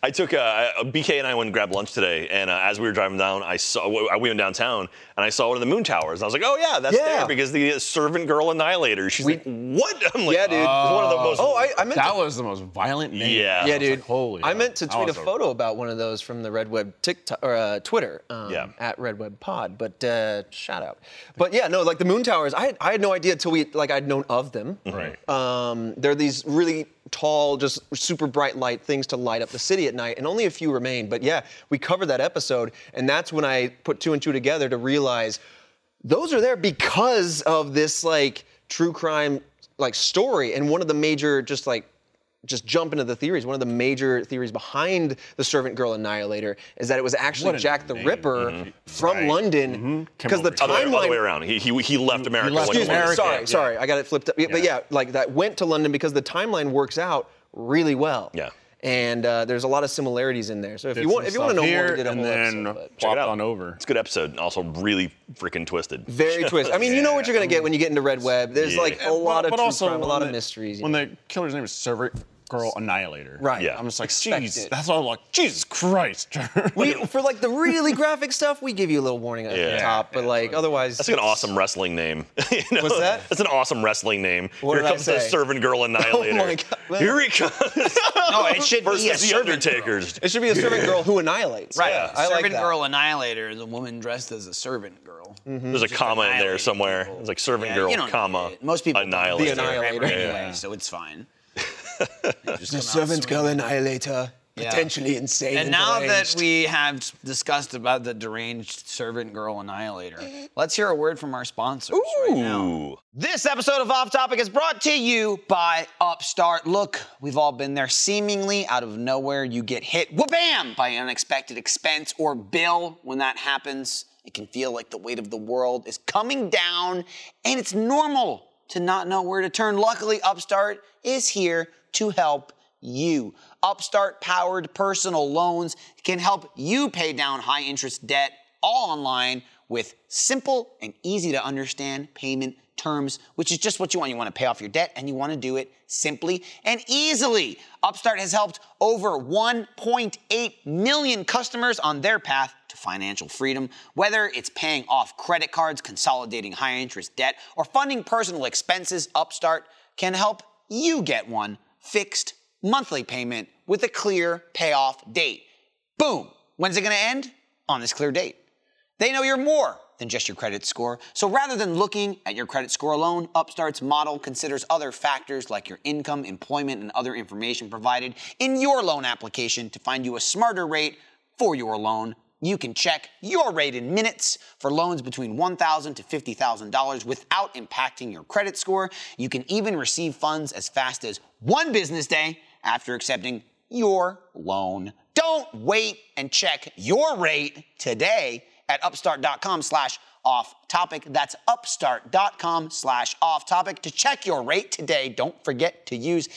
[SPEAKER 2] I took uh, BK and I went and grabbed lunch today, and uh, as we were driving down, I saw I went downtown and I saw one of the moon towers, and I was like, "Oh yeah, that's
[SPEAKER 3] Yeah.
[SPEAKER 2] there because the uh, servant girl annihilator." She's like, "What?" I'm like,
[SPEAKER 3] Yeah, dude.
[SPEAKER 2] "It's one of the most."
[SPEAKER 3] Oh, I, I meant
[SPEAKER 4] That
[SPEAKER 3] to,
[SPEAKER 4] was the most violent name.
[SPEAKER 2] Yeah.
[SPEAKER 4] I
[SPEAKER 3] yeah,
[SPEAKER 4] was
[SPEAKER 3] dude.
[SPEAKER 4] Like, Holy.
[SPEAKER 3] I
[SPEAKER 4] hell."
[SPEAKER 3] meant to
[SPEAKER 4] That
[SPEAKER 3] tweet a
[SPEAKER 4] was
[SPEAKER 3] photo about one of those from the Red Web TikTok or uh, Twitter um,
[SPEAKER 2] Yeah.
[SPEAKER 3] at Red Web Pod. But uh, shout out. But yeah, no, like the moon towers. I had, I had no idea till we like I'd known of them.
[SPEAKER 4] Right.
[SPEAKER 3] Um, they're these really tall, just super bright light things to light up the city at night, and only a few remain. But yeah, we covered that episode, and that's when I put two and two together to realize those are there because of this like true crime like story, and one of the major just like just jump into the theories. One of the major theories behind the Servant Girl Annihilator is that it was actually
[SPEAKER 4] a
[SPEAKER 3] Jack the
[SPEAKER 4] name. Mm-hmm.
[SPEAKER 3] Ripper from
[SPEAKER 4] Right. Mm-hmm.
[SPEAKER 3] London, because the
[SPEAKER 2] other, way- other
[SPEAKER 3] timeline
[SPEAKER 2] way around. He, he, he left America.
[SPEAKER 4] left
[SPEAKER 2] when he
[SPEAKER 3] Excuse me.
[SPEAKER 2] was-
[SPEAKER 4] America.
[SPEAKER 3] Sorry,
[SPEAKER 4] yeah.
[SPEAKER 3] sorry. I got it flipped up. Yeah, But yeah, like that went to London because the timeline works out really well.
[SPEAKER 2] Yeah.
[SPEAKER 3] And uh, there's a lot of similarities in there. So if
[SPEAKER 4] Did
[SPEAKER 3] you want,
[SPEAKER 4] some
[SPEAKER 3] if you want to know
[SPEAKER 4] stuff
[SPEAKER 3] more,
[SPEAKER 4] here,
[SPEAKER 3] we did a
[SPEAKER 4] and
[SPEAKER 3] whole
[SPEAKER 4] then
[SPEAKER 3] episode. but-
[SPEAKER 2] Check it
[SPEAKER 4] plopped
[SPEAKER 2] out.
[SPEAKER 4] on over.
[SPEAKER 2] It's a good episode, and also really freaking twisted.
[SPEAKER 3] Very twisted. I mean, you know what you're gonna get when you get into Red Web. There's
[SPEAKER 2] Yeah.
[SPEAKER 3] like a
[SPEAKER 4] And-
[SPEAKER 3] lot
[SPEAKER 4] but-
[SPEAKER 3] of
[SPEAKER 4] but
[SPEAKER 3] true
[SPEAKER 4] also
[SPEAKER 3] crime, a lot
[SPEAKER 4] when
[SPEAKER 3] of
[SPEAKER 4] the-
[SPEAKER 3] mysteries.
[SPEAKER 4] When the killer's name is Servant Girl Annihilator.
[SPEAKER 3] Right.
[SPEAKER 2] Yeah.
[SPEAKER 4] I'm just like,
[SPEAKER 3] Expect
[SPEAKER 4] jeez.
[SPEAKER 3] it.
[SPEAKER 4] That's all. I'm like, Jesus Christ.
[SPEAKER 3] we, for like the really graphic stuff, we give you a little warning at
[SPEAKER 2] Yeah.
[SPEAKER 3] the top, but like otherwise,
[SPEAKER 2] That's an awesome wrestling name. You know?
[SPEAKER 3] What's that?
[SPEAKER 2] That's an awesome wrestling name.
[SPEAKER 3] What
[SPEAKER 2] Here
[SPEAKER 3] did I
[SPEAKER 2] comes the
[SPEAKER 3] say? Oh
[SPEAKER 2] servant girl annihilator.
[SPEAKER 3] my God.
[SPEAKER 2] Here he comes.
[SPEAKER 1] No, it should
[SPEAKER 2] versus
[SPEAKER 1] be a
[SPEAKER 2] the
[SPEAKER 1] servant.
[SPEAKER 2] Undertaker's.
[SPEAKER 3] it should be a servant girl who annihilates.
[SPEAKER 1] Right.
[SPEAKER 2] Yeah.
[SPEAKER 3] I like
[SPEAKER 1] servant
[SPEAKER 3] that.
[SPEAKER 1] girl annihilator is a woman dressed as a servant girl.
[SPEAKER 3] Mm-hmm.
[SPEAKER 2] There's a comma in there
[SPEAKER 1] Annihilating
[SPEAKER 2] somewhere.
[SPEAKER 1] people.
[SPEAKER 2] It's like servant
[SPEAKER 1] Yeah,
[SPEAKER 2] girl,
[SPEAKER 1] you don't
[SPEAKER 2] comma.
[SPEAKER 1] need it. Most people don't.
[SPEAKER 2] annihilator.
[SPEAKER 3] The annihilator.
[SPEAKER 1] Anyway,
[SPEAKER 3] Yeah.
[SPEAKER 1] so it's fine.
[SPEAKER 3] The servant girl annihilator,
[SPEAKER 1] Yeah.
[SPEAKER 3] potentially insane.
[SPEAKER 1] And now that
[SPEAKER 3] deranged.
[SPEAKER 1] we have discussed about the deranged servant girl annihilator, let's hear a word from our sponsors right now.
[SPEAKER 2] Ooh.
[SPEAKER 1] This episode of Off Topic is brought to you by Upstart. Look, we've all been there. Seemingly out of nowhere, you get hit, wha-bam, by an unexpected expense or bill. When that happens, it can feel like the weight of the world is coming down, and it's normal to not know where to turn. Luckily, Upstart is here to help you. Upstart powered personal loans can help you pay down high interest debt all online with simple and easy to understand payment terms, which is just what you want. You want to pay off your debt and you want to do it simply and easily. Upstart has helped over 1.8 million customers on their path to financial freedom. Whether it's paying off credit cards, consolidating high interest debt, or funding personal expenses, Upstart can help you get one fixed monthly payment with a clear payoff date. Boom! When's it gonna end? On this clear date. They know you're more than just your credit score. So rather than looking at your credit score alone, Upstart's model considers other factors like your income, employment, and other information provided in your loan application to find you a smarter rate for your loan. You can check your rate in minutes for loans between $1,000 to $50,000 without impacting your credit score. You can even receive funds as fast as one business day after accepting your loan. Don't wait and check your rate today at upstart.com slash off topic. That's upstart.com slash off topic to check your rate today. Don't forget to use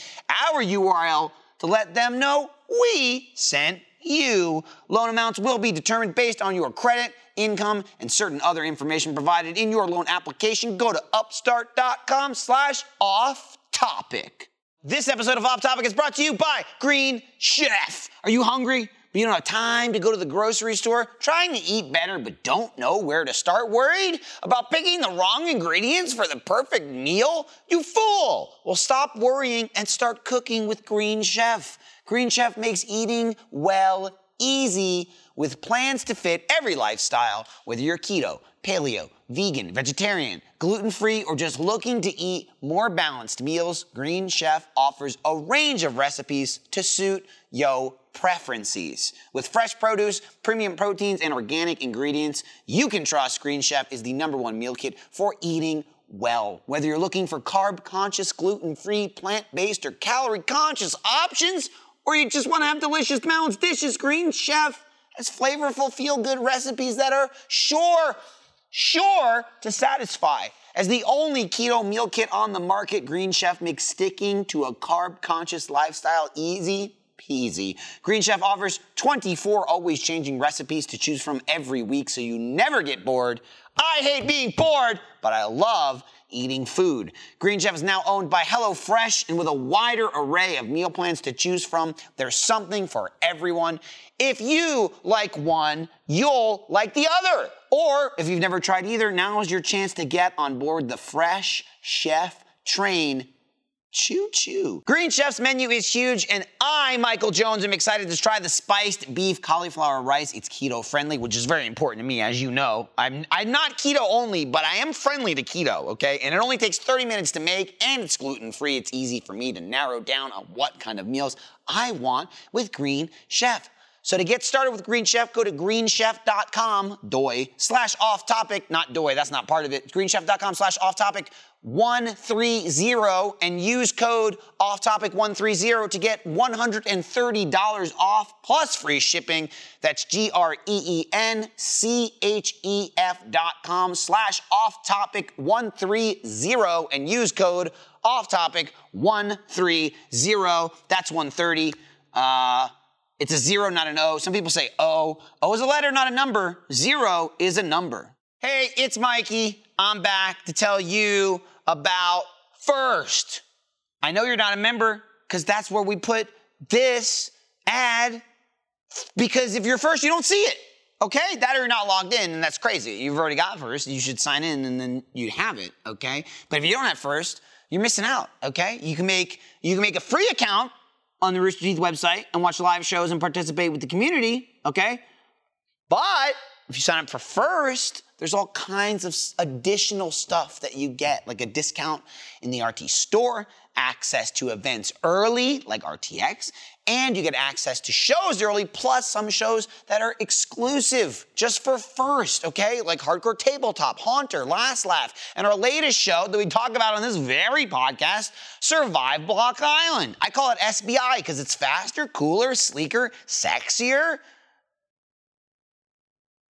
[SPEAKER 1] our URL to let them know we sent you, loan amounts will be determined based on your credit, income, and certain other information provided in your loan application. Go to upstart.com slash off topic. This episode of Off Topic is brought to you by Green Chef. Are you hungry? But you don't have time to go to the grocery store, trying to eat better but don't know where to start, worried about picking the wrong ingredients for the perfect meal? You fool! Well, stop worrying and start cooking with Green Chef. Green Chef makes eating well easy with plans to fit every lifestyle, whether you're keto, paleo, vegan, vegetarian, gluten free, or just looking to eat more balanced meals, Green Chef offers a range of recipes to suit your preferences. With fresh produce, premium proteins, and organic ingredients, you can trust Green Chef is the number one meal kit for eating well. Whether you're looking for carb conscious, gluten free, plant based, or calorie conscious options, or you just want to have delicious balanced dishes, Green Chef has flavorful, feel good recipes that are sure, sure to satisfy. As the only keto meal kit on the market, Green Chef makes sticking to a carb conscious lifestyle easy peasy. Green Chef offers 24 always changing recipes to choose from every week so you never get bored. I hate being bored, but I love eating food. Green Chef is now owned by HelloFresh, and with a wider array of meal plans to choose from, there's something for everyone. If you like one, you'll like the other. Or if you've never tried either, now is your chance to get on board the Fresh Chef train Choo choo. Green Chef's menu is huge, and I, Michael Jones, am excited to try the spiced beef cauliflower rice. It's keto friendly, which is very important to me, as you know. I'm, I'm not keto only, but I am friendly to keto, okay? And it only takes 30 minutes to make, and it's gluten free. It's easy for me to narrow down on what kind of meals I want with Green Chef. So to get started with Green Chef, go to greenchef.com, doi, slash off topic, not doi, that's not part of it, greenchef.com slash off topic 130 and use code off topic 130 to get $130 off plus free shipping. That's G R E E N C H E F dot com slash off topic 130 and use code off topic 130. That's 130. Uh, it's a zero, not an O. Some people say O. O is a letter, not a number. Zero is a number. Hey, it's Mikey. I'm back to tell you about First. I know you're not a member because that's where we put this ad. Because if you're first, you don't see it. Okay, that or you're not logged in, and that's crazy. You've already got first. You should sign in, and then you'd have it. Okay, but if you don't have first, you're missing out. Okay, you can make you can make a free account on the Rooster Teeth website and watch live shows and participate with the community, okay? But if you sign up for first, there's all kinds of s- additional stuff that you get, like a discount in the RT store, access to events early, like RTX, and you get access to shows early, plus some shows that are exclusive just for first, okay? Like Hardcore Tabletop, Haunter, Last Laugh, and our latest show that we talk about on this very podcast, Survive Block Island. I call it SBI because it's faster, cooler, sleeker, sexier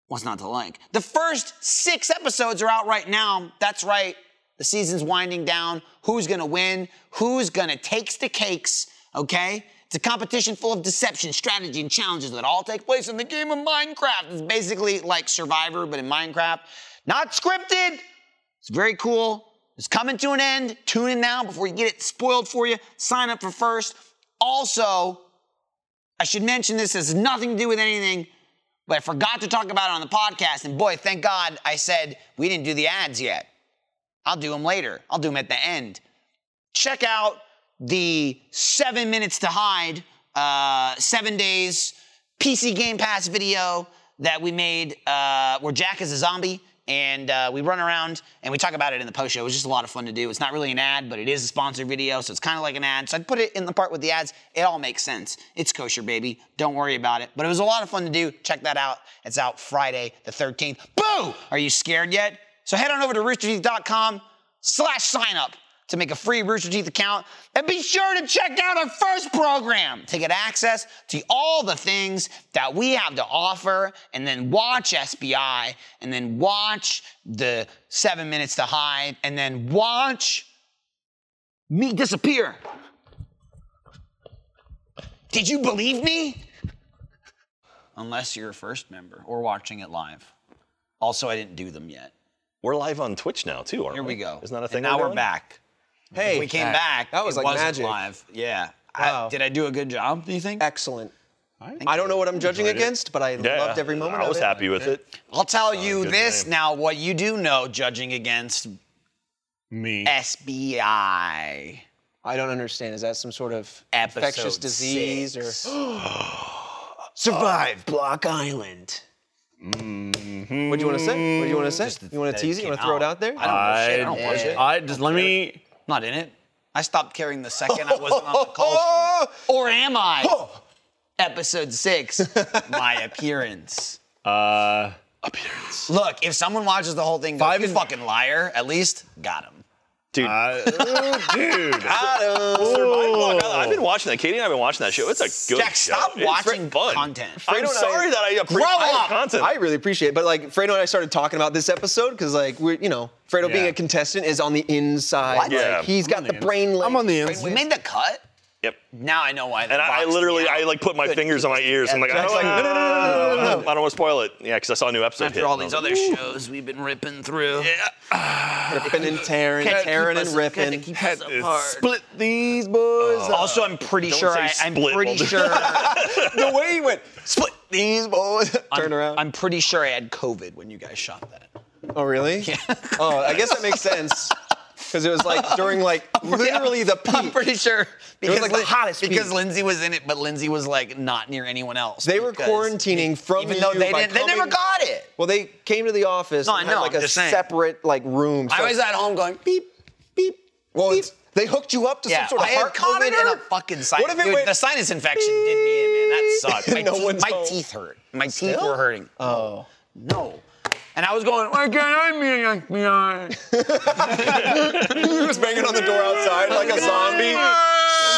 [SPEAKER 1] what's not to like? The first six episodes are out right now. That's right. The season's winding down. Who's gonna win? Who's gonna takes the cakes? Okay? It's a competition full of deception, strategy, and challenges that all take place in the game of Minecraft. It's basically like Survivor, but in Minecraft. Not scripted. It's very cool. It's coming to an end. Tune in now before you get it spoiled for you. Sign up for first. Also, I should mention this has nothing to do with anything, but I forgot to talk about it on the podcast. And boy, thank God I said we didn't do the ads yet. I'll do them later. I'll do them at the end. Check out the seven minutes to hide, uh, seven days PC Game Pass video that we made uh, where Jack is a zombie. And uh, we run around and we talk about it in the post show. It was just a lot of fun to do. It's not really an ad, but it is a sponsored video, so it's kind of like an ad. So I put it in the part with the ads. It all makes sense. It's kosher, baby. Don't worry about it. But it was a lot of fun to do. Check that out. It's out Friday the 13th. Boo! Are you scared yet? So head on over to roosterteeth.com slash sign up to make a free Rooster Teeth account. And be sure to check out our first program to get access to all the things that we have to offer. And then watch SBI, and then watch the Seven Minutes to Hide, and then watch me disappear. Did you believe me? unless you're a first member or watching it live. Also, I didn't do them yet.
[SPEAKER 2] We're live on Twitch now too, aren't
[SPEAKER 1] Here
[SPEAKER 2] we?
[SPEAKER 1] we go.
[SPEAKER 2] Isn't that a
[SPEAKER 1] And
[SPEAKER 2] thing?
[SPEAKER 1] now we're
[SPEAKER 2] doing?
[SPEAKER 1] back.
[SPEAKER 3] Hey,
[SPEAKER 1] we came back.
[SPEAKER 3] That was
[SPEAKER 1] it
[SPEAKER 3] like
[SPEAKER 1] wasn't
[SPEAKER 3] magic.
[SPEAKER 1] Live. Yeah.
[SPEAKER 3] Wow.
[SPEAKER 1] I, did I do a good job? Do you think?
[SPEAKER 3] Excellent. I don't know what I'm judging against, but I
[SPEAKER 2] Yeah,
[SPEAKER 3] loved every moment
[SPEAKER 2] I
[SPEAKER 3] of
[SPEAKER 2] was
[SPEAKER 3] it.
[SPEAKER 2] happy with it.
[SPEAKER 1] I'll tell you
[SPEAKER 2] good
[SPEAKER 1] this
[SPEAKER 2] name.
[SPEAKER 1] now. What you do know, judging against
[SPEAKER 4] Me.
[SPEAKER 1] SBI.
[SPEAKER 3] I don't understand. Is that some sort of
[SPEAKER 1] Episode
[SPEAKER 3] infectious disease or
[SPEAKER 1] Survive.
[SPEAKER 3] Block Island? What do you want to say? What do you want to say? You want to tease it? You want to throw it out there?
[SPEAKER 1] I don't know shit. I don't
[SPEAKER 4] I-
[SPEAKER 1] watch it. I'm
[SPEAKER 4] I just let me.
[SPEAKER 1] not in it. I stopped caring the second I wasn't on the call sheet. Or am
[SPEAKER 3] Oh.
[SPEAKER 1] I? Episode six, my appearance.
[SPEAKER 4] Uh,
[SPEAKER 2] Appearance.
[SPEAKER 1] Look, if someone watches the whole thing, go,
[SPEAKER 4] Five
[SPEAKER 1] you
[SPEAKER 4] and-
[SPEAKER 1] fucking liar. At least got him.
[SPEAKER 2] Dude,
[SPEAKER 4] I, Ooh, dude.
[SPEAKER 2] Survive Block Island. I've been watching that. Katie and I've been watching that show. It's a good
[SPEAKER 1] Oh. Jack,
[SPEAKER 2] show.
[SPEAKER 1] stop
[SPEAKER 2] It's
[SPEAKER 1] watching
[SPEAKER 2] fun.
[SPEAKER 1] content.
[SPEAKER 2] I'm
[SPEAKER 3] and I-
[SPEAKER 2] sorry that I appreciate
[SPEAKER 1] up.
[SPEAKER 2] content.
[SPEAKER 3] I really appreciate it. But like Fredo and I started talking about this episode because like we're you know Fredo being
[SPEAKER 4] Yeah.
[SPEAKER 3] a contestant is on the inside.
[SPEAKER 1] What?
[SPEAKER 3] Like,
[SPEAKER 2] Yeah.
[SPEAKER 3] he's got the, brain.
[SPEAKER 4] I'm on the ins.
[SPEAKER 1] We made the cut.
[SPEAKER 2] yep.
[SPEAKER 1] Now I know why. they
[SPEAKER 2] And I, I
[SPEAKER 1] boxed me
[SPEAKER 2] literally,
[SPEAKER 1] out.
[SPEAKER 2] I like put my fingers on my ears. I'm like, I
[SPEAKER 3] Jack's
[SPEAKER 2] don't,
[SPEAKER 3] like, no, no, no, no, no, no, no.
[SPEAKER 2] I don't want to spoil it. Yeah, because I saw a new episode
[SPEAKER 1] after
[SPEAKER 2] hit,
[SPEAKER 1] all
[SPEAKER 2] and I
[SPEAKER 1] these
[SPEAKER 2] was
[SPEAKER 1] other shows we've been ripping through. Yeah.
[SPEAKER 3] ripping and tearing, tearing and ripping.
[SPEAKER 4] Split these boys.
[SPEAKER 1] also, I'm pretty sure
[SPEAKER 2] Oh. say
[SPEAKER 1] I, I'm
[SPEAKER 2] split,
[SPEAKER 1] pretty
[SPEAKER 2] Walter.
[SPEAKER 1] sure
[SPEAKER 3] the way he went, split these boys, turn around.
[SPEAKER 1] I'm pretty sure I had COVID when you guys shot that.
[SPEAKER 3] oh really? Yeah. Oh, I guess that makes sense because it was like during like literally the peak.
[SPEAKER 1] I'm pretty sure
[SPEAKER 3] was
[SPEAKER 1] because
[SPEAKER 3] like the hottest
[SPEAKER 1] because
[SPEAKER 3] peak.
[SPEAKER 1] Lindsay was in it, but Lindsay was like not near anyone else.
[SPEAKER 3] They were
[SPEAKER 1] because-
[SPEAKER 3] quarantining from
[SPEAKER 1] even though
[SPEAKER 3] you
[SPEAKER 1] they
[SPEAKER 3] by
[SPEAKER 1] didn't, they never
[SPEAKER 3] coming-
[SPEAKER 1] got it.
[SPEAKER 3] Well, they came to the office.
[SPEAKER 1] No,
[SPEAKER 3] and
[SPEAKER 1] I
[SPEAKER 3] had
[SPEAKER 1] know,
[SPEAKER 3] like
[SPEAKER 1] I'm
[SPEAKER 3] a
[SPEAKER 1] just saying.
[SPEAKER 3] separate like room.
[SPEAKER 1] I
[SPEAKER 3] So-
[SPEAKER 1] was uh, at home going beep.
[SPEAKER 3] beep,
[SPEAKER 1] Well,
[SPEAKER 3] beep.
[SPEAKER 1] it's-
[SPEAKER 3] They hooked you up to
[SPEAKER 1] Yeah,
[SPEAKER 3] some sort of
[SPEAKER 1] I had
[SPEAKER 3] heart
[SPEAKER 1] COVID
[SPEAKER 3] monitor?
[SPEAKER 1] and a fucking sinus.
[SPEAKER 3] What if it
[SPEAKER 1] Dude,
[SPEAKER 3] went-
[SPEAKER 1] the sinus infection did me in, man. That sucked. My,
[SPEAKER 3] No
[SPEAKER 1] teeth,
[SPEAKER 3] one's
[SPEAKER 1] my
[SPEAKER 3] home.
[SPEAKER 1] teeth hurt. My teeth were hurting. Oh no. And I was going, why can't I be like behind?
[SPEAKER 3] He was banging on the door outside like a zombie,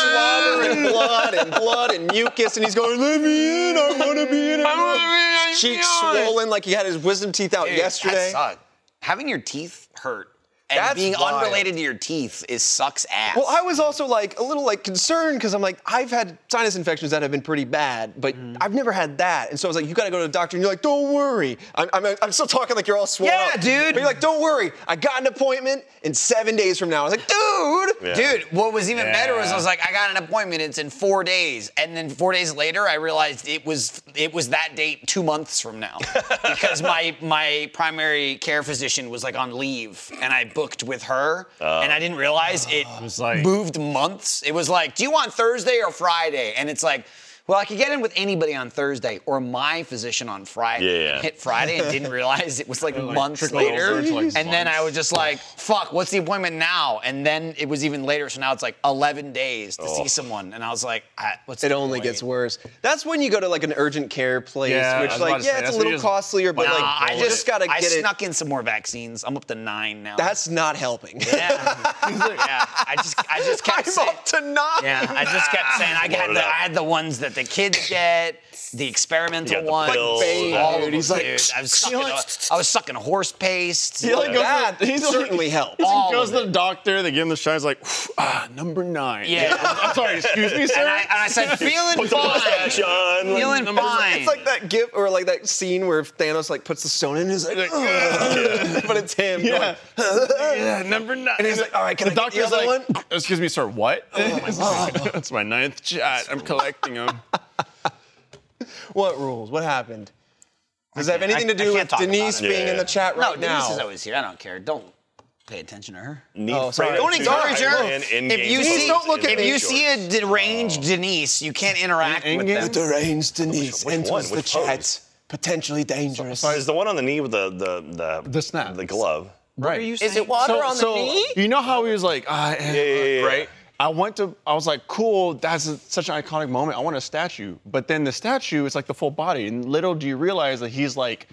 [SPEAKER 3] slobbering blood and blood and mucus, and he's going, "Let me in! I want to be in." I wanna be in." Cheeks swollen like he had his wisdom teeth out
[SPEAKER 1] Dude, That
[SPEAKER 3] yesterday.
[SPEAKER 1] sucked. Having your teeth hurt and
[SPEAKER 3] That's
[SPEAKER 1] being
[SPEAKER 3] wild.
[SPEAKER 1] unrelated to your teeth is sucks ass.
[SPEAKER 3] Well, I was also like a little like concerned because I'm like I've had sinus infections that have been pretty bad, but I've never had that, and so I was like, you got to go to the doctor, and you're like, don't worry, I'm, I'm, I'm still talking like you're all swollen.
[SPEAKER 1] Yeah,
[SPEAKER 3] up.
[SPEAKER 1] dude.
[SPEAKER 3] But you're like, don't worry, I got an appointment in seven days from now. I was like, dude,
[SPEAKER 2] Yeah.
[SPEAKER 1] Dude, what was even better was I
[SPEAKER 4] Yeah.
[SPEAKER 1] was like, I got an appointment. It's in four days, and then four days later, I realized it was it was that date two months from now because my my primary care physician was like on leave, and I booked with her, and I didn't realize it
[SPEAKER 4] was like-
[SPEAKER 1] moved months. It was like, do you want Thursday or Friday? And it's like. Well, I could get in with anybody on Thursday or my physician on Friday.
[SPEAKER 2] Yeah.
[SPEAKER 1] Hit Friday and didn't realize it was like,
[SPEAKER 4] like,
[SPEAKER 1] months
[SPEAKER 4] trickle
[SPEAKER 1] later.
[SPEAKER 4] over
[SPEAKER 1] And
[SPEAKER 4] to, like,
[SPEAKER 1] then I
[SPEAKER 4] months.
[SPEAKER 1] was just like, fuck, what's the appointment now? And then it was even later. So now it's like 11 days to see someone. And I was like, I, what's
[SPEAKER 3] It
[SPEAKER 1] the
[SPEAKER 3] only
[SPEAKER 1] point?
[SPEAKER 3] gets worse. That's when you go to like an urgent care place,
[SPEAKER 4] Yeah, I
[SPEAKER 3] which
[SPEAKER 4] was about
[SPEAKER 3] like
[SPEAKER 4] to
[SPEAKER 3] yeah,
[SPEAKER 4] say,
[SPEAKER 3] it's
[SPEAKER 4] that's
[SPEAKER 3] a
[SPEAKER 4] what
[SPEAKER 3] little
[SPEAKER 4] it is.
[SPEAKER 3] costlier, but
[SPEAKER 1] Nah,
[SPEAKER 3] like
[SPEAKER 1] I
[SPEAKER 3] you
[SPEAKER 1] just,
[SPEAKER 3] just gotta
[SPEAKER 1] I
[SPEAKER 3] get it.
[SPEAKER 1] snuck in some more vaccines. I'm up to nine now.
[SPEAKER 3] That's not helping.
[SPEAKER 1] yeah. yeah. I just I just kept
[SPEAKER 3] I'm
[SPEAKER 1] saying
[SPEAKER 3] up to nine.
[SPEAKER 1] Yeah, I just kept saying I
[SPEAKER 2] Load
[SPEAKER 1] had
[SPEAKER 2] it
[SPEAKER 1] the,
[SPEAKER 2] up.
[SPEAKER 1] I had the ones that the kids get, the experimental
[SPEAKER 2] got the
[SPEAKER 1] ones.
[SPEAKER 2] pills,
[SPEAKER 3] Bane,
[SPEAKER 1] all of
[SPEAKER 3] dude.
[SPEAKER 1] them,
[SPEAKER 3] He's like,
[SPEAKER 1] dude. I was sucking,
[SPEAKER 4] like-
[SPEAKER 1] I was sucking horse paste.
[SPEAKER 4] like goes
[SPEAKER 3] That
[SPEAKER 4] to- he's like-
[SPEAKER 3] certainly helped.
[SPEAKER 1] All
[SPEAKER 4] He goes
[SPEAKER 1] of
[SPEAKER 4] to the doctor, they give him the shot, he's like, "Phew, ah, number nine.
[SPEAKER 1] Yeah.
[SPEAKER 4] I'm sorry, excuse me, sir.
[SPEAKER 1] and I, and I said, feeling
[SPEAKER 2] mustache
[SPEAKER 1] fine,
[SPEAKER 2] on, like,
[SPEAKER 1] feeling fine.
[SPEAKER 3] It's like that gif or like that scene where Thanos like puts the stone in and he's like, "Ugh." but it's him. going,
[SPEAKER 4] yeah. yeah, number nine.
[SPEAKER 3] And he's like, all right, can
[SPEAKER 4] the Oh
[SPEAKER 3] I get the
[SPEAKER 4] doctor's
[SPEAKER 3] other
[SPEAKER 4] like,
[SPEAKER 3] one?
[SPEAKER 4] excuse me, sir, what? It's like, That's my ninth shot. I'm collecting them.
[SPEAKER 3] What rules? What happened? Does that have anything
[SPEAKER 1] I-
[SPEAKER 3] to
[SPEAKER 1] I
[SPEAKER 3] do
[SPEAKER 1] can't
[SPEAKER 3] with
[SPEAKER 1] talk about
[SPEAKER 3] Denise
[SPEAKER 1] it.
[SPEAKER 3] being
[SPEAKER 2] Yeah.
[SPEAKER 3] in the chat
[SPEAKER 1] no,
[SPEAKER 3] right now?
[SPEAKER 1] Denise is always here. I don't care. Don't pay attention to her.
[SPEAKER 2] Need
[SPEAKER 3] Oh, sorry.
[SPEAKER 2] Fredo
[SPEAKER 3] Don't
[SPEAKER 2] to
[SPEAKER 3] encourage her.
[SPEAKER 2] try and in-game
[SPEAKER 1] If you
[SPEAKER 2] shorts Oh.
[SPEAKER 1] see,
[SPEAKER 3] don't look at
[SPEAKER 1] if
[SPEAKER 2] and
[SPEAKER 3] me.
[SPEAKER 1] you
[SPEAKER 2] shorts.
[SPEAKER 1] see a deranged Denise, you can't interact
[SPEAKER 4] In-
[SPEAKER 1] with
[SPEAKER 4] in-game?
[SPEAKER 1] them.
[SPEAKER 3] Deranged
[SPEAKER 2] Which
[SPEAKER 3] Denise
[SPEAKER 2] one?
[SPEAKER 3] enters the
[SPEAKER 2] Which
[SPEAKER 3] chat.
[SPEAKER 2] pose?
[SPEAKER 3] Potentially dangerous.
[SPEAKER 2] Is the one on the knee with the the the,
[SPEAKER 4] The snap.
[SPEAKER 2] the glove?
[SPEAKER 4] Right.
[SPEAKER 3] Is it water on the knee?
[SPEAKER 4] You know how he was like, ah, eh,
[SPEAKER 2] yeah,
[SPEAKER 4] right? I went to, I was like, cool, that's a- such an iconic moment. I want a statue. But then the statue is like the full body. And little do you realize that he's like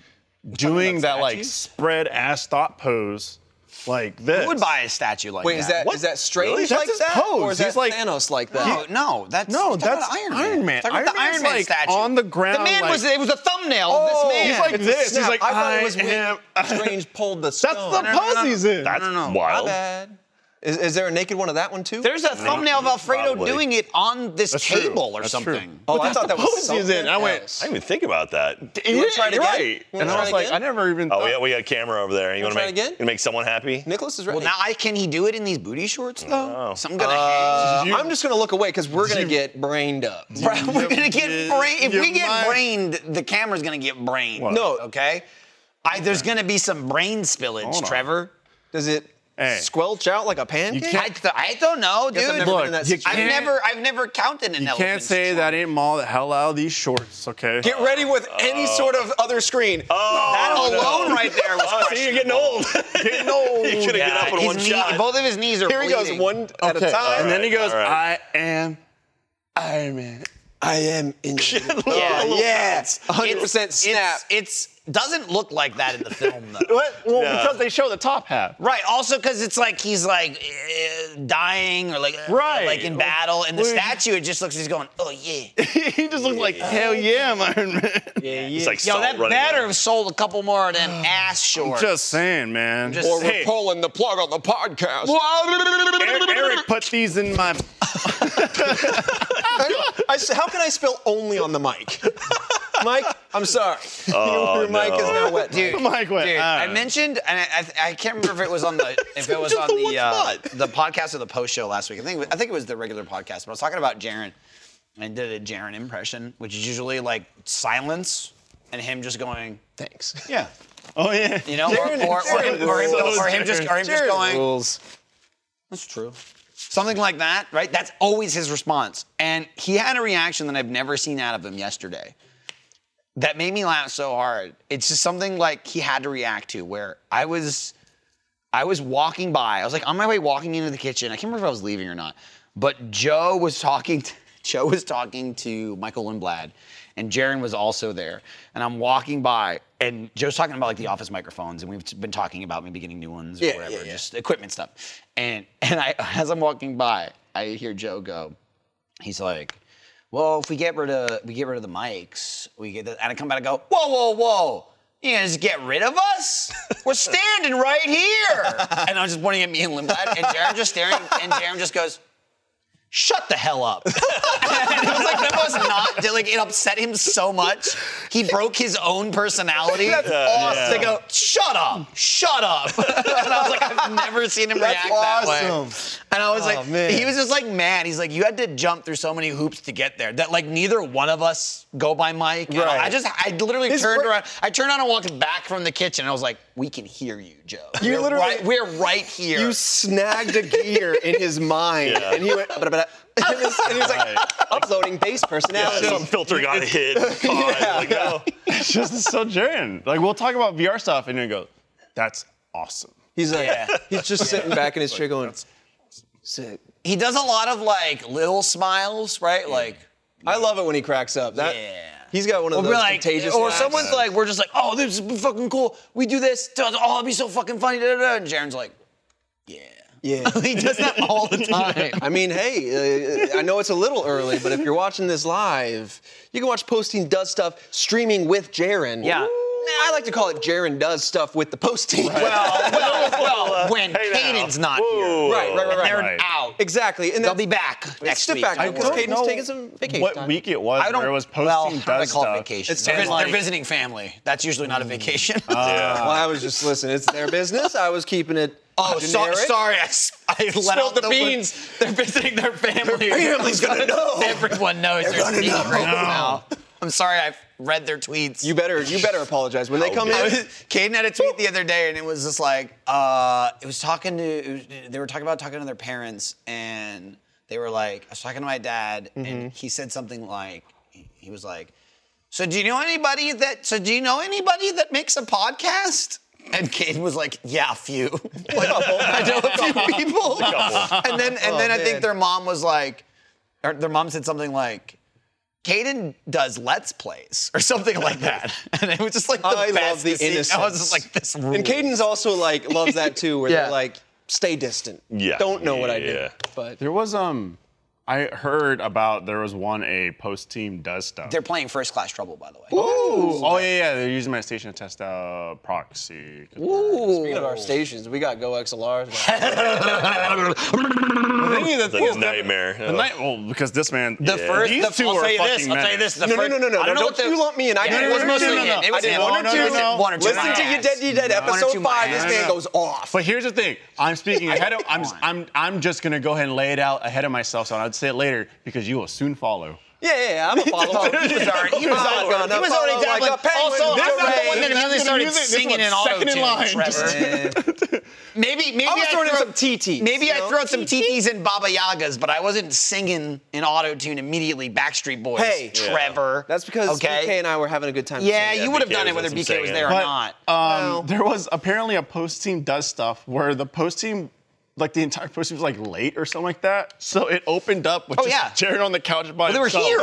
[SPEAKER 4] doing that like spread ass thought pose like this.
[SPEAKER 1] Who would buy a statue like
[SPEAKER 3] Wait,
[SPEAKER 1] that?
[SPEAKER 3] is that is that strange
[SPEAKER 4] Really? That's
[SPEAKER 3] like
[SPEAKER 4] his
[SPEAKER 3] that, or
[SPEAKER 4] pose.
[SPEAKER 3] is that
[SPEAKER 4] He's like-
[SPEAKER 3] Thanos like
[SPEAKER 1] No,
[SPEAKER 3] that?
[SPEAKER 1] no, that's
[SPEAKER 4] No,
[SPEAKER 1] we're talking about
[SPEAKER 4] that's
[SPEAKER 1] Iron Man.
[SPEAKER 4] Iron Man.
[SPEAKER 1] Talking about
[SPEAKER 4] Iron
[SPEAKER 1] the Iron
[SPEAKER 4] Man's,
[SPEAKER 1] Man
[SPEAKER 4] like,
[SPEAKER 1] statue
[SPEAKER 4] on the
[SPEAKER 1] The
[SPEAKER 4] ground,
[SPEAKER 1] man was
[SPEAKER 4] like-
[SPEAKER 1] it was a thumbnail of
[SPEAKER 3] Oh,
[SPEAKER 1] this man.
[SPEAKER 4] He's like
[SPEAKER 3] it's a
[SPEAKER 4] this. He's
[SPEAKER 3] snap.
[SPEAKER 4] like,
[SPEAKER 3] I thought it
[SPEAKER 4] I
[SPEAKER 3] was when
[SPEAKER 4] am-
[SPEAKER 3] Strange pulled the
[SPEAKER 4] That's
[SPEAKER 3] stone.
[SPEAKER 4] the pose he's in.
[SPEAKER 2] That's
[SPEAKER 1] no, no.
[SPEAKER 2] wild.
[SPEAKER 3] bad. Is, is there a naked one of that one too?
[SPEAKER 1] There's a thumbnail of Alfredo
[SPEAKER 2] probably.
[SPEAKER 1] doing it on this
[SPEAKER 4] That's true.
[SPEAKER 1] table or
[SPEAKER 4] That's true.
[SPEAKER 1] something.
[SPEAKER 3] oh, I thought that was
[SPEAKER 4] Posey is in. I went.
[SPEAKER 3] else.
[SPEAKER 2] I didn't even think about that.
[SPEAKER 4] You
[SPEAKER 3] wanna try it
[SPEAKER 4] you're
[SPEAKER 3] again?
[SPEAKER 4] Right.
[SPEAKER 3] You wanna
[SPEAKER 4] And
[SPEAKER 3] try
[SPEAKER 4] I
[SPEAKER 3] it
[SPEAKER 4] was like,
[SPEAKER 3] again?
[SPEAKER 4] I never even.
[SPEAKER 2] Oh,
[SPEAKER 4] thought-
[SPEAKER 2] we got, we got a camera over there. You want to
[SPEAKER 3] try
[SPEAKER 2] make
[SPEAKER 3] it again?
[SPEAKER 2] gonna make someone happy?
[SPEAKER 3] Nicholas is right.
[SPEAKER 1] Well, now I can he do it in these booty shorts though?
[SPEAKER 2] No.
[SPEAKER 1] So I'm gonna hang.
[SPEAKER 4] you-
[SPEAKER 3] I'm just gonna look away because we're gonna get brained up.
[SPEAKER 1] Bro, we're gonna get
[SPEAKER 4] you-
[SPEAKER 1] brain. If
[SPEAKER 4] you
[SPEAKER 1] we get
[SPEAKER 4] might-
[SPEAKER 1] brained, the camera's gonna get brained.
[SPEAKER 3] No.
[SPEAKER 1] okay. I, there's gonna be some brain spillage,
[SPEAKER 4] Hold on.
[SPEAKER 1] Trevor.
[SPEAKER 3] Does it
[SPEAKER 4] Hey.
[SPEAKER 3] squelch out like a pancake?
[SPEAKER 4] can't-
[SPEAKER 1] I, th- I don't know, dude.
[SPEAKER 3] Guess I've never been in that
[SPEAKER 4] you
[SPEAKER 3] situation.
[SPEAKER 1] I've
[SPEAKER 4] can't-
[SPEAKER 1] never, I've never counted an
[SPEAKER 4] You
[SPEAKER 1] elephant.
[SPEAKER 4] can't say that ain't maul the hell out of these shorts, okay?
[SPEAKER 3] Get ready with any sort of other screen.
[SPEAKER 1] That alone, right there, was
[SPEAKER 2] Oh, see, you're getting old.
[SPEAKER 4] Getting old.
[SPEAKER 2] you
[SPEAKER 1] Oh, Yeah,
[SPEAKER 2] should have get up in
[SPEAKER 1] his
[SPEAKER 2] one
[SPEAKER 1] knee-
[SPEAKER 2] shot.
[SPEAKER 1] Both of his knees are
[SPEAKER 3] Here he goes,
[SPEAKER 1] bleeding.
[SPEAKER 3] one at a
[SPEAKER 4] Okay,
[SPEAKER 3] time.
[SPEAKER 4] And then he
[SPEAKER 2] All right,
[SPEAKER 4] goes,
[SPEAKER 2] all right.
[SPEAKER 4] I am Iron Man.
[SPEAKER 3] I am in.
[SPEAKER 1] Yeah,
[SPEAKER 3] Oh, yeah, 100 percent
[SPEAKER 1] It's-
[SPEAKER 3] snap.
[SPEAKER 1] It's, doesn't look like that in the film though.
[SPEAKER 4] Well,
[SPEAKER 2] Yeah.
[SPEAKER 4] because they show the top half.
[SPEAKER 1] Right. Also, because it's like he's like eh, dying or like eh,
[SPEAKER 4] Right.
[SPEAKER 1] like in battle, and the
[SPEAKER 4] Well,
[SPEAKER 1] statue it just looks he's going oh yeah.
[SPEAKER 4] he just looks like, hell yeah, I'm Iron Man.
[SPEAKER 2] It's like
[SPEAKER 1] Yo,
[SPEAKER 2] salt
[SPEAKER 1] that
[SPEAKER 2] running
[SPEAKER 1] better
[SPEAKER 2] down.
[SPEAKER 1] have sold a couple more of them ass shorts.
[SPEAKER 4] Just saying, man.
[SPEAKER 1] Just
[SPEAKER 3] Or
[SPEAKER 1] saying.
[SPEAKER 3] we're pulling the plug on the podcast.
[SPEAKER 4] Eric, Eric put these in my.
[SPEAKER 3] I, I s- how can I spell only on the mic? Mike, I'm sorry. Your mic is now wet.
[SPEAKER 1] Dude,
[SPEAKER 4] Mike went,
[SPEAKER 1] dude,
[SPEAKER 4] "Ah."
[SPEAKER 1] I mentioned, and I, I, I can't remember if it was on the if it was
[SPEAKER 2] Just
[SPEAKER 1] on
[SPEAKER 2] the
[SPEAKER 1] the
[SPEAKER 2] one
[SPEAKER 1] uh,
[SPEAKER 2] spot.
[SPEAKER 1] the podcast or the post show last week. I think it was- I think it was the regular podcast, but I was talking about Jaron and did a Jaron impression, which is usually like silence and him just going,
[SPEAKER 3] Thanks.
[SPEAKER 1] yeah,
[SPEAKER 4] Oh, yeah.
[SPEAKER 1] you know, or,
[SPEAKER 3] Jaren-
[SPEAKER 1] or, or him, or him,
[SPEAKER 4] Jaren-
[SPEAKER 1] or him just or him just
[SPEAKER 3] Jared
[SPEAKER 1] going,
[SPEAKER 3] rules.
[SPEAKER 1] That's true. Something like that, right? That's always his response. And he had a reaction that I've never seen out of him yesterday that made me laugh so hard. It's just something like he had to react to where I was I was walking by. I was like on my way walking into the kitchen. I can't remember if I was leaving or not. But Joe was talking to, Joe was talking to Michael Lindblad and Jaron was also there. And I'm walking by and Joe's talking about like the office microphones and we've been talking about maybe getting new ones or
[SPEAKER 3] Yeah,
[SPEAKER 1] whatever,
[SPEAKER 3] yeah, yeah.
[SPEAKER 1] just equipment stuff. And and I as I'm walking by, I hear Joe go, he's like, "Well, if we get rid of we get rid of the mics, we get the, and I come back and go, whoa, whoa, whoa." You gonna just get rid of us? We're standing right here. and I'm just pointing at me and Limblad, and Jaron just staring, and Jaron just goes, "Shut the hell up!" and it was like that was not like it upset him so much, he broke his own personality.
[SPEAKER 3] That's awesome.
[SPEAKER 1] To go, "Shut up, shut up!" and I was like, I've never seen him
[SPEAKER 3] That's
[SPEAKER 1] react that way.
[SPEAKER 3] awesome.
[SPEAKER 1] And I was
[SPEAKER 3] Oh,
[SPEAKER 1] like,
[SPEAKER 3] man.
[SPEAKER 1] he was just like mad. He's like, you had to jump through so many hoops to get there that like neither one of us go by Mike. And
[SPEAKER 3] Right.
[SPEAKER 1] I just, I literally
[SPEAKER 3] His
[SPEAKER 1] turned
[SPEAKER 3] fir-
[SPEAKER 1] around. I turned around and walked back from the kitchen. And I was like, we can hear you, Joe.
[SPEAKER 3] You
[SPEAKER 1] we're
[SPEAKER 3] literally-
[SPEAKER 1] right, we're right here.
[SPEAKER 3] You snagged a gear in his mind,
[SPEAKER 2] Yeah.
[SPEAKER 3] and he went. "Bada, bada," And he was, and he was like, uploading base personality.
[SPEAKER 2] Some filter got hit. Caught, like, oh.
[SPEAKER 4] It's just so Jaren. Like, we'll talk about VR stuff, and then he goes, that's awesome.
[SPEAKER 3] He's like, he's just sitting back in his chair going, sick.
[SPEAKER 1] he does a lot of like little smiles, right? Like,
[SPEAKER 3] I love it when he cracks up. That
[SPEAKER 1] Yeah.
[SPEAKER 3] he's got one of
[SPEAKER 1] or
[SPEAKER 3] those
[SPEAKER 1] we're like,
[SPEAKER 3] contagious.
[SPEAKER 1] or
[SPEAKER 3] laughs.
[SPEAKER 1] someone's like, we're just like, oh, this is fucking cool. We do this. Oh, it'd be so fucking funny. Da, da, da. And Jaren's like, yeah.
[SPEAKER 3] yeah.
[SPEAKER 1] he does that all the time.
[SPEAKER 3] I mean, hey, uh, I know it's a little early, but if you're watching this live, you can watch Posting Does Stuff streaming with Jaren.
[SPEAKER 1] Yeah.
[SPEAKER 3] Nah, I like to call it Jaren Does Stuff with the Posting.
[SPEAKER 1] well, well, well, when
[SPEAKER 2] hey now.
[SPEAKER 1] Caden's not
[SPEAKER 2] Whoa.
[SPEAKER 1] here,
[SPEAKER 3] right, right, right,
[SPEAKER 1] they're
[SPEAKER 3] right.
[SPEAKER 4] Right.
[SPEAKER 1] out.
[SPEAKER 3] Exactly. And
[SPEAKER 1] They'll be
[SPEAKER 3] that's-
[SPEAKER 1] back next
[SPEAKER 3] the
[SPEAKER 1] week.
[SPEAKER 3] fact,
[SPEAKER 1] don't
[SPEAKER 3] because
[SPEAKER 1] worry.
[SPEAKER 3] Caden's taking some vacation
[SPEAKER 4] What
[SPEAKER 3] time.
[SPEAKER 4] week it was
[SPEAKER 1] I don't.
[SPEAKER 4] where it was posting
[SPEAKER 1] well,
[SPEAKER 4] does
[SPEAKER 1] how do they call
[SPEAKER 4] stuff.
[SPEAKER 1] It vacation.
[SPEAKER 3] It's
[SPEAKER 1] They're, Hmm.
[SPEAKER 3] kinda
[SPEAKER 1] vis-
[SPEAKER 3] like-
[SPEAKER 1] they're visiting family. That's usually not a vacation.
[SPEAKER 2] Yeah.
[SPEAKER 3] Well, I was just listening. It's their business. I was keeping it.
[SPEAKER 1] oh, so,
[SPEAKER 3] generic.
[SPEAKER 1] sorry, I, s- I let
[SPEAKER 3] Spilled
[SPEAKER 1] out
[SPEAKER 3] the
[SPEAKER 1] word.
[SPEAKER 3] beans.
[SPEAKER 1] They're visiting their family.
[SPEAKER 3] family's gonna know.
[SPEAKER 1] Everyone knows. They're
[SPEAKER 3] gonna
[SPEAKER 1] speaking
[SPEAKER 3] know.
[SPEAKER 1] right now. I'm sorry. I've read their tweets.
[SPEAKER 3] You better, you better apologize when they come
[SPEAKER 1] I was-
[SPEAKER 3] in.
[SPEAKER 1] Caden had a tweet the other day, and it was just like, uh, it was talking to, it was- they were talking about talking to their parents, and they were like, I was talking to my dad,
[SPEAKER 3] Mm-hmm.
[SPEAKER 1] and he said something like, he he was like, so do you know anybody that, so do you know anybody that makes a podcast? And Caden was like, yeah, a few. Like, I know a few people. And then, and
[SPEAKER 3] Oh,
[SPEAKER 1] then I think
[SPEAKER 3] man.
[SPEAKER 1] their mom was like, or their mom said something like, Caden does Let's Plays or something like that. And it was just like the
[SPEAKER 3] I
[SPEAKER 1] best
[SPEAKER 3] love the
[SPEAKER 1] to see.
[SPEAKER 3] innocence.
[SPEAKER 1] I was just like, this rules.
[SPEAKER 3] And Caden's also like loves that too, where
[SPEAKER 1] Yeah.
[SPEAKER 3] they're like, stay distant.
[SPEAKER 2] Yeah.
[SPEAKER 3] Don't know what I do.
[SPEAKER 2] Yeah.
[SPEAKER 3] But
[SPEAKER 4] There was um, I heard about there was one a post team does stuff.
[SPEAKER 1] They're playing First Class Trouble, by the way.
[SPEAKER 4] Ooh, Oh yeah, yeah. They're using my station to test out proxy.
[SPEAKER 3] Speaking of our stations, we got Go XLRs.
[SPEAKER 4] The thing is,
[SPEAKER 2] It's
[SPEAKER 4] that's
[SPEAKER 2] like his nightmare.
[SPEAKER 4] The night, well, because this man,
[SPEAKER 1] The first,
[SPEAKER 4] these
[SPEAKER 1] the,
[SPEAKER 4] two
[SPEAKER 1] I'll
[SPEAKER 4] are
[SPEAKER 1] tell you
[SPEAKER 4] fucking
[SPEAKER 1] this. I'll tell you
[SPEAKER 4] menace.
[SPEAKER 1] this. The
[SPEAKER 3] No, no,
[SPEAKER 1] first,
[SPEAKER 3] no, no, no.
[SPEAKER 1] I don't know
[SPEAKER 3] Don't
[SPEAKER 1] what the,
[SPEAKER 3] you lump me in. I
[SPEAKER 1] Yeah,
[SPEAKER 3] did
[SPEAKER 1] it was
[SPEAKER 3] one or
[SPEAKER 1] mostly
[SPEAKER 3] two.
[SPEAKER 1] him. It was
[SPEAKER 3] I did
[SPEAKER 1] him.
[SPEAKER 3] one or
[SPEAKER 1] No, no,
[SPEAKER 3] two.
[SPEAKER 1] no, no. One or two
[SPEAKER 3] Listen to
[SPEAKER 1] my
[SPEAKER 3] you
[SPEAKER 1] ass.
[SPEAKER 3] dead, you dead
[SPEAKER 1] One or two
[SPEAKER 3] episode
[SPEAKER 1] my
[SPEAKER 3] five. This
[SPEAKER 1] ass.
[SPEAKER 3] man goes off.
[SPEAKER 4] But here's the thing. I'm speaking ahead of. I'm.
[SPEAKER 1] Come on.
[SPEAKER 4] I'm. I'm just gonna go ahead and lay it out ahead of myself, so I'd say it later because you will soon follow.
[SPEAKER 3] Yeah, yeah, yeah, I'm a follower.
[SPEAKER 1] He was already, he was
[SPEAKER 3] I'm
[SPEAKER 1] already,
[SPEAKER 3] gonna
[SPEAKER 1] he was already
[SPEAKER 3] follow
[SPEAKER 1] down.
[SPEAKER 3] like a penguin
[SPEAKER 1] also,
[SPEAKER 3] with
[SPEAKER 1] I'm
[SPEAKER 3] the
[SPEAKER 1] not the
[SPEAKER 3] rain.
[SPEAKER 1] one that
[SPEAKER 4] This
[SPEAKER 1] immediately
[SPEAKER 4] is
[SPEAKER 1] started
[SPEAKER 4] music. This
[SPEAKER 1] singing
[SPEAKER 4] one's
[SPEAKER 1] in auto
[SPEAKER 4] second in
[SPEAKER 1] tune,
[SPEAKER 4] line.
[SPEAKER 1] Trevor. maybe, maybe
[SPEAKER 3] I was throwing in
[SPEAKER 1] throw-
[SPEAKER 3] some TTs,
[SPEAKER 1] Maybe
[SPEAKER 3] you
[SPEAKER 1] I
[SPEAKER 3] know?
[SPEAKER 1] throw some TTs and Baba Yagas, but I wasn't singing in auto tune immediately. Backstreet Boys.
[SPEAKER 3] Hey. Yeah.
[SPEAKER 1] Trevor.
[SPEAKER 3] That's because
[SPEAKER 1] okay.
[SPEAKER 3] BK and I were having a good time.
[SPEAKER 1] yeah,
[SPEAKER 3] singing.
[SPEAKER 1] you would have
[SPEAKER 2] BK
[SPEAKER 1] done it
[SPEAKER 2] was
[SPEAKER 1] whether
[SPEAKER 2] on some
[SPEAKER 1] BK was uh,
[SPEAKER 2] singing.
[SPEAKER 1] there or
[SPEAKER 4] But
[SPEAKER 1] not.
[SPEAKER 4] um,
[SPEAKER 3] Well-
[SPEAKER 4] there was apparently a post team does stuff where the post team, like the entire post team was like late or something like that. So it opened up with
[SPEAKER 1] Oh,
[SPEAKER 4] just
[SPEAKER 1] yeah.
[SPEAKER 4] Jared on the couch by
[SPEAKER 1] But they were
[SPEAKER 4] himself.
[SPEAKER 1] here.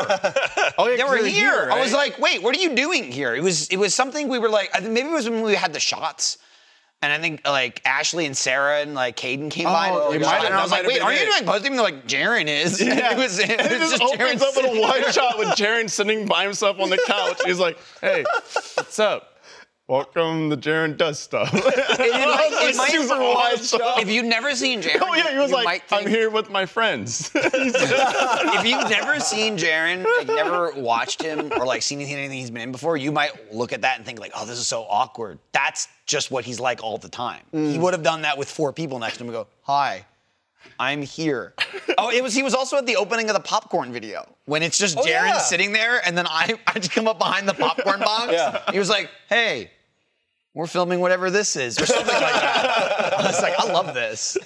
[SPEAKER 4] Oh yeah,
[SPEAKER 1] They
[SPEAKER 4] 'cause
[SPEAKER 1] were here. I was
[SPEAKER 4] right?
[SPEAKER 1] like, wait, what are you doing here? It was it was something we were like, I think maybe it was when we had the shots. And I think like Ashley and Sarah and like Caden came by.
[SPEAKER 4] Oh,
[SPEAKER 1] and,
[SPEAKER 4] it might have-
[SPEAKER 1] and I was like,
[SPEAKER 4] that might have
[SPEAKER 1] wait,
[SPEAKER 4] been
[SPEAKER 1] aren't you
[SPEAKER 4] it.
[SPEAKER 1] doing posting? They're like, Jaren is.
[SPEAKER 4] Yeah.
[SPEAKER 1] it was, it
[SPEAKER 4] And
[SPEAKER 1] was
[SPEAKER 4] just,
[SPEAKER 1] just
[SPEAKER 4] opens
[SPEAKER 1] Jaren
[SPEAKER 4] up with a
[SPEAKER 1] sitting
[SPEAKER 4] wide
[SPEAKER 1] there.
[SPEAKER 4] shot with Jaren sitting by himself on the couch. He's like, "Hey, what's up? Welcome to Jaren Does Stuff."
[SPEAKER 1] It, it might-
[SPEAKER 4] That was
[SPEAKER 1] it might-
[SPEAKER 4] super wide shot.
[SPEAKER 1] If you've never seen Jaren,
[SPEAKER 4] Oh yeah, he was
[SPEAKER 1] you
[SPEAKER 4] like,
[SPEAKER 1] might
[SPEAKER 4] "I'm
[SPEAKER 1] think-
[SPEAKER 4] here with my friends."
[SPEAKER 1] if you've never seen Jaren, like never watched him or like seen anything, anything he's been in before, you might look at that and think like, oh, this is so awkward. That's just what he's like all the time.
[SPEAKER 3] Mm.
[SPEAKER 1] He would have done that with four people next to him and go, hi. I'm here. Oh, it was. He was also at the opening of the popcorn video when it's just Jaren
[SPEAKER 3] Oh, yeah.
[SPEAKER 1] sitting there, and then I I just come up behind the popcorn box. He was like, "Hey, we're filming whatever this is," or something like that. I was like, "I love this."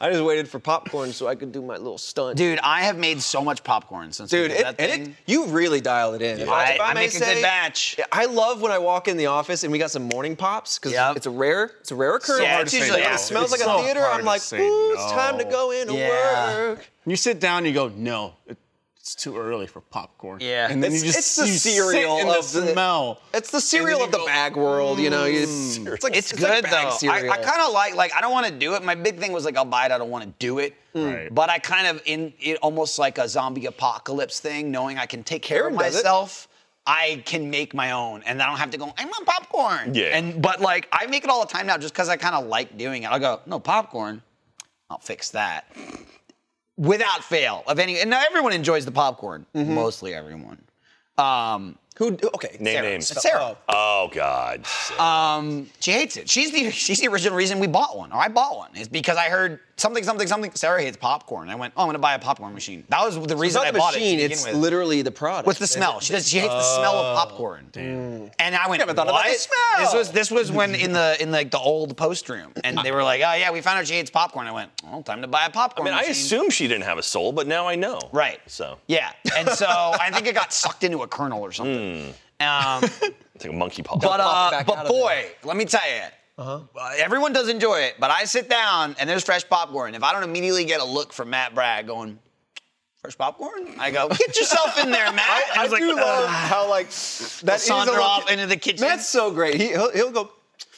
[SPEAKER 3] I just waited for popcorn so I could do my little stunt.
[SPEAKER 1] Dude, I have made so much popcorn since
[SPEAKER 3] Dude,
[SPEAKER 1] we
[SPEAKER 3] it,
[SPEAKER 1] did that
[SPEAKER 3] and
[SPEAKER 1] thing.
[SPEAKER 3] it, you really dial it in. If
[SPEAKER 1] I-
[SPEAKER 3] if
[SPEAKER 1] I
[SPEAKER 3] may
[SPEAKER 1] make a good batch.
[SPEAKER 3] I love when I walk in the office and we got some morning pops because
[SPEAKER 1] Yep.
[SPEAKER 3] it's a rare, it's a rare occurrence.
[SPEAKER 1] hard to say
[SPEAKER 3] When
[SPEAKER 1] no.
[SPEAKER 3] It smells like
[SPEAKER 4] It's so
[SPEAKER 3] a theater.
[SPEAKER 4] hard
[SPEAKER 3] I'm
[SPEAKER 4] to
[SPEAKER 3] like,
[SPEAKER 4] say
[SPEAKER 3] ooh, it's time to
[SPEAKER 4] no."
[SPEAKER 3] go in to
[SPEAKER 1] Yeah.
[SPEAKER 3] work.
[SPEAKER 4] you sit down, you go, "No, it- it's too early for popcorn."
[SPEAKER 1] Yeah.
[SPEAKER 4] and then
[SPEAKER 3] It's,
[SPEAKER 4] you just
[SPEAKER 3] it's the
[SPEAKER 4] you sit
[SPEAKER 3] cereal
[SPEAKER 4] in
[SPEAKER 3] of
[SPEAKER 4] the smell.
[SPEAKER 3] It's the cereal
[SPEAKER 4] you
[SPEAKER 3] of the
[SPEAKER 4] go,
[SPEAKER 3] bag world, you know. you- It's, it's like
[SPEAKER 1] "Hmm." it's,
[SPEAKER 3] it's like
[SPEAKER 1] good
[SPEAKER 3] bag
[SPEAKER 1] though. I,
[SPEAKER 3] cereal.
[SPEAKER 1] I kind of like like I don't want to do it. My big thing was like I'll buy it. I don't want to do it.
[SPEAKER 3] Mm.
[SPEAKER 4] Right.
[SPEAKER 1] But I kind of in it almost like a zombie apocalypse thing, knowing I can take care of
[SPEAKER 3] Aaron does it.
[SPEAKER 1] myself. I can make my own, and I don't have to go. I want popcorn.
[SPEAKER 2] Yeah.
[SPEAKER 1] And but like I make it all the time now, just because I kind of like doing it. I'll go no popcorn. I'll fix that without fail of any. And now everyone enjoys the popcorn. Mostly everyone. Um,
[SPEAKER 3] Mm-hmm. Who? Okay.
[SPEAKER 2] Name
[SPEAKER 3] Sarah.
[SPEAKER 2] names.
[SPEAKER 1] Sarah.
[SPEAKER 2] Oh God.
[SPEAKER 1] Um, she hates it. She's the she's the original reason we bought one, or I bought one, is because I heard something, something, something. Sarah hates popcorn. I went, oh, I'm gonna buy a popcorn machine. That was the
[SPEAKER 3] It's
[SPEAKER 1] reason
[SPEAKER 3] not
[SPEAKER 1] I
[SPEAKER 3] the
[SPEAKER 1] bought
[SPEAKER 3] machine.
[SPEAKER 1] it. To
[SPEAKER 3] it's
[SPEAKER 1] begin with.
[SPEAKER 3] literally Oh, the product.
[SPEAKER 1] With the smell, she does. She hates the smell of popcorn. Mm. And I went.
[SPEAKER 3] Never thought about the
[SPEAKER 1] "What?"
[SPEAKER 3] smell.
[SPEAKER 1] This was this was when in the in like the old post room, and they were like, "Oh yeah, we found out she hates popcorn." I went, "Well, time to buy a
[SPEAKER 2] I
[SPEAKER 1] popcorn."
[SPEAKER 2] mean, I
[SPEAKER 1] machine."
[SPEAKER 2] assume she didn't have a soul, but now I know.
[SPEAKER 1] Right.
[SPEAKER 2] So
[SPEAKER 1] yeah, and so I think it got sucked into a kernel or something.
[SPEAKER 3] Hmm.
[SPEAKER 1] Um,
[SPEAKER 2] it's like a monkey paw.
[SPEAKER 1] But
[SPEAKER 3] pop
[SPEAKER 1] uh,
[SPEAKER 3] it back
[SPEAKER 1] but
[SPEAKER 3] out of there. Uh-huh.
[SPEAKER 1] boy, let me tell you. Uh, everyone does enjoy it, but I sit down and there's fresh popcorn. If I don't immediately get a look from Matt Bragg going, fresh popcorn, I go, get yourself in there, Matt.
[SPEAKER 3] I,
[SPEAKER 1] And
[SPEAKER 3] I
[SPEAKER 1] he's
[SPEAKER 3] do
[SPEAKER 1] "Ugh."
[SPEAKER 3] love how like that is a
[SPEAKER 1] saunter
[SPEAKER 3] little-
[SPEAKER 1] off into the kitchen.
[SPEAKER 3] Matt's so great. He he'll, he'll go.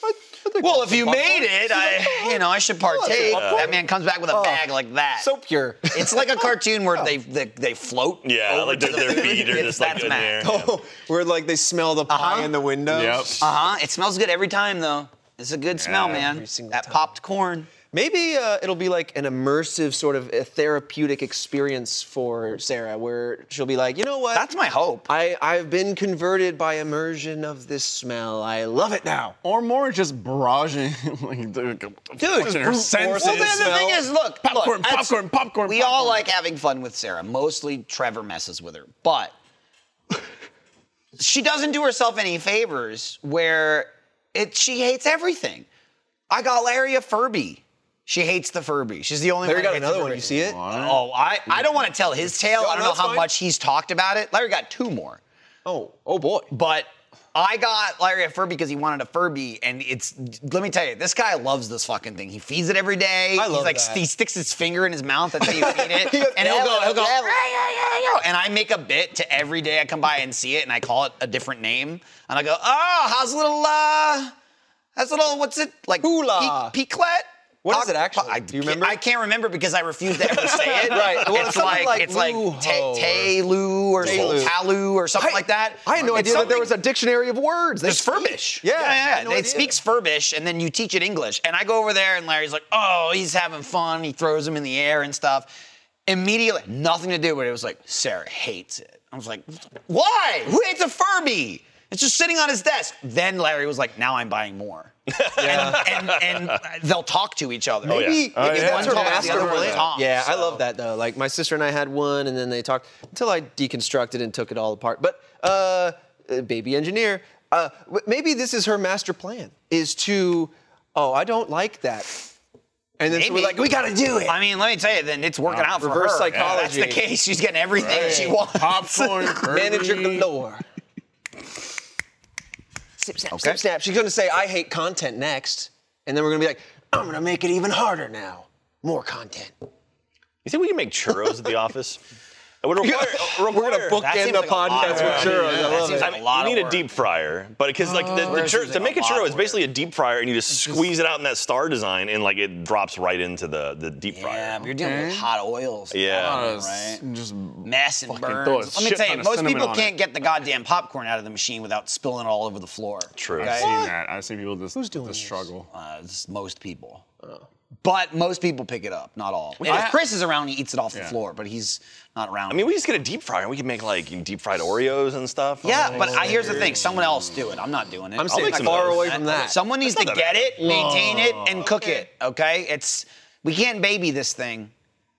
[SPEAKER 3] "I- I think
[SPEAKER 1] well,
[SPEAKER 3] I'll
[SPEAKER 1] if
[SPEAKER 3] have
[SPEAKER 1] you
[SPEAKER 3] popcorn." "Oh,
[SPEAKER 1] made it, I, you know, I should partake.
[SPEAKER 3] popcorn. Oh.
[SPEAKER 1] That man comes back with a bag like that.
[SPEAKER 3] so Oh. pure.
[SPEAKER 1] It's like a cartoon where they they, they float.
[SPEAKER 2] Yeah,
[SPEAKER 1] over
[SPEAKER 2] like
[SPEAKER 1] to the
[SPEAKER 2] their-
[SPEAKER 1] food.
[SPEAKER 2] their feet are
[SPEAKER 1] It's-
[SPEAKER 2] just, like,
[SPEAKER 1] that's
[SPEAKER 2] in
[SPEAKER 1] Matt.
[SPEAKER 2] there.
[SPEAKER 3] Oh, Where like they smell the pie
[SPEAKER 1] Uh-huh.
[SPEAKER 3] in the window.
[SPEAKER 4] Yep.
[SPEAKER 1] Uh huh. It smells good every time though. It's a good smell,
[SPEAKER 4] Yeah,
[SPEAKER 1] man.
[SPEAKER 3] every single
[SPEAKER 1] That
[SPEAKER 3] time.
[SPEAKER 1] popped corn.
[SPEAKER 3] Maybe uh, it'll be like an immersive sort of a therapeutic experience for Sarah, where she'll be like, you know what?
[SPEAKER 1] That's my hope.
[SPEAKER 3] I I've been converted by immersion of this smell. I love it now.
[SPEAKER 4] Or more just barraging, like dude,
[SPEAKER 3] brute
[SPEAKER 4] her
[SPEAKER 3] force
[SPEAKER 4] senses.
[SPEAKER 1] Well, then the
[SPEAKER 3] smell.
[SPEAKER 1] thing is, look,
[SPEAKER 4] Popcorn,
[SPEAKER 1] look, that's-
[SPEAKER 4] popcorn, popcorn,
[SPEAKER 1] We all
[SPEAKER 4] popcorn.
[SPEAKER 1] like having fun with Sarah. Mostly Trevor messes with her, but she doesn't do herself any favors. Where it, she hates everything. I got Larry a Furby. She hates the Furby. She's the only
[SPEAKER 3] Larry
[SPEAKER 1] one.
[SPEAKER 3] got another one. You see it?
[SPEAKER 1] Oh, I, I don't want to tell his tale.
[SPEAKER 3] No,
[SPEAKER 1] I don't
[SPEAKER 3] no,
[SPEAKER 1] know
[SPEAKER 3] it's
[SPEAKER 1] how
[SPEAKER 3] fine.
[SPEAKER 1] much he's talked about it. Larry got two more.
[SPEAKER 3] Oh oh boy.
[SPEAKER 1] But I got Larry a Furby because he wanted a Furby, and it's. Let me tell you, this guy loves this fucking thing. He feeds it every day.
[SPEAKER 3] I love
[SPEAKER 1] He's like
[SPEAKER 3] that.
[SPEAKER 1] he sticks his finger in his mouth until you feed it,
[SPEAKER 3] He goes,
[SPEAKER 1] and he'll go, he'll go,
[SPEAKER 3] "Dabble, dabble."
[SPEAKER 1] "Ay, ay, ay, ay," and I make a bit to every day I come by and see it, and I call it a different name, and I "Ah, go, oh, how's little uh, how's little what's it like?
[SPEAKER 3] Hula.
[SPEAKER 1] Pe- Pequet?
[SPEAKER 3] What is it actually?
[SPEAKER 1] I,
[SPEAKER 3] Do you remember?
[SPEAKER 1] I can't remember because I refuse to ever say it.
[SPEAKER 3] Right. Well,
[SPEAKER 1] it's
[SPEAKER 3] something
[SPEAKER 1] like,
[SPEAKER 3] like
[SPEAKER 1] it's like
[SPEAKER 3] Luho or-
[SPEAKER 1] Te- Telu or
[SPEAKER 3] Telu.
[SPEAKER 1] Talu or something like that.
[SPEAKER 3] I had no
[SPEAKER 1] It's
[SPEAKER 3] idea that there
[SPEAKER 1] something-
[SPEAKER 3] was a dictionary of words. They
[SPEAKER 1] There's
[SPEAKER 3] speak.
[SPEAKER 1] Furbish.
[SPEAKER 3] Yeah, I
[SPEAKER 1] yeah, yeah.
[SPEAKER 3] had no
[SPEAKER 1] it
[SPEAKER 3] idea.
[SPEAKER 1] speaks Furbish, and then you teach it English. And I go over there, and Larry's like, "Oh, he's having fun." He throws him in the air and stuff. Immediately, nothing to do with it. It was like Sarah hates it. I was like, "Why? Who hates a Furby?" It's just sitting on his desk. Then Larry was like, "Now I'm buying more." and, and, and they'll talk to each other.
[SPEAKER 3] Maybe,
[SPEAKER 4] Oh,
[SPEAKER 3] maybe
[SPEAKER 4] yeah.
[SPEAKER 3] that's her
[SPEAKER 4] One
[SPEAKER 1] talks, the
[SPEAKER 3] master
[SPEAKER 1] other one
[SPEAKER 3] word.
[SPEAKER 1] talks,
[SPEAKER 3] Uh, Yeah, I
[SPEAKER 1] so.
[SPEAKER 3] love that though. Like my sister and I had one, and then they talked until I deconstructed and took it all apart. But uh, uh, baby engineer, uh, w- maybe this is her master plan: is to, oh, I don't like that, and then so we're
[SPEAKER 1] Maybe.
[SPEAKER 3] like, we gotta do it.
[SPEAKER 1] I mean, let me tell you, then it's working out for
[SPEAKER 3] Reverse
[SPEAKER 1] her.
[SPEAKER 3] psychology.
[SPEAKER 1] If that's the case. She's getting everything she wants.
[SPEAKER 4] Popcorn.
[SPEAKER 3] Manager
[SPEAKER 4] Kirby.
[SPEAKER 3] galore. Snip, snap, snip, snap. She's gonna say, I hate content next. And then we're gonna be like, I'm gonna make it even harder now. More content.
[SPEAKER 2] You think we can make churros at the office? It would require,
[SPEAKER 3] We're gonna
[SPEAKER 2] require-
[SPEAKER 3] book
[SPEAKER 1] That
[SPEAKER 3] in
[SPEAKER 1] seems
[SPEAKER 3] the
[SPEAKER 1] like a lot
[SPEAKER 3] podcast
[SPEAKER 1] of
[SPEAKER 3] with
[SPEAKER 1] work.
[SPEAKER 3] churros.
[SPEAKER 1] Yeah,
[SPEAKER 3] I
[SPEAKER 1] that
[SPEAKER 3] love
[SPEAKER 1] seems
[SPEAKER 3] it.
[SPEAKER 1] like-
[SPEAKER 2] I
[SPEAKER 1] a lot
[SPEAKER 2] you
[SPEAKER 1] of
[SPEAKER 2] need
[SPEAKER 1] work.
[SPEAKER 2] a deep fryer, but because like the, the
[SPEAKER 1] Whereas
[SPEAKER 2] chur-
[SPEAKER 1] it's
[SPEAKER 2] to
[SPEAKER 1] a
[SPEAKER 2] make a
[SPEAKER 1] lot of
[SPEAKER 2] churro is
[SPEAKER 1] work.
[SPEAKER 2] basically a deep fryer, and you just squeeze it out in that star design, and like it drops right into the the deep
[SPEAKER 1] Yeah,
[SPEAKER 2] fryer.
[SPEAKER 1] but you're dealing with hot oils.
[SPEAKER 2] Yeah.
[SPEAKER 1] now,
[SPEAKER 2] Hot
[SPEAKER 1] right?
[SPEAKER 4] Just
[SPEAKER 1] Mess and
[SPEAKER 4] fucking throw a
[SPEAKER 1] burns. Let me
[SPEAKER 4] shit
[SPEAKER 1] tell
[SPEAKER 4] ton
[SPEAKER 1] you,
[SPEAKER 4] of
[SPEAKER 1] most
[SPEAKER 4] cinnamon
[SPEAKER 1] people
[SPEAKER 4] on
[SPEAKER 1] can't
[SPEAKER 4] it.
[SPEAKER 1] get the goddamn popcorn out of the machine without spilling it all over the floor.
[SPEAKER 2] True.
[SPEAKER 4] I've
[SPEAKER 1] okay?
[SPEAKER 4] seen that. I've seen people just. Who's doing
[SPEAKER 3] this?
[SPEAKER 4] struggle?
[SPEAKER 1] Uh, it's most people. But most people pick it up, not all. And
[SPEAKER 4] I-
[SPEAKER 1] if Chris is around, he eats it off the
[SPEAKER 4] Yeah.
[SPEAKER 1] floor, but he's not around.
[SPEAKER 2] I mean, we just get a deep fryer, and we can make like deep fried Oreos and stuff.
[SPEAKER 1] yeah, but I, here's the thing: someone else do it. I'm not doing it.
[SPEAKER 3] I'm
[SPEAKER 1] I'll
[SPEAKER 3] saying
[SPEAKER 1] make
[SPEAKER 2] some
[SPEAKER 3] far
[SPEAKER 2] of those.
[SPEAKER 3] away from that.
[SPEAKER 1] Someone needs to get it, maintain it, and cook it. Okay, it's we can't baby this thing,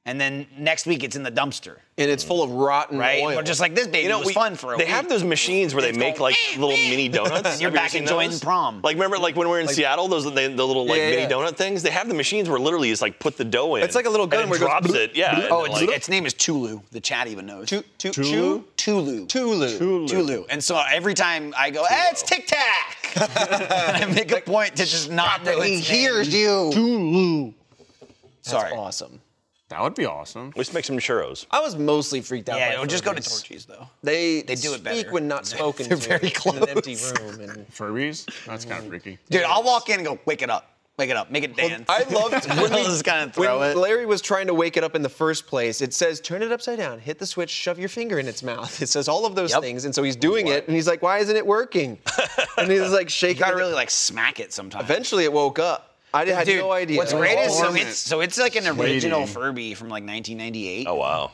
[SPEAKER 1] and then next week it's in the dumpster,
[SPEAKER 3] and it's full of rotten
[SPEAKER 1] right?
[SPEAKER 3] oil.
[SPEAKER 1] We're just like this baby
[SPEAKER 2] You know,
[SPEAKER 1] was
[SPEAKER 2] we-
[SPEAKER 1] fun for a
[SPEAKER 2] they
[SPEAKER 1] week.
[SPEAKER 2] have those machines where they
[SPEAKER 1] It's
[SPEAKER 2] make
[SPEAKER 1] going,
[SPEAKER 2] like little mini donuts.
[SPEAKER 1] You're
[SPEAKER 2] Have you
[SPEAKER 1] back
[SPEAKER 2] seen
[SPEAKER 1] enjoying
[SPEAKER 2] those?
[SPEAKER 1] prom.
[SPEAKER 2] Like remember, like when we were in Seattle, those they, the little like
[SPEAKER 3] Yeah, yeah,
[SPEAKER 2] mini
[SPEAKER 3] yeah.
[SPEAKER 2] donut things. They have the machines where literally it's like put the dough in.
[SPEAKER 3] It's like a little gun
[SPEAKER 2] and
[SPEAKER 3] where
[SPEAKER 2] it
[SPEAKER 3] it goes
[SPEAKER 2] drops
[SPEAKER 3] bloop,
[SPEAKER 2] it. Yeah. and
[SPEAKER 1] Oh,
[SPEAKER 2] then,
[SPEAKER 1] it's,
[SPEAKER 2] like-
[SPEAKER 1] its name is Tulu. The chat even knows.
[SPEAKER 3] Chu- chu-
[SPEAKER 4] Tulu?
[SPEAKER 3] chu-
[SPEAKER 1] Tulu.
[SPEAKER 3] Tulu.
[SPEAKER 4] Tulu.
[SPEAKER 1] Tulu. And so every time I go, eh, it's Tic Tac. and I make a point to just not know
[SPEAKER 3] He
[SPEAKER 1] its name.
[SPEAKER 3] hears you.
[SPEAKER 4] Tulu.
[SPEAKER 1] Sorry.
[SPEAKER 3] Awesome.
[SPEAKER 4] That would be awesome.
[SPEAKER 2] Let's make some churros.
[SPEAKER 3] I was mostly freaked out.
[SPEAKER 1] Yeah,
[SPEAKER 3] by
[SPEAKER 1] it'll just go to
[SPEAKER 3] Furbies.
[SPEAKER 1] Torchies though.
[SPEAKER 3] They
[SPEAKER 1] They do it
[SPEAKER 3] speak
[SPEAKER 1] better.
[SPEAKER 3] when not spoken
[SPEAKER 1] They're
[SPEAKER 3] to
[SPEAKER 1] very
[SPEAKER 3] in an empty
[SPEAKER 1] close.
[SPEAKER 3] room. And
[SPEAKER 4] Furbies? That's kind of freaky.
[SPEAKER 1] Dude, I'll walk in and go, wake it up. Wake it up. Make it dance.
[SPEAKER 3] I loved when
[SPEAKER 1] I'll
[SPEAKER 3] we-
[SPEAKER 1] just kind of throw
[SPEAKER 3] when
[SPEAKER 1] it.
[SPEAKER 3] Larry was trying to wake it up in the first place, it says turn it upside down, hit the switch, shove your finger in its mouth. It says all of those
[SPEAKER 1] Yep.
[SPEAKER 3] things, and so he's doing it, and he's like, "Why isn't it working?" and he's like
[SPEAKER 1] You
[SPEAKER 3] shaking.
[SPEAKER 1] gotta
[SPEAKER 3] it.
[SPEAKER 1] really like smack it sometimes.
[SPEAKER 3] Eventually, it woke up. I did, had
[SPEAKER 1] Dude,
[SPEAKER 3] no idea.
[SPEAKER 1] What's great is so
[SPEAKER 4] Warm
[SPEAKER 1] it's
[SPEAKER 4] it.
[SPEAKER 1] so it's like an original
[SPEAKER 4] Shady.
[SPEAKER 1] Furby from like 1998.
[SPEAKER 2] Oh wow.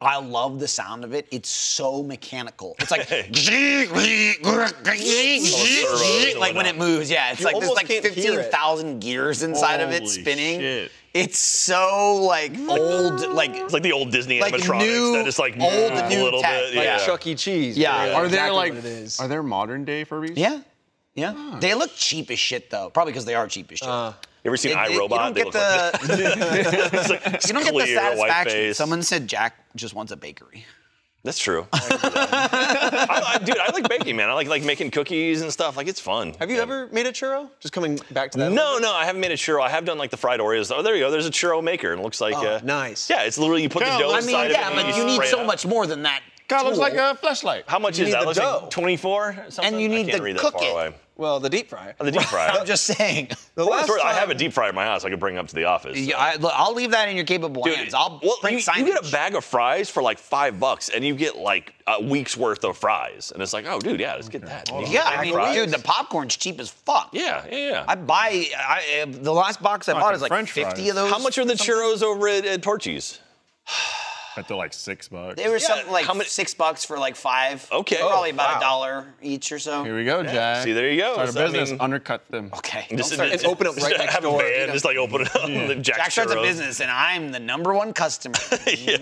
[SPEAKER 1] I love the sound of it. It's so mechanical. It's like
[SPEAKER 2] throws
[SPEAKER 1] like when
[SPEAKER 2] going
[SPEAKER 1] it
[SPEAKER 2] up.
[SPEAKER 1] moves. Yeah, it's
[SPEAKER 3] You
[SPEAKER 1] like there's
[SPEAKER 3] almost
[SPEAKER 1] like
[SPEAKER 3] can't hear it.
[SPEAKER 1] 15,000 gears inside of it
[SPEAKER 4] Holy
[SPEAKER 1] spinning.
[SPEAKER 4] shit.
[SPEAKER 1] It's so like old, like
[SPEAKER 2] It's like the old Disney
[SPEAKER 1] Like
[SPEAKER 2] animatronics
[SPEAKER 1] new-
[SPEAKER 2] that is like
[SPEAKER 1] old
[SPEAKER 2] move
[SPEAKER 1] new
[SPEAKER 2] a little
[SPEAKER 1] tech,
[SPEAKER 2] bit.
[SPEAKER 1] like
[SPEAKER 2] yeah.
[SPEAKER 3] Chuck E. Cheese.
[SPEAKER 1] Yeah.
[SPEAKER 3] but that's
[SPEAKER 4] Are there
[SPEAKER 3] exactly
[SPEAKER 4] like?
[SPEAKER 3] what it is.
[SPEAKER 4] Are there modern day Furbies?
[SPEAKER 1] yeah, yeah. They look cheap as shit though. Probably because they are cheap as shit.
[SPEAKER 2] You ever seen
[SPEAKER 1] It- it- you
[SPEAKER 2] iRobot?
[SPEAKER 1] don't
[SPEAKER 2] They
[SPEAKER 1] get
[SPEAKER 2] look like
[SPEAKER 1] the
[SPEAKER 2] that. It's like
[SPEAKER 1] you don't get the
[SPEAKER 2] clear, white
[SPEAKER 1] satisfaction.
[SPEAKER 2] face.
[SPEAKER 1] Someone said Jack just wants a bakery.
[SPEAKER 2] That's true. I, I, dude, I like baking, man. I like like making cookies and stuff. Like it's fun.
[SPEAKER 3] Have you ever made a churro? Just coming back to that. a
[SPEAKER 2] No,
[SPEAKER 3] little
[SPEAKER 2] no, I haven't made a churro. I have done like the fried Oreos. Oh, there you go. There's a churro maker, and it looks like
[SPEAKER 3] Oh,
[SPEAKER 2] uh,
[SPEAKER 3] nice.
[SPEAKER 2] Yeah, it's literally you put
[SPEAKER 4] Yeah,
[SPEAKER 2] the dough
[SPEAKER 4] I
[SPEAKER 1] I
[SPEAKER 4] mean,
[SPEAKER 2] inside
[SPEAKER 1] mean,
[SPEAKER 2] of it.
[SPEAKER 1] yeah,
[SPEAKER 2] and
[SPEAKER 1] but
[SPEAKER 2] just
[SPEAKER 1] you need
[SPEAKER 2] spray it
[SPEAKER 1] so
[SPEAKER 2] out.
[SPEAKER 1] much more than that.
[SPEAKER 4] God, it looks
[SPEAKER 1] tool.
[SPEAKER 4] like a flashlight.
[SPEAKER 2] How much is
[SPEAKER 3] You need
[SPEAKER 2] that?
[SPEAKER 3] the
[SPEAKER 2] Looks
[SPEAKER 3] dough.
[SPEAKER 2] like 24.
[SPEAKER 1] And you need
[SPEAKER 2] I can't
[SPEAKER 1] to
[SPEAKER 2] read
[SPEAKER 1] cook
[SPEAKER 2] that far
[SPEAKER 1] it.
[SPEAKER 2] Away.
[SPEAKER 3] bit. Well, the deep fryer.
[SPEAKER 2] Oh, the deep fryer.
[SPEAKER 1] I'm just saying.
[SPEAKER 3] The
[SPEAKER 2] Well,
[SPEAKER 3] last
[SPEAKER 2] it's worth- I have a
[SPEAKER 3] time-
[SPEAKER 2] deep fryer in my house. I could bring up to the office.
[SPEAKER 1] Yeah, I, look, I'll leave that in your capable hands. I'll
[SPEAKER 2] well,
[SPEAKER 1] print
[SPEAKER 2] you, you get
[SPEAKER 1] signage.
[SPEAKER 2] a bag of fries for like five bucks, and you get like a week's worth of fries, and it's like, oh, dude, yeah, let's get that. You get
[SPEAKER 1] Yeah,
[SPEAKER 2] a bag
[SPEAKER 1] I
[SPEAKER 2] of
[SPEAKER 1] mean,
[SPEAKER 2] fries.
[SPEAKER 1] dude, the popcorn's cheap as fuck.
[SPEAKER 2] yeah, yeah, yeah.
[SPEAKER 1] I buy I, uh, the last box I bought
[SPEAKER 4] Fucking
[SPEAKER 1] is like
[SPEAKER 4] french
[SPEAKER 1] 50
[SPEAKER 4] fries.
[SPEAKER 1] of those.
[SPEAKER 2] How much are the churros over at, at Torchy's?
[SPEAKER 4] But they're like six bucks.
[SPEAKER 1] They were something like
[SPEAKER 2] how many-
[SPEAKER 1] six bucks for like five.
[SPEAKER 2] Okay.
[SPEAKER 1] Probably
[SPEAKER 2] Oh,
[SPEAKER 1] about
[SPEAKER 2] wow.
[SPEAKER 1] a dollar each or so.
[SPEAKER 4] Here we go, Jack.
[SPEAKER 2] See, there you go.
[SPEAKER 4] Start a
[SPEAKER 2] So, I
[SPEAKER 4] business.
[SPEAKER 2] mean-
[SPEAKER 4] undercut them.
[SPEAKER 1] okay.
[SPEAKER 2] Just-
[SPEAKER 1] don't start-
[SPEAKER 2] just-
[SPEAKER 3] and open up right
[SPEAKER 2] just
[SPEAKER 3] next
[SPEAKER 2] have
[SPEAKER 3] door,
[SPEAKER 2] a van,
[SPEAKER 3] you know.
[SPEAKER 2] just like open it up. Yeah. Jack,
[SPEAKER 1] Jack starts a
[SPEAKER 2] churros.
[SPEAKER 1] business and I'm the number one customer.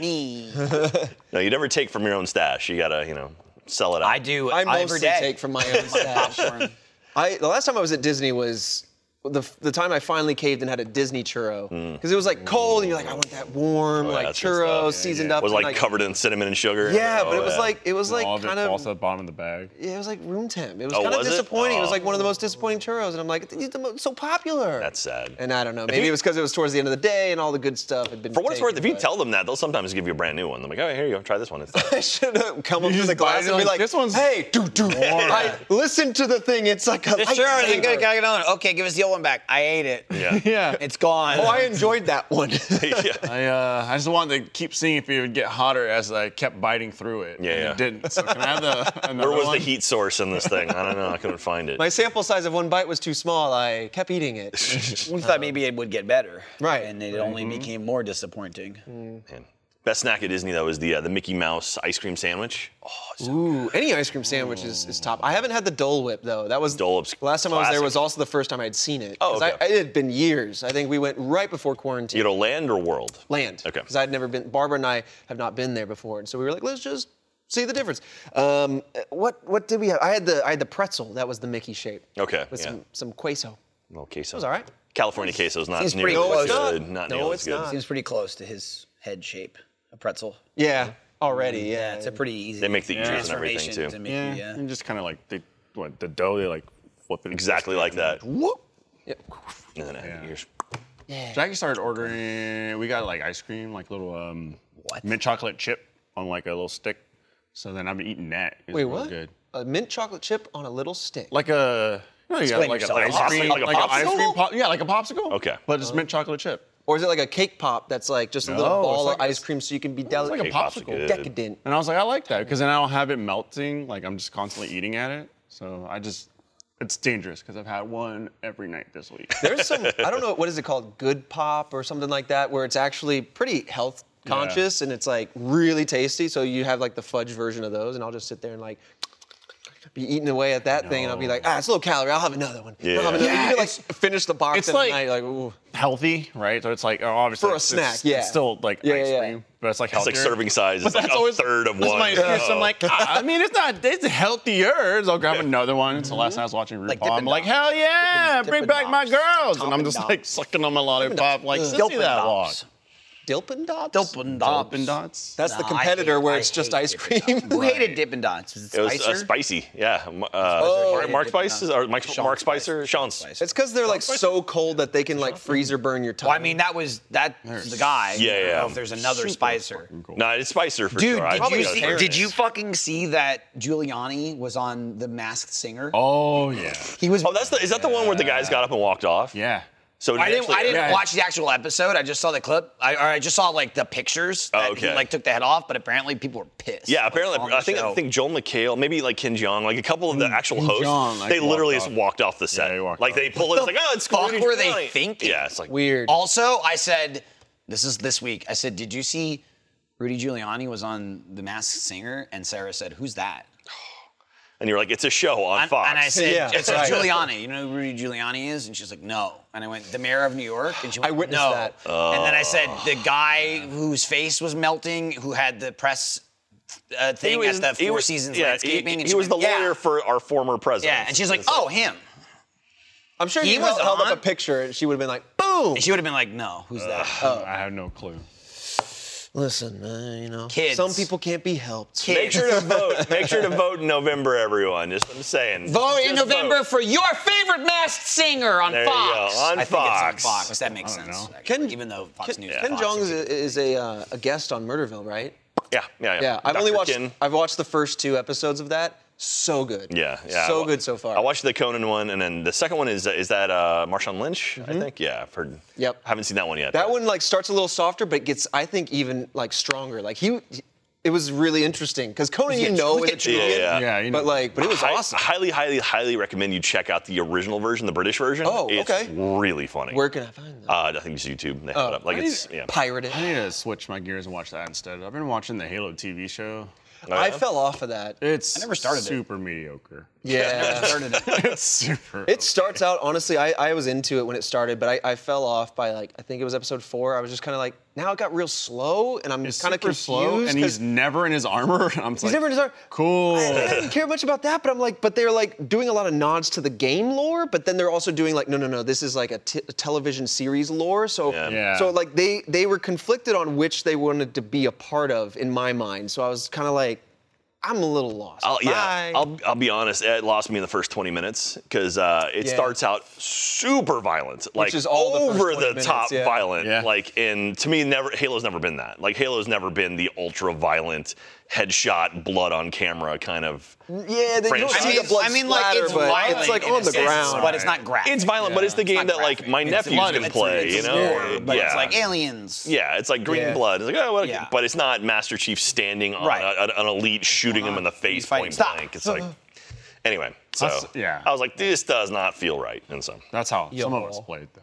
[SPEAKER 1] Me.
[SPEAKER 2] No, you never take from your own stash. You gotta, you know, sell it out.
[SPEAKER 1] I do
[SPEAKER 3] I
[SPEAKER 1] every
[SPEAKER 3] mostly
[SPEAKER 1] day.
[SPEAKER 3] take from my own stash.
[SPEAKER 1] popcorn.
[SPEAKER 3] I the last time I was at Disney was the, the time I finally caved and had a Disney churro because it was like cold and you're like I want that warm
[SPEAKER 2] Mm. Oh, yeah,
[SPEAKER 3] like
[SPEAKER 2] that's good
[SPEAKER 3] churro
[SPEAKER 2] stuff. Yeah,
[SPEAKER 3] seasoned up.
[SPEAKER 2] was
[SPEAKER 3] and,
[SPEAKER 2] like, covered in cinnamon and sugar.
[SPEAKER 3] Yeah,
[SPEAKER 2] Oh,
[SPEAKER 3] but it was
[SPEAKER 2] yeah.
[SPEAKER 3] like it was like
[SPEAKER 4] All of it
[SPEAKER 3] kind
[SPEAKER 4] falls
[SPEAKER 3] of
[SPEAKER 4] to the bottom of the bag.
[SPEAKER 3] yeah, it was like room temp. It was
[SPEAKER 2] Oh,
[SPEAKER 3] kind of
[SPEAKER 2] was it?
[SPEAKER 3] disappointing. It was
[SPEAKER 2] Oh.
[SPEAKER 3] like one of the most disappointing churros, and I'm like "These are so popular.
[SPEAKER 2] That's sad.
[SPEAKER 3] And I don't know. Maybe
[SPEAKER 2] you-
[SPEAKER 3] it was because it was towards the end of the day and all the good stuff had been.
[SPEAKER 2] For what it's worth, if
[SPEAKER 3] taken,
[SPEAKER 2] you
[SPEAKER 3] but-
[SPEAKER 2] tell them that, they'll sometimes give you a brand new one. They're like, oh, here you go, try this one. It's like,
[SPEAKER 3] I should have come up to
[SPEAKER 4] You
[SPEAKER 3] the
[SPEAKER 4] just bite
[SPEAKER 3] glass
[SPEAKER 4] it
[SPEAKER 3] and be
[SPEAKER 4] like,
[SPEAKER 3] like,
[SPEAKER 4] "This one's
[SPEAKER 3] hey, do do. I listen to the thing. It's like a
[SPEAKER 1] Sure, you gotta
[SPEAKER 3] lightsaber."
[SPEAKER 1] gotta get on. Okay, give us the one back. I ate it.
[SPEAKER 2] Yeah.
[SPEAKER 4] Yeah.
[SPEAKER 1] It's gone.
[SPEAKER 3] Oh, I enjoyed that one.
[SPEAKER 2] yeah.
[SPEAKER 4] I, uh, I just wanted to keep seeing if it would get hotter as I kept biting through it.
[SPEAKER 2] Yeah,
[SPEAKER 4] and
[SPEAKER 2] yeah.
[SPEAKER 4] It didn't. So can I have the another
[SPEAKER 2] Where was the
[SPEAKER 4] one?
[SPEAKER 2] heat source in this thing? I don't know. I couldn't find it.
[SPEAKER 3] My sample size of one bite was too small. I kept eating it.
[SPEAKER 1] we thought maybe it would get better.
[SPEAKER 3] Uh-huh. Right. Mm-hmm. Mm.
[SPEAKER 1] And it only became more disappointing.
[SPEAKER 2] Man. Best snack at Disney though is the uh, the Mickey Mouse ice cream sandwich. Oh, it's
[SPEAKER 3] Ooh, any ice cream sandwich is, is top. I haven't had the Dole Whip though. That was
[SPEAKER 2] Dole Whip's
[SPEAKER 3] Last time I was there
[SPEAKER 2] classic.
[SPEAKER 3] was also the first time I had seen it.
[SPEAKER 2] Oh,
[SPEAKER 3] 'Cause
[SPEAKER 2] okay.
[SPEAKER 3] I, it had been years. I think we went right before quarantine.
[SPEAKER 2] you know, land or world?
[SPEAKER 3] land.
[SPEAKER 2] Okay.
[SPEAKER 3] Because I'd never been. Barbara and I have not been there before, and so we were like, let's just see the difference. Um, what what did we have? I had the I had the pretzel. That was the Mickey shape.
[SPEAKER 2] Okay,
[SPEAKER 3] With
[SPEAKER 2] yeah.
[SPEAKER 3] some some queso.
[SPEAKER 2] Little queso.
[SPEAKER 3] was all right.
[SPEAKER 2] California queso is not
[SPEAKER 1] Seems
[SPEAKER 2] nearly
[SPEAKER 1] pretty
[SPEAKER 2] as
[SPEAKER 1] close.
[SPEAKER 3] No, it's
[SPEAKER 2] good.
[SPEAKER 3] not. No,
[SPEAKER 2] nearly as
[SPEAKER 3] it's
[SPEAKER 2] good.
[SPEAKER 3] not.
[SPEAKER 1] Seems pretty close to his head shape, a pretzel.
[SPEAKER 3] Yeah. Already. Mm, Yeah.
[SPEAKER 1] It's a pretty easy.
[SPEAKER 2] They make the ears and everything,
[SPEAKER 1] transformation
[SPEAKER 2] too.
[SPEAKER 1] to uh, Mickey,
[SPEAKER 4] Yeah.
[SPEAKER 1] yeah.
[SPEAKER 4] And just kind of like they, what, the dough, they like flip it.
[SPEAKER 2] Exactly like that.
[SPEAKER 4] Whoop.
[SPEAKER 3] Yeah.
[SPEAKER 2] And then I had
[SPEAKER 4] Yeah.
[SPEAKER 2] ears.
[SPEAKER 4] Jackie started ordering. We got like ice cream, like little um,
[SPEAKER 1] What?
[SPEAKER 4] mint chocolate chip on like a little stick. So then I've been eating that. It's
[SPEAKER 3] Wait,
[SPEAKER 4] real
[SPEAKER 3] what?
[SPEAKER 4] Good.
[SPEAKER 3] A mint chocolate chip on a little stick.
[SPEAKER 4] Like a. No, you got
[SPEAKER 1] Explain
[SPEAKER 4] like an
[SPEAKER 1] yourself.
[SPEAKER 4] ice
[SPEAKER 2] Like a
[SPEAKER 4] cream,
[SPEAKER 2] popsicle?
[SPEAKER 4] like an ice cream
[SPEAKER 2] Popsicle?
[SPEAKER 4] pop. Yeah, like a popsicle.
[SPEAKER 2] Okay.
[SPEAKER 4] But it's mint chocolate chip.
[SPEAKER 3] or is it like a cake pop that's like just a
[SPEAKER 4] No,
[SPEAKER 3] little
[SPEAKER 4] it's
[SPEAKER 3] ball of
[SPEAKER 4] like a-
[SPEAKER 3] ice cream so you can be
[SPEAKER 4] It's like
[SPEAKER 3] delicate,
[SPEAKER 4] a
[SPEAKER 2] Cake pop's
[SPEAKER 4] popsicle.
[SPEAKER 2] good.
[SPEAKER 3] decadent?
[SPEAKER 4] And I was like, I like that because then I don't have it melting. Like I'm just constantly eating at it. So I just, it's dangerous because I've had one every night this week.
[SPEAKER 3] There's some I don't know what is it called, good pop or something like that, where it's actually pretty health conscious and it's like really tasty. So you have like the fudge version of those, and I'll just sit there and like be eating away at that thing, and I'll be like, ah, it's a little calorie. I'll have another one. I'll have
[SPEAKER 2] Yeah.
[SPEAKER 3] another.
[SPEAKER 4] Yeah,
[SPEAKER 3] you can like
[SPEAKER 4] it's-
[SPEAKER 3] finish the box
[SPEAKER 4] it's
[SPEAKER 3] in the
[SPEAKER 4] like-
[SPEAKER 3] night, like ooh.
[SPEAKER 4] Healthy, right? So it's like, oh, obviously
[SPEAKER 3] For a
[SPEAKER 4] it's-
[SPEAKER 3] snack,
[SPEAKER 4] it's,
[SPEAKER 3] yeah.
[SPEAKER 4] It's still like
[SPEAKER 3] Yeah,
[SPEAKER 4] ice
[SPEAKER 3] yeah, yeah.
[SPEAKER 4] cream, but it's like
[SPEAKER 2] It's
[SPEAKER 4] healthier.
[SPEAKER 2] like serving size. It's like a third of
[SPEAKER 4] that's
[SPEAKER 2] one.
[SPEAKER 4] My excuse.
[SPEAKER 2] Oh.
[SPEAKER 4] I'm like, ah, I mean, it's not. It's healthier. So I'll grab another one. So last night I was watching RuPaul.
[SPEAKER 3] Like Dippin'
[SPEAKER 4] I'm like,
[SPEAKER 3] Dots.
[SPEAKER 4] hell yeah,
[SPEAKER 3] Dippin'
[SPEAKER 4] bring back my
[SPEAKER 3] Dots.
[SPEAKER 4] girls, and I'm
[SPEAKER 3] Toppin'
[SPEAKER 4] just
[SPEAKER 3] Dots.
[SPEAKER 4] like sucking on my lollipop,
[SPEAKER 3] Dots.
[SPEAKER 4] like,
[SPEAKER 3] Ugh.
[SPEAKER 4] sissy that walk.
[SPEAKER 1] Dots.
[SPEAKER 3] Dilpin dots.
[SPEAKER 1] Dippin' Dots.
[SPEAKER 4] Dippin' Dots.
[SPEAKER 3] That's the
[SPEAKER 1] No, I
[SPEAKER 3] competitor
[SPEAKER 1] hate-
[SPEAKER 3] where
[SPEAKER 1] I
[SPEAKER 3] it's just
[SPEAKER 1] hate
[SPEAKER 3] ice
[SPEAKER 1] Dippin'
[SPEAKER 3] cream.
[SPEAKER 1] Dots. Who hated Dippin' Dots? Was it
[SPEAKER 2] It was
[SPEAKER 1] Spicer?
[SPEAKER 2] uh, spicy. Yeah. m- Uh, Mark, Mark Spice or Mike, Mark Spicer, Sean's.
[SPEAKER 3] It's because they're like so cold that they can like freezer burn your tongue.
[SPEAKER 1] Well, I mean, that was that the guy.
[SPEAKER 2] Yeah,
[SPEAKER 1] I don't
[SPEAKER 2] yeah.
[SPEAKER 1] know if there's another Spicer.
[SPEAKER 2] No, it's Spicer for
[SPEAKER 1] Dude,
[SPEAKER 2] sure. I
[SPEAKER 1] did you,
[SPEAKER 2] think I
[SPEAKER 1] see,
[SPEAKER 2] heard
[SPEAKER 1] did
[SPEAKER 2] it.
[SPEAKER 1] you fucking see that Giuliani was on The Masked Singer?
[SPEAKER 4] Oh yeah,
[SPEAKER 1] he was.
[SPEAKER 2] Oh, that's the. Is that the one where the guys got up and walked off?
[SPEAKER 4] yeah.
[SPEAKER 2] So did
[SPEAKER 1] I
[SPEAKER 2] it
[SPEAKER 1] didn't. I
[SPEAKER 2] actually-
[SPEAKER 1] didn't
[SPEAKER 4] Yeah.
[SPEAKER 1] watch the actual episode. I just saw the clip. I, or I just saw like the pictures. That He
[SPEAKER 2] Oh, okay.
[SPEAKER 1] like took the head off, but apparently people were pissed.
[SPEAKER 2] Yeah,
[SPEAKER 1] like,
[SPEAKER 2] apparently,
[SPEAKER 1] on the
[SPEAKER 2] I think
[SPEAKER 1] show.
[SPEAKER 2] I think Joel McHale, maybe like Ken Jeong, like a couple of the actual hosts,
[SPEAKER 4] Jeong, like,
[SPEAKER 2] they
[SPEAKER 4] walked
[SPEAKER 2] literally just
[SPEAKER 4] off.
[SPEAKER 2] walked off the set.
[SPEAKER 4] they walked
[SPEAKER 2] like
[SPEAKER 4] off.
[SPEAKER 2] they pull it, it's like, oh, it's
[SPEAKER 1] fuck
[SPEAKER 2] Queen
[SPEAKER 1] were they
[SPEAKER 2] Jeong."
[SPEAKER 1] thinking?
[SPEAKER 2] Yeah, it's like
[SPEAKER 3] weird.
[SPEAKER 1] Also, I said this is this week. I said, did you see Rudy Giuliani was on The Masked Singer? And Sarah said, who's that?
[SPEAKER 2] And you're like, it's a show on
[SPEAKER 1] And,
[SPEAKER 2] Fox.
[SPEAKER 1] and I said,
[SPEAKER 3] Yeah,
[SPEAKER 1] it's
[SPEAKER 3] right.
[SPEAKER 1] Giuliani. You know who Rudy Giuliani is? And she's like, no. And I went, the mayor of New York? And she went,
[SPEAKER 3] I witnessed
[SPEAKER 1] no.
[SPEAKER 3] that.
[SPEAKER 1] and
[SPEAKER 2] Oh.
[SPEAKER 1] then I said, the guy whose face was melting, who had the press uh,
[SPEAKER 2] He
[SPEAKER 1] thing
[SPEAKER 2] was-
[SPEAKER 1] at the
[SPEAKER 2] he
[SPEAKER 1] Four
[SPEAKER 2] was-
[SPEAKER 1] Seasons
[SPEAKER 2] yeah,
[SPEAKER 1] landscaping.
[SPEAKER 2] He,
[SPEAKER 1] and
[SPEAKER 2] he
[SPEAKER 1] she
[SPEAKER 2] was the
[SPEAKER 1] went, yeah.
[SPEAKER 2] lawyer for our former president.
[SPEAKER 1] Yeah, and she's like,
[SPEAKER 2] It's
[SPEAKER 1] oh, him.
[SPEAKER 3] I'm sure
[SPEAKER 1] He
[SPEAKER 3] he
[SPEAKER 1] was
[SPEAKER 3] was held up
[SPEAKER 1] on-
[SPEAKER 3] a picture and she would have been like, boom.
[SPEAKER 1] And she would have been like, no, who's that?
[SPEAKER 4] I have no clue.
[SPEAKER 3] Listen, uh, you know,
[SPEAKER 1] Kids.
[SPEAKER 3] some people can't be helped.
[SPEAKER 1] Kids.
[SPEAKER 2] Make sure to vote. Make sure to vote in November, everyone. Just I'm saying.
[SPEAKER 1] Vote in
[SPEAKER 2] Just
[SPEAKER 1] November
[SPEAKER 2] vote.
[SPEAKER 1] for your favorite masked singer on
[SPEAKER 2] There you
[SPEAKER 1] Fox.
[SPEAKER 2] go, on
[SPEAKER 1] I think
[SPEAKER 2] Fox.
[SPEAKER 1] it's on Fox. That makes
[SPEAKER 4] I don't
[SPEAKER 1] sense.
[SPEAKER 4] know.
[SPEAKER 3] Ken-
[SPEAKER 1] Even though Fox News.
[SPEAKER 3] Ken
[SPEAKER 1] Fox
[SPEAKER 3] Jong
[SPEAKER 1] is-
[SPEAKER 3] is, is a, uh, a guest on Murderville, right?
[SPEAKER 2] Yeah, yeah, yeah.
[SPEAKER 3] Yeah, I've only
[SPEAKER 2] Dr.
[SPEAKER 3] watched.
[SPEAKER 2] Kin.
[SPEAKER 3] I've watched the first two episodes of that. So good.
[SPEAKER 2] Yeah, yeah. I
[SPEAKER 3] So
[SPEAKER 2] wa-
[SPEAKER 3] good so far.
[SPEAKER 2] I watched the Conan one, and then the second one is is that uh, Marshawn Lynch? I think. Yeah, I've heard.
[SPEAKER 3] Mm-hmm. Yep.
[SPEAKER 2] Haven't seen that one yet.
[SPEAKER 3] That one like starts a little softer, but gets I think even like stronger. Like he, it was really interesting because Conan, you know, is a
[SPEAKER 2] Yeah,
[SPEAKER 3] comedian,
[SPEAKER 2] yeah.
[SPEAKER 4] Yeah, you know.
[SPEAKER 3] but like, but it was
[SPEAKER 2] Hi-
[SPEAKER 3] awesome.
[SPEAKER 2] Highly, highly, highly recommend you check out the original version, the British version.
[SPEAKER 3] Oh,
[SPEAKER 2] it's
[SPEAKER 3] okay.
[SPEAKER 2] Really funny.
[SPEAKER 3] Where Oh. can I find that?
[SPEAKER 2] Uh, I think it's YouTube. They have it up. Like
[SPEAKER 4] I
[SPEAKER 2] it's
[SPEAKER 4] need-
[SPEAKER 2] yeah. Oh,
[SPEAKER 3] Pirate it.
[SPEAKER 4] I need to switch my gears and watch that instead. I've been watching the Halo TV show.
[SPEAKER 3] I fell off of that.
[SPEAKER 4] It's
[SPEAKER 1] I never started it.
[SPEAKER 4] super mediocre.
[SPEAKER 3] Yeah.
[SPEAKER 1] started it.
[SPEAKER 4] it's super.
[SPEAKER 3] It starts out honestly. I, I was into it when it started, but I, I fell off by like I think it was episode four. I was just kind of like, now it got real slow, and I'm
[SPEAKER 4] It's
[SPEAKER 3] kind of
[SPEAKER 4] super
[SPEAKER 3] confused.
[SPEAKER 4] slow, and
[SPEAKER 3] 'cause-
[SPEAKER 4] he's never in his armor. I'm
[SPEAKER 3] He's never in his arm.
[SPEAKER 4] Cool.
[SPEAKER 3] I, I didn't care much about that, but I'm like, but they're like doing a lot of nods to the game lore, but then they're also doing like, no, no, no, this is like a t- a television series lore. So,
[SPEAKER 2] Yeah.
[SPEAKER 4] Yeah.
[SPEAKER 3] so like they they were conflicted on which they wanted to be a part of in my mind. So I was kind of like, I'm a little lost.
[SPEAKER 2] I'll, yeah,
[SPEAKER 3] Bye.
[SPEAKER 2] I'll, I'll be honest. It lost me in the first 20 minutes because uh, it
[SPEAKER 3] Yeah.
[SPEAKER 2] starts out super violent, like
[SPEAKER 3] is all the first
[SPEAKER 2] over
[SPEAKER 3] 20
[SPEAKER 2] the
[SPEAKER 3] minutes,
[SPEAKER 2] top
[SPEAKER 3] yeah.
[SPEAKER 2] violent.
[SPEAKER 4] Yeah.
[SPEAKER 2] Like, and to me, never Halo's never been that. Like, Halo's never been the ultra violent. headshot, blood on camera kind of.
[SPEAKER 3] Yeah, they, you
[SPEAKER 2] French
[SPEAKER 3] don't see
[SPEAKER 2] fries.
[SPEAKER 3] the blood
[SPEAKER 1] I mean, like
[SPEAKER 3] splatter,
[SPEAKER 1] it's
[SPEAKER 3] but
[SPEAKER 1] violent.
[SPEAKER 3] it's like
[SPEAKER 1] in a
[SPEAKER 3] on the
[SPEAKER 1] sense,
[SPEAKER 3] ground.
[SPEAKER 1] but it's not graphic.
[SPEAKER 2] It's violent, but it's the game
[SPEAKER 1] not
[SPEAKER 2] that like my
[SPEAKER 1] graphic.
[SPEAKER 2] nephews
[SPEAKER 1] blood,
[SPEAKER 2] can
[SPEAKER 1] it's-
[SPEAKER 2] play.
[SPEAKER 1] it's
[SPEAKER 2] you know,
[SPEAKER 1] gore, but
[SPEAKER 2] yeah.
[SPEAKER 1] it's like aliens.
[SPEAKER 2] Yeah, it's like green
[SPEAKER 3] Yeah.
[SPEAKER 2] blood. It's like, oh, what,
[SPEAKER 1] Yeah.
[SPEAKER 2] but it's not Master Chief standing on
[SPEAKER 1] Right.
[SPEAKER 2] a- a- an elite shooting him in
[SPEAKER 3] Uh-huh.
[SPEAKER 2] the face
[SPEAKER 1] fight.
[SPEAKER 2] point
[SPEAKER 1] Stop.
[SPEAKER 2] blank. It's like, anyway, so
[SPEAKER 4] That's- yeah.
[SPEAKER 2] I was like, this does not feel right, and so
[SPEAKER 4] That's how some of
[SPEAKER 3] Yo.
[SPEAKER 4] us played though.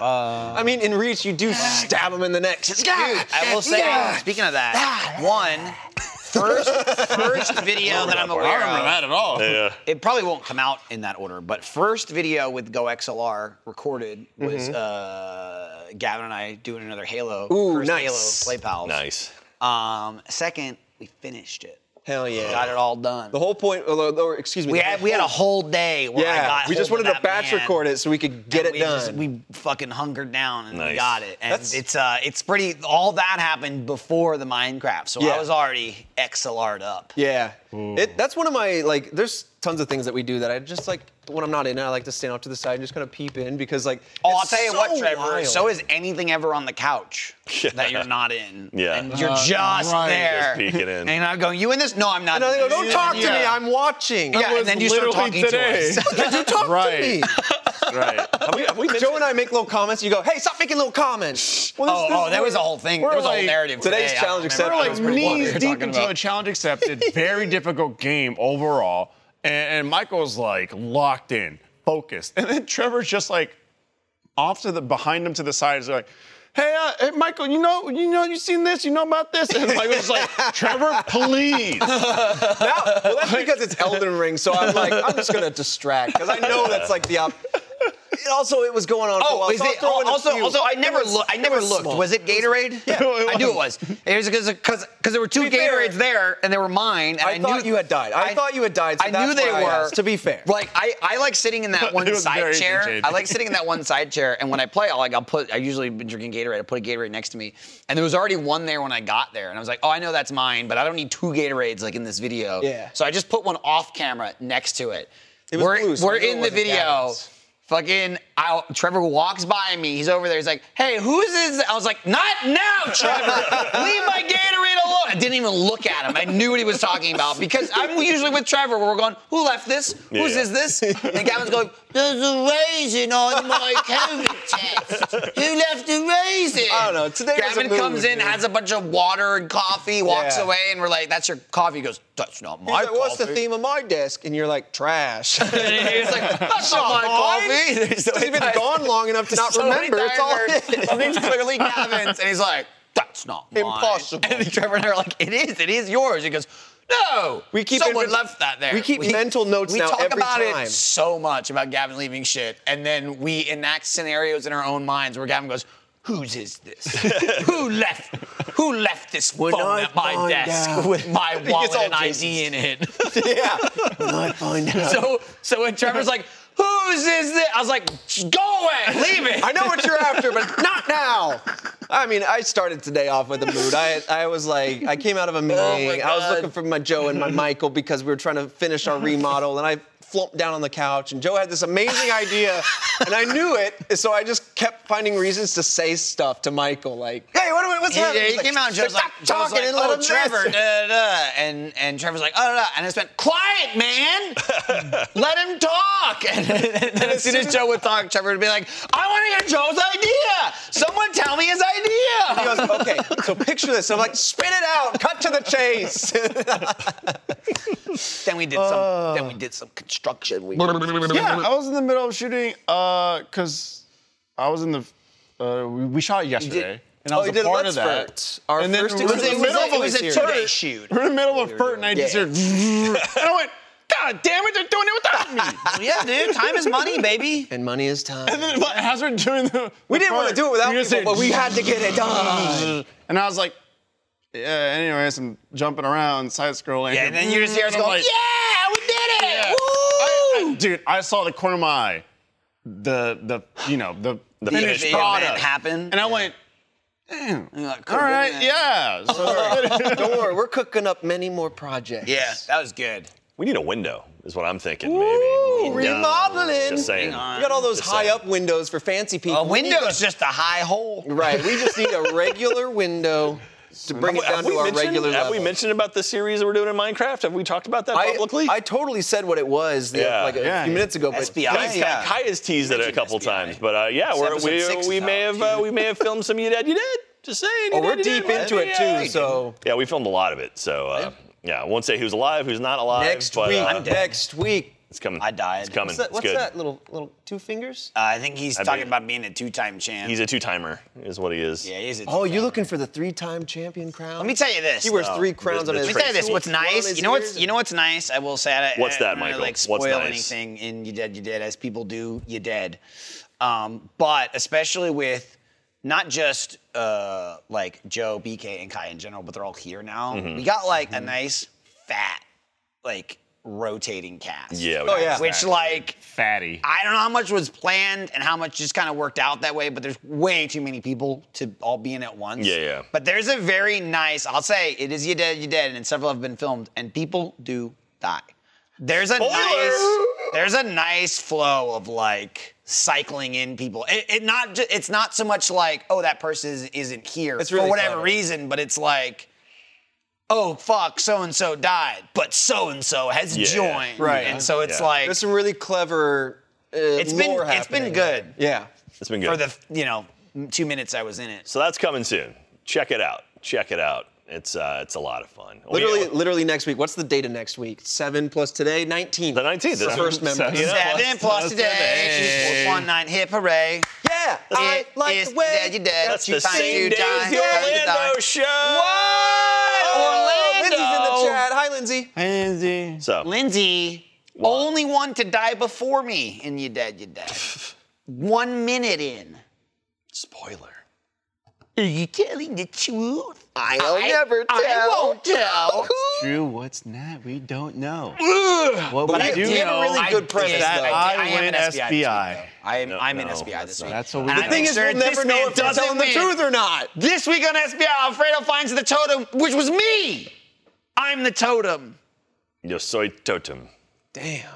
[SPEAKER 3] I mean, in Reach, you do stab him in the neck.
[SPEAKER 1] Dude, I will say, speaking of that, one first first video that I'm
[SPEAKER 2] part.
[SPEAKER 1] aware
[SPEAKER 2] I
[SPEAKER 1] of.
[SPEAKER 4] at all.
[SPEAKER 2] yeah.
[SPEAKER 1] It probably won't come out in that order, but first video with Go XLR recorded
[SPEAKER 2] Mm-hmm.
[SPEAKER 1] was uh, Gavin and I doing another Halo.
[SPEAKER 3] Ooh,
[SPEAKER 1] first
[SPEAKER 3] nice.
[SPEAKER 1] Halo Play Pals.
[SPEAKER 2] nice.
[SPEAKER 1] Um, second, we finished it.
[SPEAKER 3] Hell yeah.
[SPEAKER 1] Got it all done.
[SPEAKER 3] The whole point, or, or excuse me.
[SPEAKER 1] we
[SPEAKER 3] the
[SPEAKER 1] had we had a whole day where I
[SPEAKER 3] Yeah,
[SPEAKER 1] got
[SPEAKER 3] we just
[SPEAKER 1] hold of
[SPEAKER 3] wanted
[SPEAKER 1] that
[SPEAKER 3] to batch
[SPEAKER 1] man,
[SPEAKER 3] record it so we could get
[SPEAKER 1] and
[SPEAKER 3] it
[SPEAKER 1] we
[SPEAKER 3] done.
[SPEAKER 1] Just, we fucking hunkered down and we
[SPEAKER 2] Nice.
[SPEAKER 1] got it. And
[SPEAKER 3] That's-
[SPEAKER 1] it's uh it's pretty all that happened before the Minecraft. So
[SPEAKER 3] Yeah.
[SPEAKER 1] I was already XLR'd up.
[SPEAKER 3] Yeah, it, that's one of my like. There's tons of things that we do that I just like when I'm not in. it, I like to stand off to the side and just kind of peep in because like.
[SPEAKER 1] Oh, I'll
[SPEAKER 3] it's
[SPEAKER 1] tell you
[SPEAKER 3] so
[SPEAKER 1] what, Trevor.
[SPEAKER 3] wild.
[SPEAKER 1] So is anything ever on the couch that you're not in.
[SPEAKER 2] Yeah.
[SPEAKER 1] And you're
[SPEAKER 4] Uh,
[SPEAKER 1] just
[SPEAKER 4] right.
[SPEAKER 1] there.
[SPEAKER 2] Just peeking in.
[SPEAKER 1] And I'm going, you in this? No, I'm not.
[SPEAKER 3] And I
[SPEAKER 1] in
[SPEAKER 3] go,
[SPEAKER 1] this."
[SPEAKER 3] don't talk to me.
[SPEAKER 4] Yeah.
[SPEAKER 3] I'm watching.
[SPEAKER 1] Yeah, and then you start
[SPEAKER 4] literally
[SPEAKER 1] talking
[SPEAKER 4] today.
[SPEAKER 1] to us.
[SPEAKER 3] Did you talk
[SPEAKER 4] Right.
[SPEAKER 3] to me?
[SPEAKER 4] right.
[SPEAKER 2] Have we, have we mentioned-
[SPEAKER 3] Joe and I make little comments. You go, hey, stop making little comments. Well,
[SPEAKER 1] oh, oh, there was a whole thing. There
[SPEAKER 4] we're
[SPEAKER 1] was a whole
[SPEAKER 4] like-
[SPEAKER 1] narrative.
[SPEAKER 3] Today's
[SPEAKER 1] today. I
[SPEAKER 3] challenge
[SPEAKER 1] remember.
[SPEAKER 3] accepted.
[SPEAKER 1] It was
[SPEAKER 4] We're like
[SPEAKER 1] pretty wild.
[SPEAKER 4] knees deep into a challenge accepted, very difficult game overall. And, and Michael's like locked in, focused. And then Trevor's just like off to the behind him to the side. He's like, hey, uh, hey, Michael, you know, you know, you seen this, you know about this. And Michael's like, Trevor, please.
[SPEAKER 3] Now- well, that's because it's Elden Ring, so I'm like, I'm just gonna distract because I know that's like the op. And also, it was going on. for a
[SPEAKER 1] Oh,
[SPEAKER 3] while,
[SPEAKER 1] is
[SPEAKER 3] so I'll
[SPEAKER 1] it,
[SPEAKER 3] throw in a
[SPEAKER 1] also,
[SPEAKER 3] few.
[SPEAKER 1] also, I
[SPEAKER 3] It
[SPEAKER 1] never
[SPEAKER 3] was-
[SPEAKER 1] looked. I
[SPEAKER 3] it
[SPEAKER 1] never
[SPEAKER 3] was
[SPEAKER 1] looked.
[SPEAKER 3] small.
[SPEAKER 1] Was it Gatorade?
[SPEAKER 3] Yeah, it
[SPEAKER 1] I knew it was. It was because because there were two
[SPEAKER 3] be fair,
[SPEAKER 1] Gatorades there, and they were mine. And
[SPEAKER 3] I
[SPEAKER 1] I,
[SPEAKER 3] thought
[SPEAKER 1] knew,
[SPEAKER 3] you had died. I thought you had died, so
[SPEAKER 1] I
[SPEAKER 3] that's
[SPEAKER 1] knew they
[SPEAKER 3] why I
[SPEAKER 1] were.
[SPEAKER 3] asked, to be fair.
[SPEAKER 1] like I, I like sitting in that one
[SPEAKER 4] It was
[SPEAKER 1] side
[SPEAKER 4] very
[SPEAKER 1] chair.
[SPEAKER 4] contagious.
[SPEAKER 1] I like sitting in that one side chair, and when I play, I like I'll put. I usually been drinking Gatorade. I put a Gatorade next to me, and there was already one there when I got there, and I was like, oh, I know that's mine, but I don't need two Gatorades like in this video.
[SPEAKER 3] Yeah.
[SPEAKER 1] So I just put one off camera next to it.
[SPEAKER 3] was
[SPEAKER 1] we're
[SPEAKER 3] blue, so
[SPEAKER 1] we're
[SPEAKER 3] I knew it
[SPEAKER 1] in the
[SPEAKER 3] wasn't
[SPEAKER 1] video.
[SPEAKER 3] Gavin's.
[SPEAKER 1] Fucking, I, Trevor walks by me. He's over there. He's like, "Hey, who's this?" I was like, "Not now, Trevor. Leave my Gatorade alone." I didn't even look at him. I knew what he was talking about because I'm usually with Trevor. Where we're going, "Who left this? Whose
[SPEAKER 2] Yeah.
[SPEAKER 1] is this?" And Gavin's going, "There's a raisin on my COVID test. Who left the raisin?"
[SPEAKER 3] I don't know. Today was a
[SPEAKER 1] Gavin
[SPEAKER 3] mood,
[SPEAKER 1] comes in,
[SPEAKER 3] dude.
[SPEAKER 1] has a bunch of water and coffee, walks
[SPEAKER 3] Yeah.
[SPEAKER 1] away, and we're like, "That's your coffee." He goes, "That's not
[SPEAKER 3] He's
[SPEAKER 1] my
[SPEAKER 3] like, what's the
[SPEAKER 1] coffee."
[SPEAKER 3] theme of my desk? And you're like, trash.
[SPEAKER 1] And he's like, "That's not my
[SPEAKER 3] Not mine.
[SPEAKER 1] coffee."
[SPEAKER 3] It's
[SPEAKER 1] So he
[SPEAKER 3] been
[SPEAKER 1] dies.
[SPEAKER 3] gone long enough to not
[SPEAKER 1] So many
[SPEAKER 3] remember. It's all
[SPEAKER 1] times heard, "Well, these clearly Gavin's, and he's like, "That's not mine."
[SPEAKER 3] Impossible.
[SPEAKER 1] And Trevor and I are like, "It is. It is yours." He goes, "No."
[SPEAKER 3] We keep
[SPEAKER 1] someone
[SPEAKER 3] inven-
[SPEAKER 1] left that there.
[SPEAKER 3] we keep mental notes
[SPEAKER 1] we
[SPEAKER 3] now
[SPEAKER 1] talk
[SPEAKER 3] every
[SPEAKER 1] about
[SPEAKER 3] time.
[SPEAKER 1] it so much about Gavin leaving shit, and then we enact scenarios in our own minds where Gavin goes. Whose is this? Who left? Who left this
[SPEAKER 3] When
[SPEAKER 1] phone
[SPEAKER 3] I
[SPEAKER 1] at my
[SPEAKER 3] find
[SPEAKER 1] desk
[SPEAKER 3] out.
[SPEAKER 1] with my
[SPEAKER 3] gets
[SPEAKER 1] wallet
[SPEAKER 3] all
[SPEAKER 1] and ID in it?
[SPEAKER 3] yeah. When I find out.
[SPEAKER 1] So, so when Trevor's like, "Whose is this?" I was like, "Go away, leave it."
[SPEAKER 3] I know what you're after, but not now. I mean, I started today off with a mood. I, I was like, I came out of a meeting. I was
[SPEAKER 1] Oh God.
[SPEAKER 3] looking for my Joe and my Michael because we were trying to finish our remodel, and I flumped down on the couch. And Joe had this amazing idea, and I knew it, so I just kept finding reasons to say stuff to Michael, like, "Hey, what, are we- what's
[SPEAKER 1] He,
[SPEAKER 3] happening?"
[SPEAKER 1] he
[SPEAKER 3] He's like,
[SPEAKER 1] came out and Joe's like, Joe's
[SPEAKER 3] "Stop talking
[SPEAKER 1] like,
[SPEAKER 3] and let
[SPEAKER 1] oh,
[SPEAKER 3] him
[SPEAKER 1] Trevor, da,
[SPEAKER 3] listen."
[SPEAKER 1] da, da. and and Trevor's like, oh, da, da. and I spent quiet, man, let him talk. And, then as soon as Joe would talk, Trevor would be like, I want to hear Joe's idea. Someone tell me his
[SPEAKER 3] He
[SPEAKER 1] idea.
[SPEAKER 3] goes, okay, so picture this. I'm like, spit it out, cut to the chase.
[SPEAKER 1] Then we did some. Then we did some construction. We
[SPEAKER 4] yeah, I was in the middle of shooting because I was in the. Uh, we, we shot yesterday, and I
[SPEAKER 3] Oh,
[SPEAKER 4] was
[SPEAKER 3] you
[SPEAKER 4] a
[SPEAKER 3] did
[SPEAKER 4] part
[SPEAKER 3] Let's
[SPEAKER 4] of that.
[SPEAKER 3] Furt, our
[SPEAKER 4] and then
[SPEAKER 3] first
[SPEAKER 4] we were in
[SPEAKER 1] It
[SPEAKER 4] the
[SPEAKER 1] was,
[SPEAKER 3] experience.
[SPEAKER 4] middle
[SPEAKER 1] a- it was
[SPEAKER 4] of a
[SPEAKER 1] a two-day shoot.
[SPEAKER 4] We're in the middle of Furt, and I just
[SPEAKER 3] Yeah.
[SPEAKER 4] heard, and I went, "God damn it, they're doing it without me!"
[SPEAKER 1] yeah, dude, time is money, baby.
[SPEAKER 3] and money is time.
[SPEAKER 4] And then, but as we're doing the,
[SPEAKER 3] we didn't want to do it without people, but we had to get it done.
[SPEAKER 4] And I was like, "Yeah." Anyways, I'm jumping around, side scrolling.
[SPEAKER 1] Yeah, and then you just hear us
[SPEAKER 4] I'm
[SPEAKER 1] going,
[SPEAKER 4] like,
[SPEAKER 1] yeah, we did it!
[SPEAKER 4] Yeah.
[SPEAKER 1] Woo!
[SPEAKER 4] I- I- dude, I saw the corner of my eye, the the you know the, the finished
[SPEAKER 1] event
[SPEAKER 4] product
[SPEAKER 1] happened.
[SPEAKER 4] and I went, damn.
[SPEAKER 1] like,
[SPEAKER 4] all right,
[SPEAKER 1] "Could've been
[SPEAKER 4] yeah. So-
[SPEAKER 3] Don't worry, we're cooking up many more projects.
[SPEAKER 1] Yeah, that was good.
[SPEAKER 2] we need a window, is what I'm thinking.
[SPEAKER 3] Ooh,
[SPEAKER 2] maybe.
[SPEAKER 3] remodeling.
[SPEAKER 2] Just saying.
[SPEAKER 1] Hang on.
[SPEAKER 3] We got all those
[SPEAKER 2] Just
[SPEAKER 3] high
[SPEAKER 2] saying.
[SPEAKER 3] up windows for fancy people.
[SPEAKER 1] A
[SPEAKER 3] We need
[SPEAKER 1] window's just a high hole. Uh,
[SPEAKER 3] a- right. We just need a regular window. to bring it down to our
[SPEAKER 2] mentioned-
[SPEAKER 3] regular
[SPEAKER 2] have
[SPEAKER 3] level.
[SPEAKER 2] we mentioned about the series that we're doing in Minecraft? Have we talked about that
[SPEAKER 3] I,
[SPEAKER 2] publicly?
[SPEAKER 3] I totally said what it was the-
[SPEAKER 2] Yeah.
[SPEAKER 3] like a
[SPEAKER 4] Yeah,
[SPEAKER 3] few
[SPEAKER 4] yeah.
[SPEAKER 3] minutes ago. But
[SPEAKER 1] SBI.
[SPEAKER 2] Kai, Kai-
[SPEAKER 1] yeah.
[SPEAKER 2] Kai has teased it a
[SPEAKER 1] Mentioned
[SPEAKER 2] couple
[SPEAKER 1] SBI.
[SPEAKER 2] times, but uh, yeah,
[SPEAKER 1] This
[SPEAKER 2] we're,
[SPEAKER 1] episode six
[SPEAKER 2] we,
[SPEAKER 1] is
[SPEAKER 2] we may
[SPEAKER 1] out,
[SPEAKER 2] have uh,
[SPEAKER 1] dude.
[SPEAKER 2] we may have filmed some. You did, you did. Just saying. you
[SPEAKER 3] Oh, we're
[SPEAKER 2] did, you
[SPEAKER 3] deep
[SPEAKER 2] did.
[SPEAKER 3] into it
[SPEAKER 2] Yeah.
[SPEAKER 3] too, so
[SPEAKER 2] yeah, we filmed a lot of it. So uh, yeah, I won't say who's alive, who's not alive.
[SPEAKER 3] next
[SPEAKER 2] but,
[SPEAKER 3] week,
[SPEAKER 2] uh,
[SPEAKER 3] next week.
[SPEAKER 2] it's coming.
[SPEAKER 1] I died.
[SPEAKER 2] It's coming.
[SPEAKER 3] What's that,
[SPEAKER 2] it's
[SPEAKER 3] what's
[SPEAKER 2] good.
[SPEAKER 3] that little little two fingers?
[SPEAKER 1] Uh, I think he's
[SPEAKER 2] I
[SPEAKER 1] talking
[SPEAKER 2] mean-
[SPEAKER 1] about being a two-time champ.
[SPEAKER 2] He's a two-timer, is what he is.
[SPEAKER 1] yeah, he's a
[SPEAKER 3] Oh,
[SPEAKER 1] two-time.
[SPEAKER 3] you're looking for the three-time champion crown?
[SPEAKER 1] Let me tell you this.
[SPEAKER 3] He wears
[SPEAKER 1] though.
[SPEAKER 3] three crowns on
[SPEAKER 2] the
[SPEAKER 3] his.
[SPEAKER 1] Let me tell you this.
[SPEAKER 2] Three
[SPEAKER 1] What's
[SPEAKER 3] one on
[SPEAKER 1] nice?
[SPEAKER 3] his
[SPEAKER 1] You know what's
[SPEAKER 3] ears.
[SPEAKER 1] you know what's nice. I will say. I, I-
[SPEAKER 2] What's
[SPEAKER 1] I
[SPEAKER 2] that,
[SPEAKER 1] don't wanna,
[SPEAKER 2] Michael?
[SPEAKER 1] Like
[SPEAKER 2] What's
[SPEAKER 1] spoil
[SPEAKER 2] nice?
[SPEAKER 1] anything in you dead, you dead. As people do, you dead. Um, but especially with not just uh, like Joe, BK, and Kai in general, but they're all here now.
[SPEAKER 2] Mm-hmm.
[SPEAKER 1] We got like a nice fat like rotating cast.
[SPEAKER 2] Yeah. we
[SPEAKER 3] Oh
[SPEAKER 2] got
[SPEAKER 3] yeah.
[SPEAKER 1] Which like
[SPEAKER 4] Fatty.
[SPEAKER 1] I don't know how much was planned and how much just kind of worked out that way, but there's way too many people to all be in at once.
[SPEAKER 2] Yeah, yeah.
[SPEAKER 1] But there's a very nice, I'll say it is you dead, you dead, and several have been filmed, and people do die. There's a nice there's a nice flow of like cycling in people. It, it not ju- it's not so much like, oh, that person is, isn't here
[SPEAKER 3] It's really
[SPEAKER 1] for whatever
[SPEAKER 3] clever.
[SPEAKER 1] reason, but it's like Oh fuck! So and so died, but so and so has
[SPEAKER 2] Yeah.
[SPEAKER 1] joined,
[SPEAKER 3] Right.
[SPEAKER 1] And so it's
[SPEAKER 2] Yeah.
[SPEAKER 1] like
[SPEAKER 3] There's some really clever. Uh,
[SPEAKER 1] it's been
[SPEAKER 3] lore
[SPEAKER 1] it's been
[SPEAKER 3] happening.
[SPEAKER 1] good
[SPEAKER 3] Yeah.
[SPEAKER 2] It's been good.
[SPEAKER 1] for the you know two minutes I was in it.
[SPEAKER 2] so that's coming soon. Check it out. Check it out. It's uh, it's a lot of fun. We-
[SPEAKER 3] Literally, literally next week. What's the date of next week? Seven plus today, nineteen.
[SPEAKER 2] The 19th,
[SPEAKER 3] The
[SPEAKER 2] isn't
[SPEAKER 3] first
[SPEAKER 2] it?
[SPEAKER 3] member.
[SPEAKER 4] Seven.
[SPEAKER 3] Yeah,
[SPEAKER 1] Seven plus today, one nine hip hooray!
[SPEAKER 3] I
[SPEAKER 1] It
[SPEAKER 3] like
[SPEAKER 1] is
[SPEAKER 3] the way.
[SPEAKER 1] dead, you dead.
[SPEAKER 2] That's
[SPEAKER 1] Two
[SPEAKER 2] the
[SPEAKER 1] times
[SPEAKER 2] same
[SPEAKER 1] two
[SPEAKER 2] day as
[SPEAKER 1] times
[SPEAKER 2] the
[SPEAKER 1] two times two
[SPEAKER 2] Orlando
[SPEAKER 1] times.
[SPEAKER 2] show.
[SPEAKER 3] Oh, Lindsay's in the
[SPEAKER 2] Orlando.
[SPEAKER 3] chat. Hi, Lindsay.
[SPEAKER 2] So
[SPEAKER 1] Lindsay, only one to die before me, and you dead, you dead. one minute in.
[SPEAKER 2] spoiler.
[SPEAKER 1] Are you telling the truth?
[SPEAKER 3] I'll never
[SPEAKER 1] I
[SPEAKER 3] tell.
[SPEAKER 1] won't tell.
[SPEAKER 4] True, what's not? We don't know. what
[SPEAKER 3] But I
[SPEAKER 4] do
[SPEAKER 3] did
[SPEAKER 4] know
[SPEAKER 3] really
[SPEAKER 1] I
[SPEAKER 3] good
[SPEAKER 1] did.
[SPEAKER 3] premise,
[SPEAKER 1] I,
[SPEAKER 3] though.
[SPEAKER 1] did.
[SPEAKER 4] I
[SPEAKER 1] am an
[SPEAKER 4] win
[SPEAKER 1] SBI. this
[SPEAKER 4] SBI.
[SPEAKER 1] week, though. I am,
[SPEAKER 2] No,
[SPEAKER 1] I'm in
[SPEAKER 2] no,
[SPEAKER 1] SBI
[SPEAKER 2] that's
[SPEAKER 1] this
[SPEAKER 2] not-
[SPEAKER 1] week.
[SPEAKER 4] That's what we
[SPEAKER 1] And
[SPEAKER 4] know.
[SPEAKER 1] I'm
[SPEAKER 3] The thing is,
[SPEAKER 1] sure
[SPEAKER 3] we'll never
[SPEAKER 1] this
[SPEAKER 3] know
[SPEAKER 1] man
[SPEAKER 3] if they're
[SPEAKER 1] doesn't
[SPEAKER 3] telling the
[SPEAKER 1] win.
[SPEAKER 3] truth or not.
[SPEAKER 1] This week on SBI, Alfredo finds the totem, which was me. I'm the totem.
[SPEAKER 2] Yo soy totem.
[SPEAKER 3] Damn.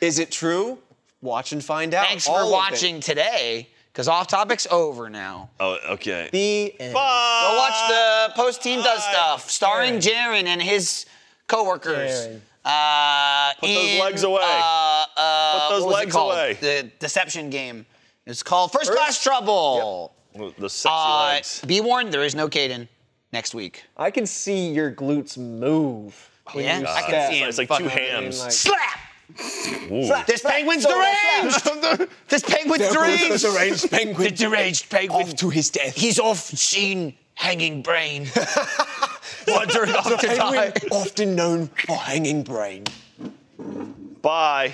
[SPEAKER 3] Is it true? Watch and find out.
[SPEAKER 1] Thanks
[SPEAKER 3] All of
[SPEAKER 1] for
[SPEAKER 3] it.
[SPEAKER 1] watching today, because off topic's over now.
[SPEAKER 2] Oh, okay.
[SPEAKER 3] The end.
[SPEAKER 1] Go watch the post team does stuff, starring Jaron and his coworkers.
[SPEAKER 3] Jaren.
[SPEAKER 1] Uh, Put
[SPEAKER 2] those legs away.
[SPEAKER 1] Uh, uh,
[SPEAKER 2] Put
[SPEAKER 1] what was
[SPEAKER 2] those
[SPEAKER 1] it
[SPEAKER 2] legs
[SPEAKER 1] called?
[SPEAKER 2] away.
[SPEAKER 1] The deception game. It's called First, Class Trouble.
[SPEAKER 2] The sexy
[SPEAKER 1] Uh,
[SPEAKER 2] legs.
[SPEAKER 1] be warned, there is no Caden next week.
[SPEAKER 3] I can see your glutes move. when
[SPEAKER 1] Oh, yeah?
[SPEAKER 3] you
[SPEAKER 1] I can
[SPEAKER 3] step.
[SPEAKER 1] see it.
[SPEAKER 2] It's like
[SPEAKER 1] fucking-
[SPEAKER 2] two hams.
[SPEAKER 3] Like-
[SPEAKER 1] Slap!
[SPEAKER 2] Ooh.
[SPEAKER 1] This penguin's
[SPEAKER 3] So
[SPEAKER 1] deranged. this penguin's deranged.
[SPEAKER 3] deranged penguin.
[SPEAKER 1] The deranged penguin.
[SPEAKER 3] Off to his death.
[SPEAKER 1] He's off seen hanging brain. Wandering off to die.
[SPEAKER 3] Penguin, often known for hanging brain.
[SPEAKER 2] Bye.